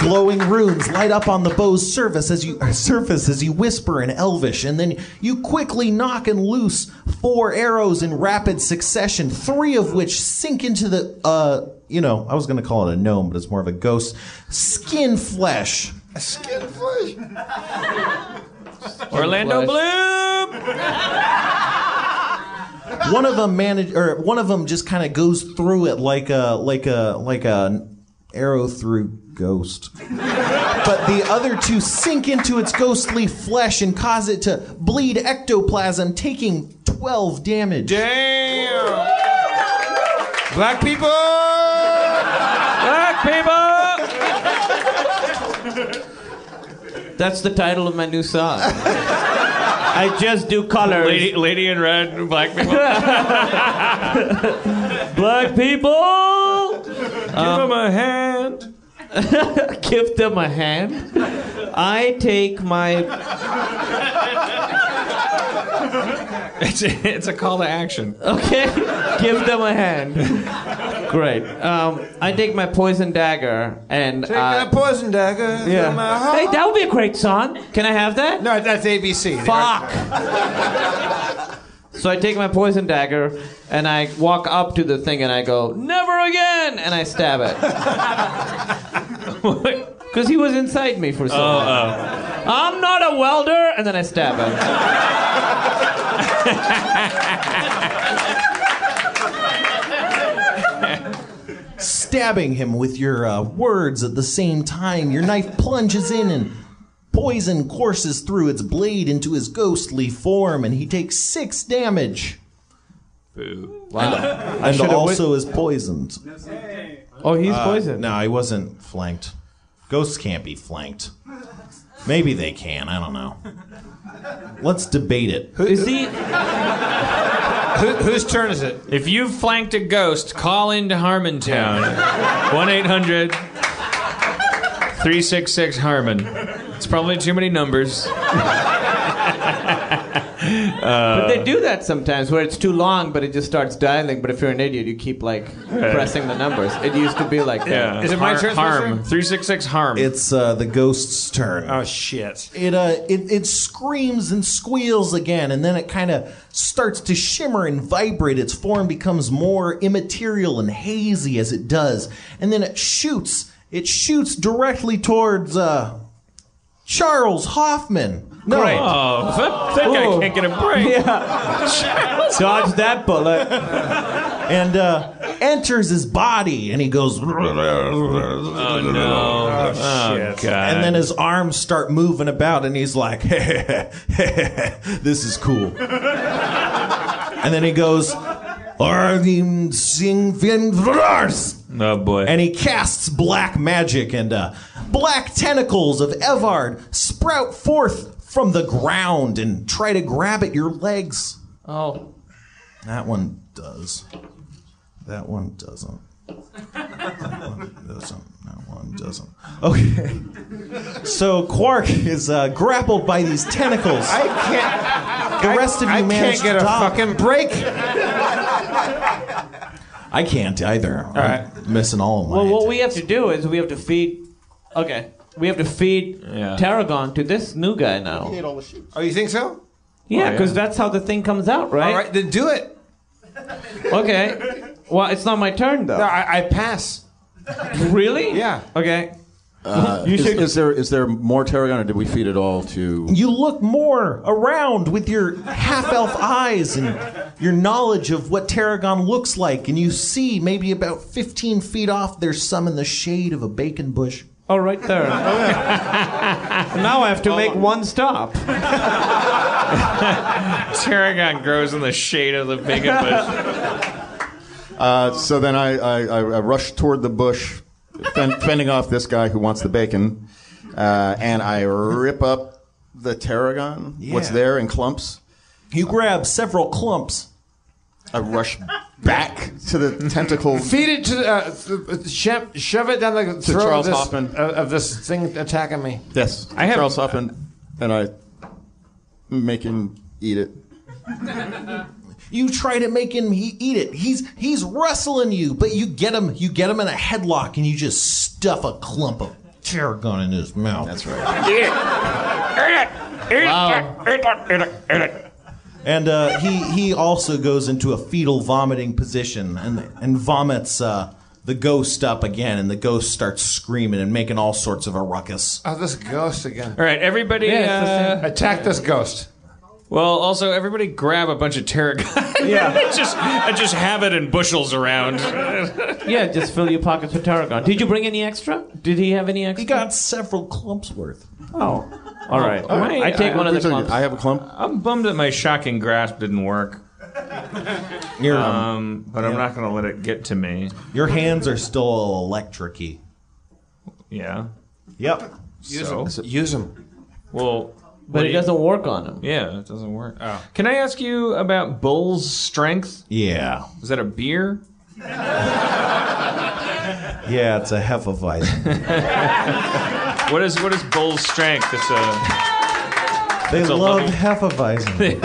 Glowing runes light up on the bow's surface as you *laughs* surface as you whisper in Elvish, and then you quickly knock and loose four arrows in rapid succession. Three of which sink into the uh, you know, I was gonna call it a gnome, but it's more of a ghost skin flesh.
Skin flesh.
Orlando Bloom!
One of them manage, or one of them just kind of goes through it like a like a like a arrow through ghost. but the other two sink into its ghostly flesh and cause it to bleed ectoplasm, taking 12 damage.
Damn. Black people. Black people.
That's the title of my new song. I just do colors.
Lady, lady in red, black *laughs* people.
Black people!
Give him a hand.
give them a hand. I take my.
It's a, it's a call to action.
Okay, give them a hand. Great. Um, I take my poison dagger and.
Take
I-
that poison dagger. through
Yeah.
my heart.
Hey, that would be a great song. Can I have that?
No, that's ABC.
Fuck. *laughs* so I take my poison dagger and I walk up to the thing and I go, never again! And I stab it. *laughs* Because he was inside me for so
Oh,
long. I'm not a welder! And then I stab him.
Stabbing him with your uh, words at the same time, your knife plunges in and poison courses through its blade into his ghostly form, and he takes six damage.
Boo.
And,
I
and
should've
also is poisoned.
Oh, he's
poisoned. No, he wasn't flanked. Ghosts can't be flanked. Maybe they can. I don't know. Let's debate it.
Is he?
whose turn is it?
If you've flanked a ghost, call into Harmontown. 1 800 366 Harmon. It's probably too many numbers.
but they do that sometimes where it's too long, but it just starts dialing. But if you're an idiot, you keep like pressing the numbers. It used to be like that.
Yeah. Har- Harm. 366 harm.
It's uh, the ghost's turn.
Oh shit!
It uh, it, it screams and squeals again, and then it kind of starts to shimmer and vibrate. Its form becomes more immaterial and hazy as it does, and then it shoots. It shoots directly towards uh, Charles Hoffman. No,
Great. Oh, *laughs* that, that guy
Ooh.
can't get a break.
Yeah. Dodge that bullet. and uh, enters his body, and he goes.
Oh, no. Oh, God.
And then his arms start moving about, and he's like, *laughs* "This is cool." and then he goes, "Arnim sing fin vrars."
Oh, boy.
And he casts black magic, and uh, black tentacles of Evard sprout forth from the ground and try to grab at your legs.
Oh.
That one does. That one doesn't. That one doesn't. That one doesn't. Okay. So Quark is uh, grappled by these tentacles. I
can't.
The rest of you
I
managed
can't get a
to dodge.
fucking break.
I can't either. All right. Missing all of my.
Well, what we have to do is we have to feed. Okay, we have to feed Tarragon to this new guy now.
Oh, you think so? Oh,
Yeah, because that's how the thing comes out, right? All right,
then do it.
*laughs* Okay. Well, it's not my turn though.
No, I, I pass.
Really?
Yeah.
Okay.
Uh,
*laughs* You
is,
should-
is there is there more tarragon, or did we feed it all to?
You look more around with your half elf eyes and your knowledge of what tarragon looks like, and you see maybe about 15 feet off there's some in the shade of a bacon bush.
*laughs* Oh, right there. *laughs* now I have to make one stop.
Tarragon grows in the shade of the bacon bush.
Uh, so then I, I, I I rush toward the bush, fend, fending off this guy who wants the bacon, uh, and I rip up the tarragon, what's
Yeah.
there in clumps.
You grab several clumps.
I rush back to the tentacle.
Feed it to uh, th- shove, shove it down the throat
Charles
of, this, uh,
Hoffman.
of- of this thing attacking me.
Yes,
I have-
Charles Hoffman, and I make him eat it.
You try to make him he eat it. He's he's wrestling you, but you get him you get him in a headlock and you just stuff a clump of tarragon in his mouth. That's right.
Eat it. *laughs* Eat it. Eat it. Eat it. Eat it. Eat it.
And uh, he he also goes into a fetal vomiting position and and vomits uh, the ghost up again, and the ghost starts screaming and making all sorts of a ruckus.
Oh, this ghost again.
All right, everybody.
Yeah, it's the
uh,
same. Attack this ghost.
Well, also, everybody grab a bunch of tarragon. *laughs* Yeah. just, I just have it in bushels around.
yeah, just fill your pockets with tarragon. Did you bring any extra? Did he have any extra? He
got several clumps worth.
Oh. All right.
All right.
I take one of the clumps.
have a clump.
Uh,
I'm bummed that my shocking grasp didn't work. um, but I'm
yeah.
not going to let it get to me.
Your hands are still electricy.
Yeah.
Yep.
Use 'em.
Use them.
Well,
But it doesn't work on him.
Yeah, it doesn't work.
Oh.
Can I ask you about Bull's Strength?
Yeah.
Is that a beer?
Yeah, it's a hefeweizen. *laughs*
What is what is Bull's strength? It's a. oh,
They
It's a
love
lovely-
hefeweizen.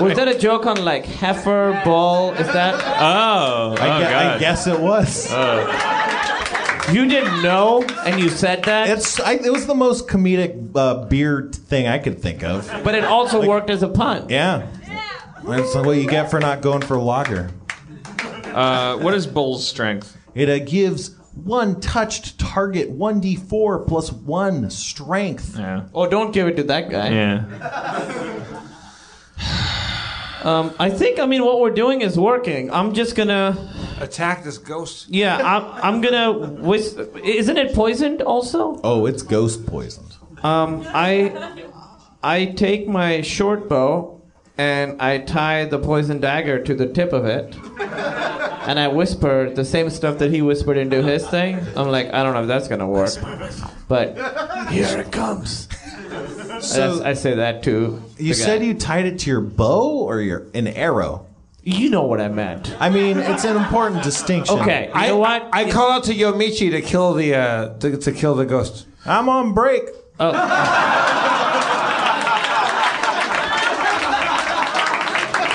Was that a joke on like heifer ball? Is that?
Oh,
I,
oh, Uh.
gue- I
God.
guess it was.
You didn't know, and you said that.
It's I, it was the most comedic uh, beer thing I could think of.
But it also worked as a pun.
Yeah, that's what you get for not going for lager.
Uh, what is Bull's strength?
It uh, gives one touched target one d4 plus one strength.
Yeah.
Oh, don't give it to that guy.
Yeah.
Um, I think I mean what we're doing is working. I'm just gonna.
Attack this ghost.
Yeah, I'm, I'm gonna. Whis- isn't it poisoned also?
Oh, it's ghost poisoned.
Um, I I take my short bow and I tie the poison dagger to the tip of it, and I whisper the same stuff that he whispered into his thing. I'm like, I don't know if that's gonna work, but here it comes.
So-
I, I say that too.
You said you tied it to your bow or your an arrow.
You know what I meant.
I mean, it's an important distinction.
I, I, call out to Yomichi to kill the uh, to, to kill the ghost.
I'm on break.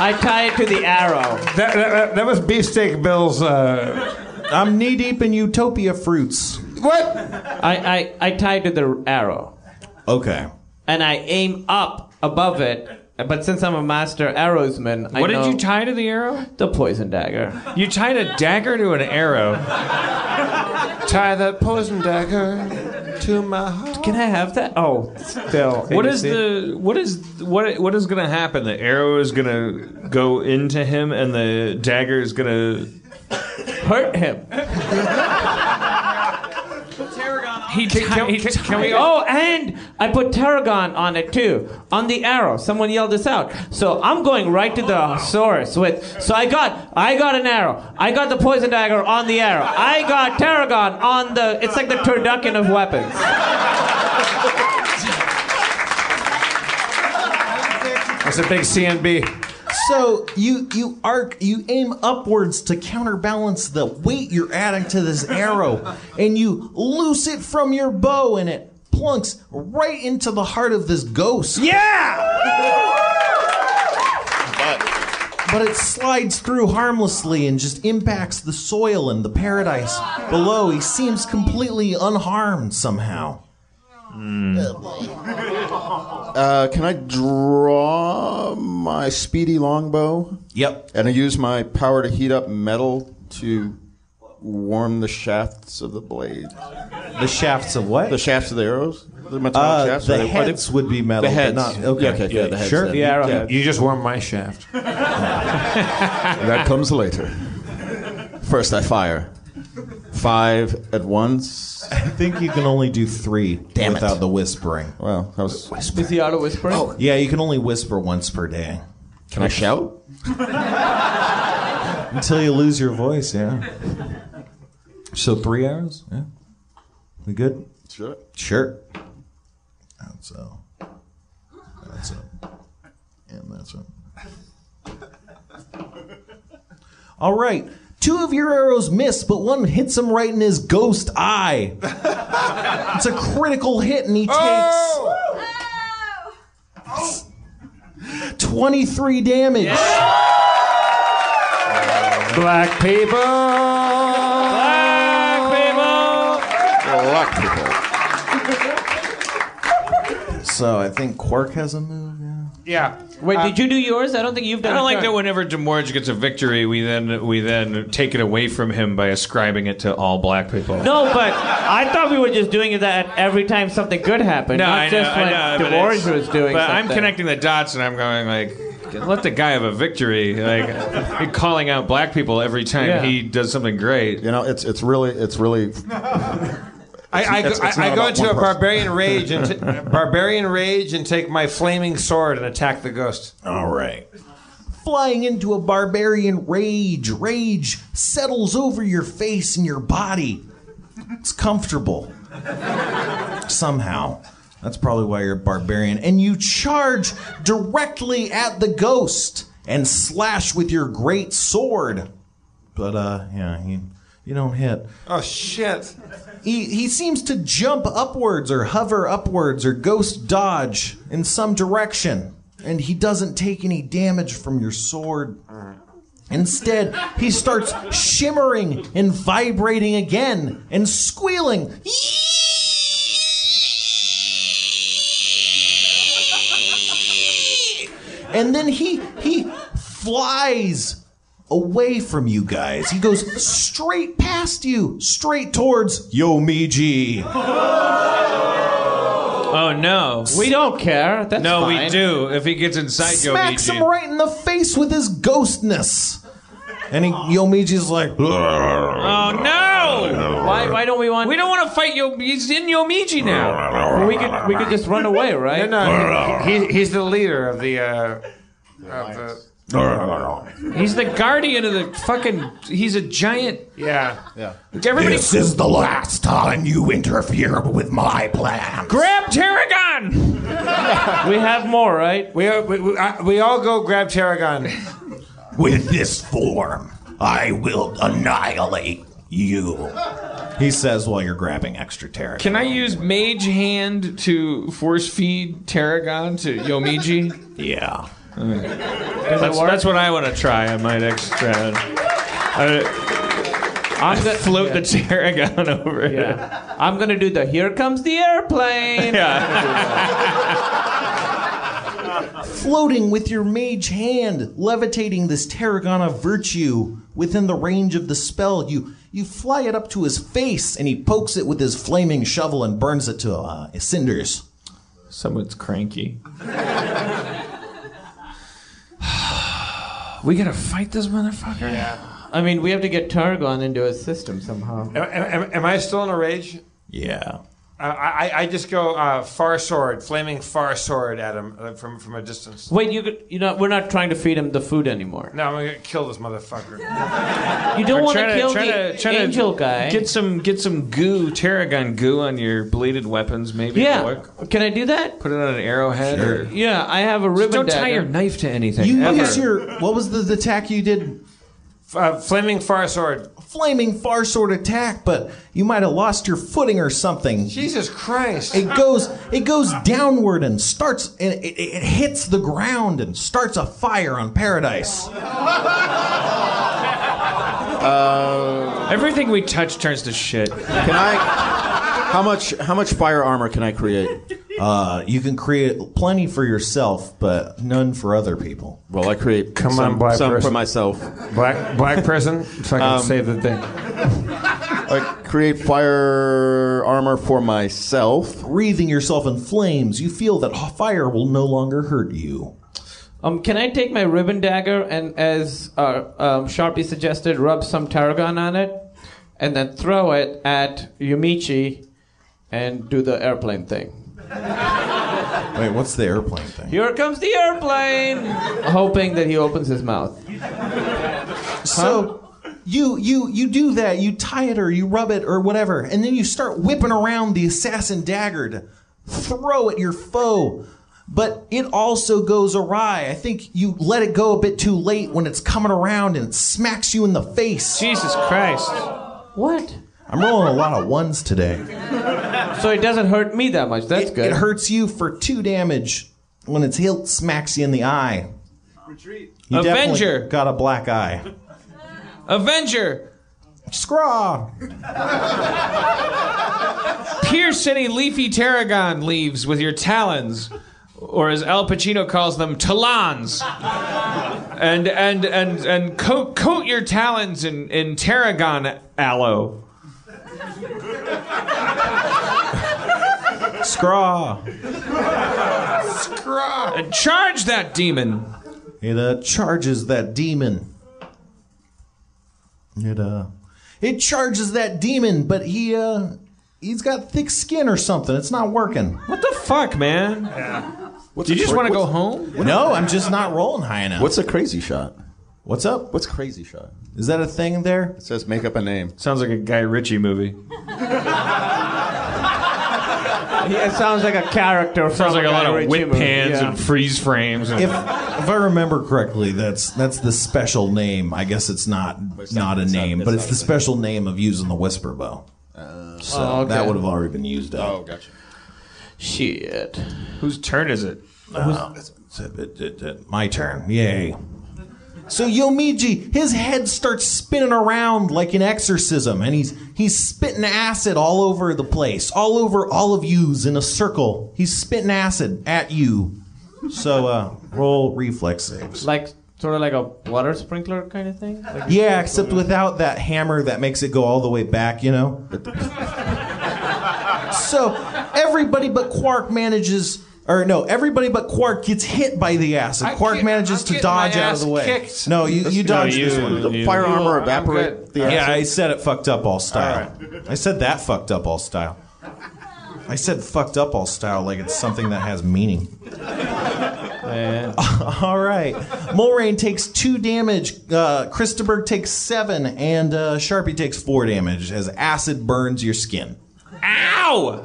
I tie it to the arrow.
That, that, that was beefsteak Bill's. Uh...
I'm knee deep in utopia fruits.
What?
I, I, I tie it to the arrow.
Okay.
And I aim up above it. But since I'm a master arrowsman, I
What did
know
you tie to the arrow?
the poison dagger.
You tied a dagger to an arrow.
Tie the poison dagger to my heart.
Can I have that? Oh, still.
What is the what is what what is going to happen? The arrow is going to go into him, and the dagger is going
the hurt him?
to. He can, can, can, can we all?
Oh, and I put tarragon on it too, on the arrow. Someone yelled this out. So I'm going right to the source with. So I got, I got an arrow. I got the poison dagger on the arrow. I got tarragon on the. It's like the turducken of weapons.
That's a big CNB.
So you you arc you aim upwards to counterbalance the weight you're adding to this arrow, and you loose it from your bow, and it plunks right into the heart of this ghost. But it slides through harmlessly and just impacts the soil and the paradise below. He seems completely unharmed somehow.
Uh, can I draw my speedy longbow?
Yep.
And I use my power to heat up metal to warm the shafts of the blade.
The shafts of what?
The shafts of the arrows. The metallic
Uh,
shafts.
the
are they- are they-
heads would be metal,
The
but
heads.
not- okay.
Yeah, yeah, the heads.
Sure.
then.
The arrow head.
You just warmed my shaft.
*laughs* That comes later. First, I fire. Five at once.
I think you can only do three
Damn it.
without the whispering.
Well, that was.
Is he auto whispering?
Yeah, you can only whisper once per day
Can I shout?
*laughs* until you lose your voice. Yeah. So three hours. Yeah. We good?
Sure.
Sure. That's all. That's up. And that's up. All right. Two of your arrows miss, but one hits him right in his ghost eye. it's a critical hit, and he takes 23 damage.
Black people. Black people.
Black people.
So I think Quark has a move. Yeah.
Yeah.
Wait, did you do yours? I don't think you've
I
done.
don't
it.
like that. Whenever Demorge gets a victory, we then we then take it away from him by ascribing it to all black people.
No, but I thought we were just doing that every time something good happened,
No,
not
I know,
just
I
when
know, but
DeWarge
it's-
was doing.
But I'm
something.
connecting the dots, and I'm going like, let the guy have a victory. Like, calling out black people every time
Yeah.
he does something great.
You know, it's it's really it's really
I, I,
It's- it's
I- I
not
go
about
into
one
a
person.
barbarian rage *laughs* and t- barbarian rage and take my flaming sword and attack the ghost.
All right. Flying into a barbarian rage. Rage settles over your face and your body. It's comfortable. Somehow. That's probably why you're a barbarian. And you charge directly at the ghost and slash with your great sword. But, uh, yeah, you, You don't hit.
Oh shit!
He he seems to jump upwards or hover upwards or ghost dodge in some direction, and he doesn't take any damage from your sword. Instead, he starts shimmering and vibrating again and squealing. And then he he flies away from you guys. He goes straight past you, straight towards Yomiji.
Oh no,
we don't care. That's
no, we
fine.
do. If he gets inside
Smacks
Yomiji,
him right in the face with his ghostness. And he, Yomiji's like,
Oh no!
Why? Why don't we want?
We don't want to fight Yo. He's in Yomiji now.
we could we could just run
*laughs*
away, right?
No, no, he, *laughs* he- he's the leader of the. Uh, of the
He's the guardian of the fucking. He's a giant.
Yeah.
Yeah. Everybody.
This is the last time you interfere with my plan.
Grab Tarragon.
*laughs* we have more, right?
We are, we, we, I, we all go grab Tarragon.
With this form, I will annihilate you.
He says while you're grabbing extra terror.
Can I use Mage Hand to force feed Tarragon to Yomiji?
Yeah.
That's, that's what I want to try on my next round.
I'm
I'm
gonna-
gonna float
yeah.
the Tarragon over.
Yeah. I'm gonna do the here comes the airplane.
floating with your mage hand, levitating this tarragona virtue within the range of the spell. You you fly it up to his face, and he pokes it with his flaming shovel and burns it to uh, cinders.
Someone's cranky. We gotta fight this motherfucker.
Yeah. *laughs* I mean, we have to get Targon into his system somehow.
Am, am- am I still in a rage?
Yeah.
Uh, I, I- I just go uh, far sword, flaming far sword at him uh, from, from a distance.
Wait, you could- you know we're not trying to feed him the food anymore.
No, I'm gonna kill this motherfucker.
You don't
Or
want
try
to kill
try
the
to- try to
angel guy.
Get some get some goo, tarragon goo on your bladed weapons, maybe.
Yeah.
it'll work.
Can I do that?
Put it on an arrowhead. Or,
Yeah, I have a ribbon.
don't tie
dagger.
your knife to anything.
You
ever.
use your what was the, the attack you did?
Uh, flaming far sword.
Flaming far sword attack, but you might have lost your footing or something.
Jesus Christ!
It goes it goes downward and starts and it, it, it hits the ground and starts a fire on paradise.
Everything we touch turns to shit.
Can I? How much? How much fire armor can I create?
Uh, you can create plenty for yourself, but none for other people.
Well, I create *laughs*
Come
some,
on, black
some for
person.
myself.
Black black person, fucking
Um,
save the day.
I create fire armor for myself.
Breathing yourself in flames, you feel that h- fire will no longer hurt you.
Um, can I take my ribbon dagger and, as uh, um, Sharpie suggested, rub some tarragon on it, and then throw it at Yumichi, and do the airplane thing.
Wait, what's the airplane thing?
Here comes the airplane, hoping that he opens his mouth.
So you you you do that, you tie it or you rub it or whatever, and then you start whipping around the assassin dagger to throw at your foe. But it also goes awry. I think you let it go a bit too late when it's coming around and it smacks you in the face.
Jesus Christ.
What?
I'm rolling a lot of ones today.
So it doesn't hurt me that much. That's good.
It hurts you for two damage when its hilt smacks you in the eye. Retreat. You definitely
Avenger.
got a black eye.
Avenger,
Scraw.
pierce any leafy tarragon leaves with your talons, or as Al Pacino calls them, talons. and and and and coat coat your talons in in tarragon aloe.
Scraw.
And charge that demon.
It uh, charges that demon. It uh, it charges that demon, but he uh, he's got thick skin or something. It's not working.
What the fuck, man? Do you just want to go home?
No, I'm just not rolling high enough.
What's a crazy shot?
What's up?
What's crazy shot?
Is that a thing there?
It says make up a name.
Sounds like a Guy Ritchie movie.
Yeah, it sounds like a character.
Sounds like
from
a
Guy
lot of
Ritchie
whip
movie,
pans
yeah.
and freeze frames. And
If if I remember correctly, that's that's the special name. I guess it's not not a name, but it's the special name of using the whisper bow. so
Oh, okay.
that would have already been used up.
Oh,
gotcha.
Shit.
Whose turn is it?
Uh, my turn. Yay. So Yomiji, his head starts spinning around like an exorcism, and he's he's spitting acid all over the place, all over all of yous in a circle. He's spitting acid at you. So uh, roll reflex saves.
Like sort of like a water sprinkler kind of thing. Like
*laughs* Yeah, except without that hammer that makes it go all the way back, you know? *laughs* so everybody but Quark manages, or no, everybody but Quark gets hit by the acid. Quark manages to
getting
dodge
my
out of the
ass
way.
kicked.
No, you, you
No,
dodge
you-
this one.
The you- fire you- armor I'm evaporate good. the
Yeah,
acid?
I said it fucked up all style. I said that fucked up all style. I said fucked up all style like it's something that has meaning. *laughs* All right. Mulrain takes two damage. Uh, Christopher takes seven, and uh, Sharpie takes four damage as acid burns your skin.
Ow!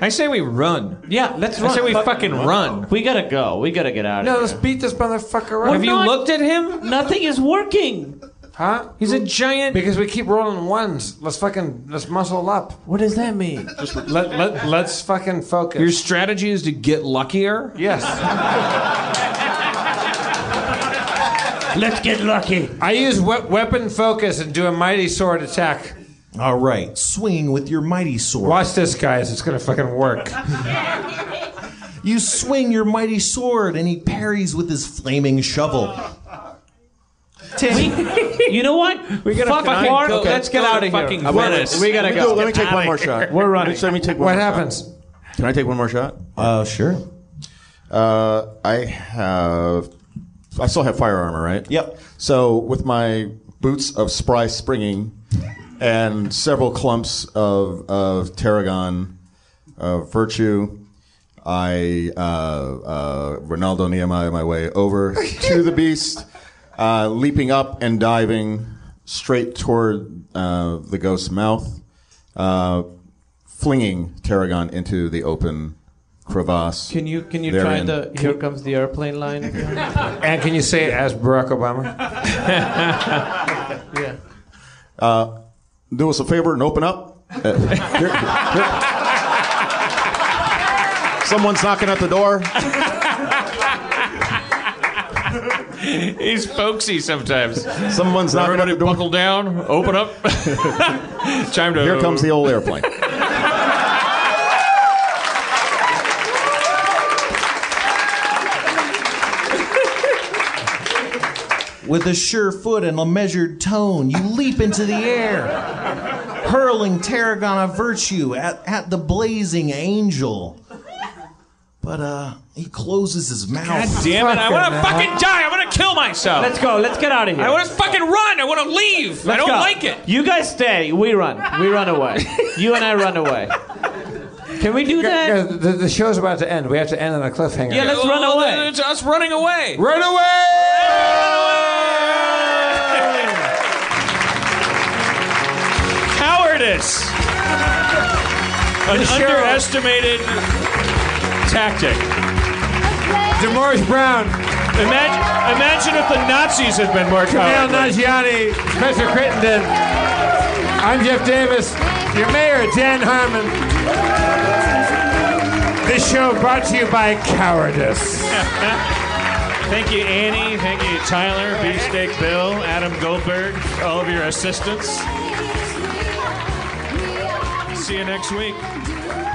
I say we run.
Yeah, let's
I say we fucking run.
We gotta go. We gotta get out
No,
of
let's
here.
beat this motherfucker up.
We're not- Nothing is working.
Huh? He's a giant. Because we keep rolling ones. Let's fucking let's muscle up.
What does that mean?
Just let, let let's fucking focus.
Your strategy is to get luckier.
Yes.
Let's get lucky.
I use we- weapon focus and do a mighty sword attack.
All right, swing with your mighty sword.
Watch this, guys. It's gonna fucking
*laughs*
work.
You swing your mighty sword, and he parries with his flaming shovel.
you know what?
We gotta fucking go. Let's get outta here. A menace.
We gotta
Let me
go.
do- let me
Get
take
outta
one more
here.
shot.
We're running.
Let me take
one
What
more
happens?
Shot. Can I take one more shot?
Uh, sure.
Uh, I have. I still have fire armor, right?
Yep.
So with my boots of spry springing, and several clumps of of tarragon, of virtue. I uh, uh, Ronaldo Nehemiah my way over to the beast, uh, leaping up and diving straight toward uh, the ghost's mouth, uh, flinging tarragon into the open crevasse.
Can you can you
therein.
try the here comes the airplane line again?
And can you say it as Barack Obama?
yeah.
Uh, do us a favor and open up. Uh, here- here- Someone's knocking at the door.
He's folksy sometimes.
Someone's not
Everybody buckle down. Open
*laughs*
up. Time to.
Here comes the old
*laughs*
airplane.
With a sure foot and a measured tone, you leap into the air, hurling tarragon of virtue at, at the blazing angel. But uh, he closes his mouth.
God damn it! I want to fucking die. I want to kill myself.
*laughs* Let's go. Let's get out of here.
I want to fucking run. I want to leave. I
Let's
don't
go.
like it.
You guys stay. We run. We run away. you and I run *laughs* away. Can we do that?
Guys, the, the show's about to end. We have to end on a cliffhanger.
Yeah, let's run away.
It's us running away.
Run away!
Cowardice. An
The sheriff.
underestimated tactic.
Demarge Brown.
Imagine, imagine if the Nazis had been more
Camille
cowardly.
Nagiani, Spencer Crittenden. I'm Jeff Davis, your mayor, Dan Harmon. This show brought to you by Cowardice.
Thank you, Annie. Thank you, Tyler, Beefsteak Bill, Adam Goldberg, all of your assistants. See you next week.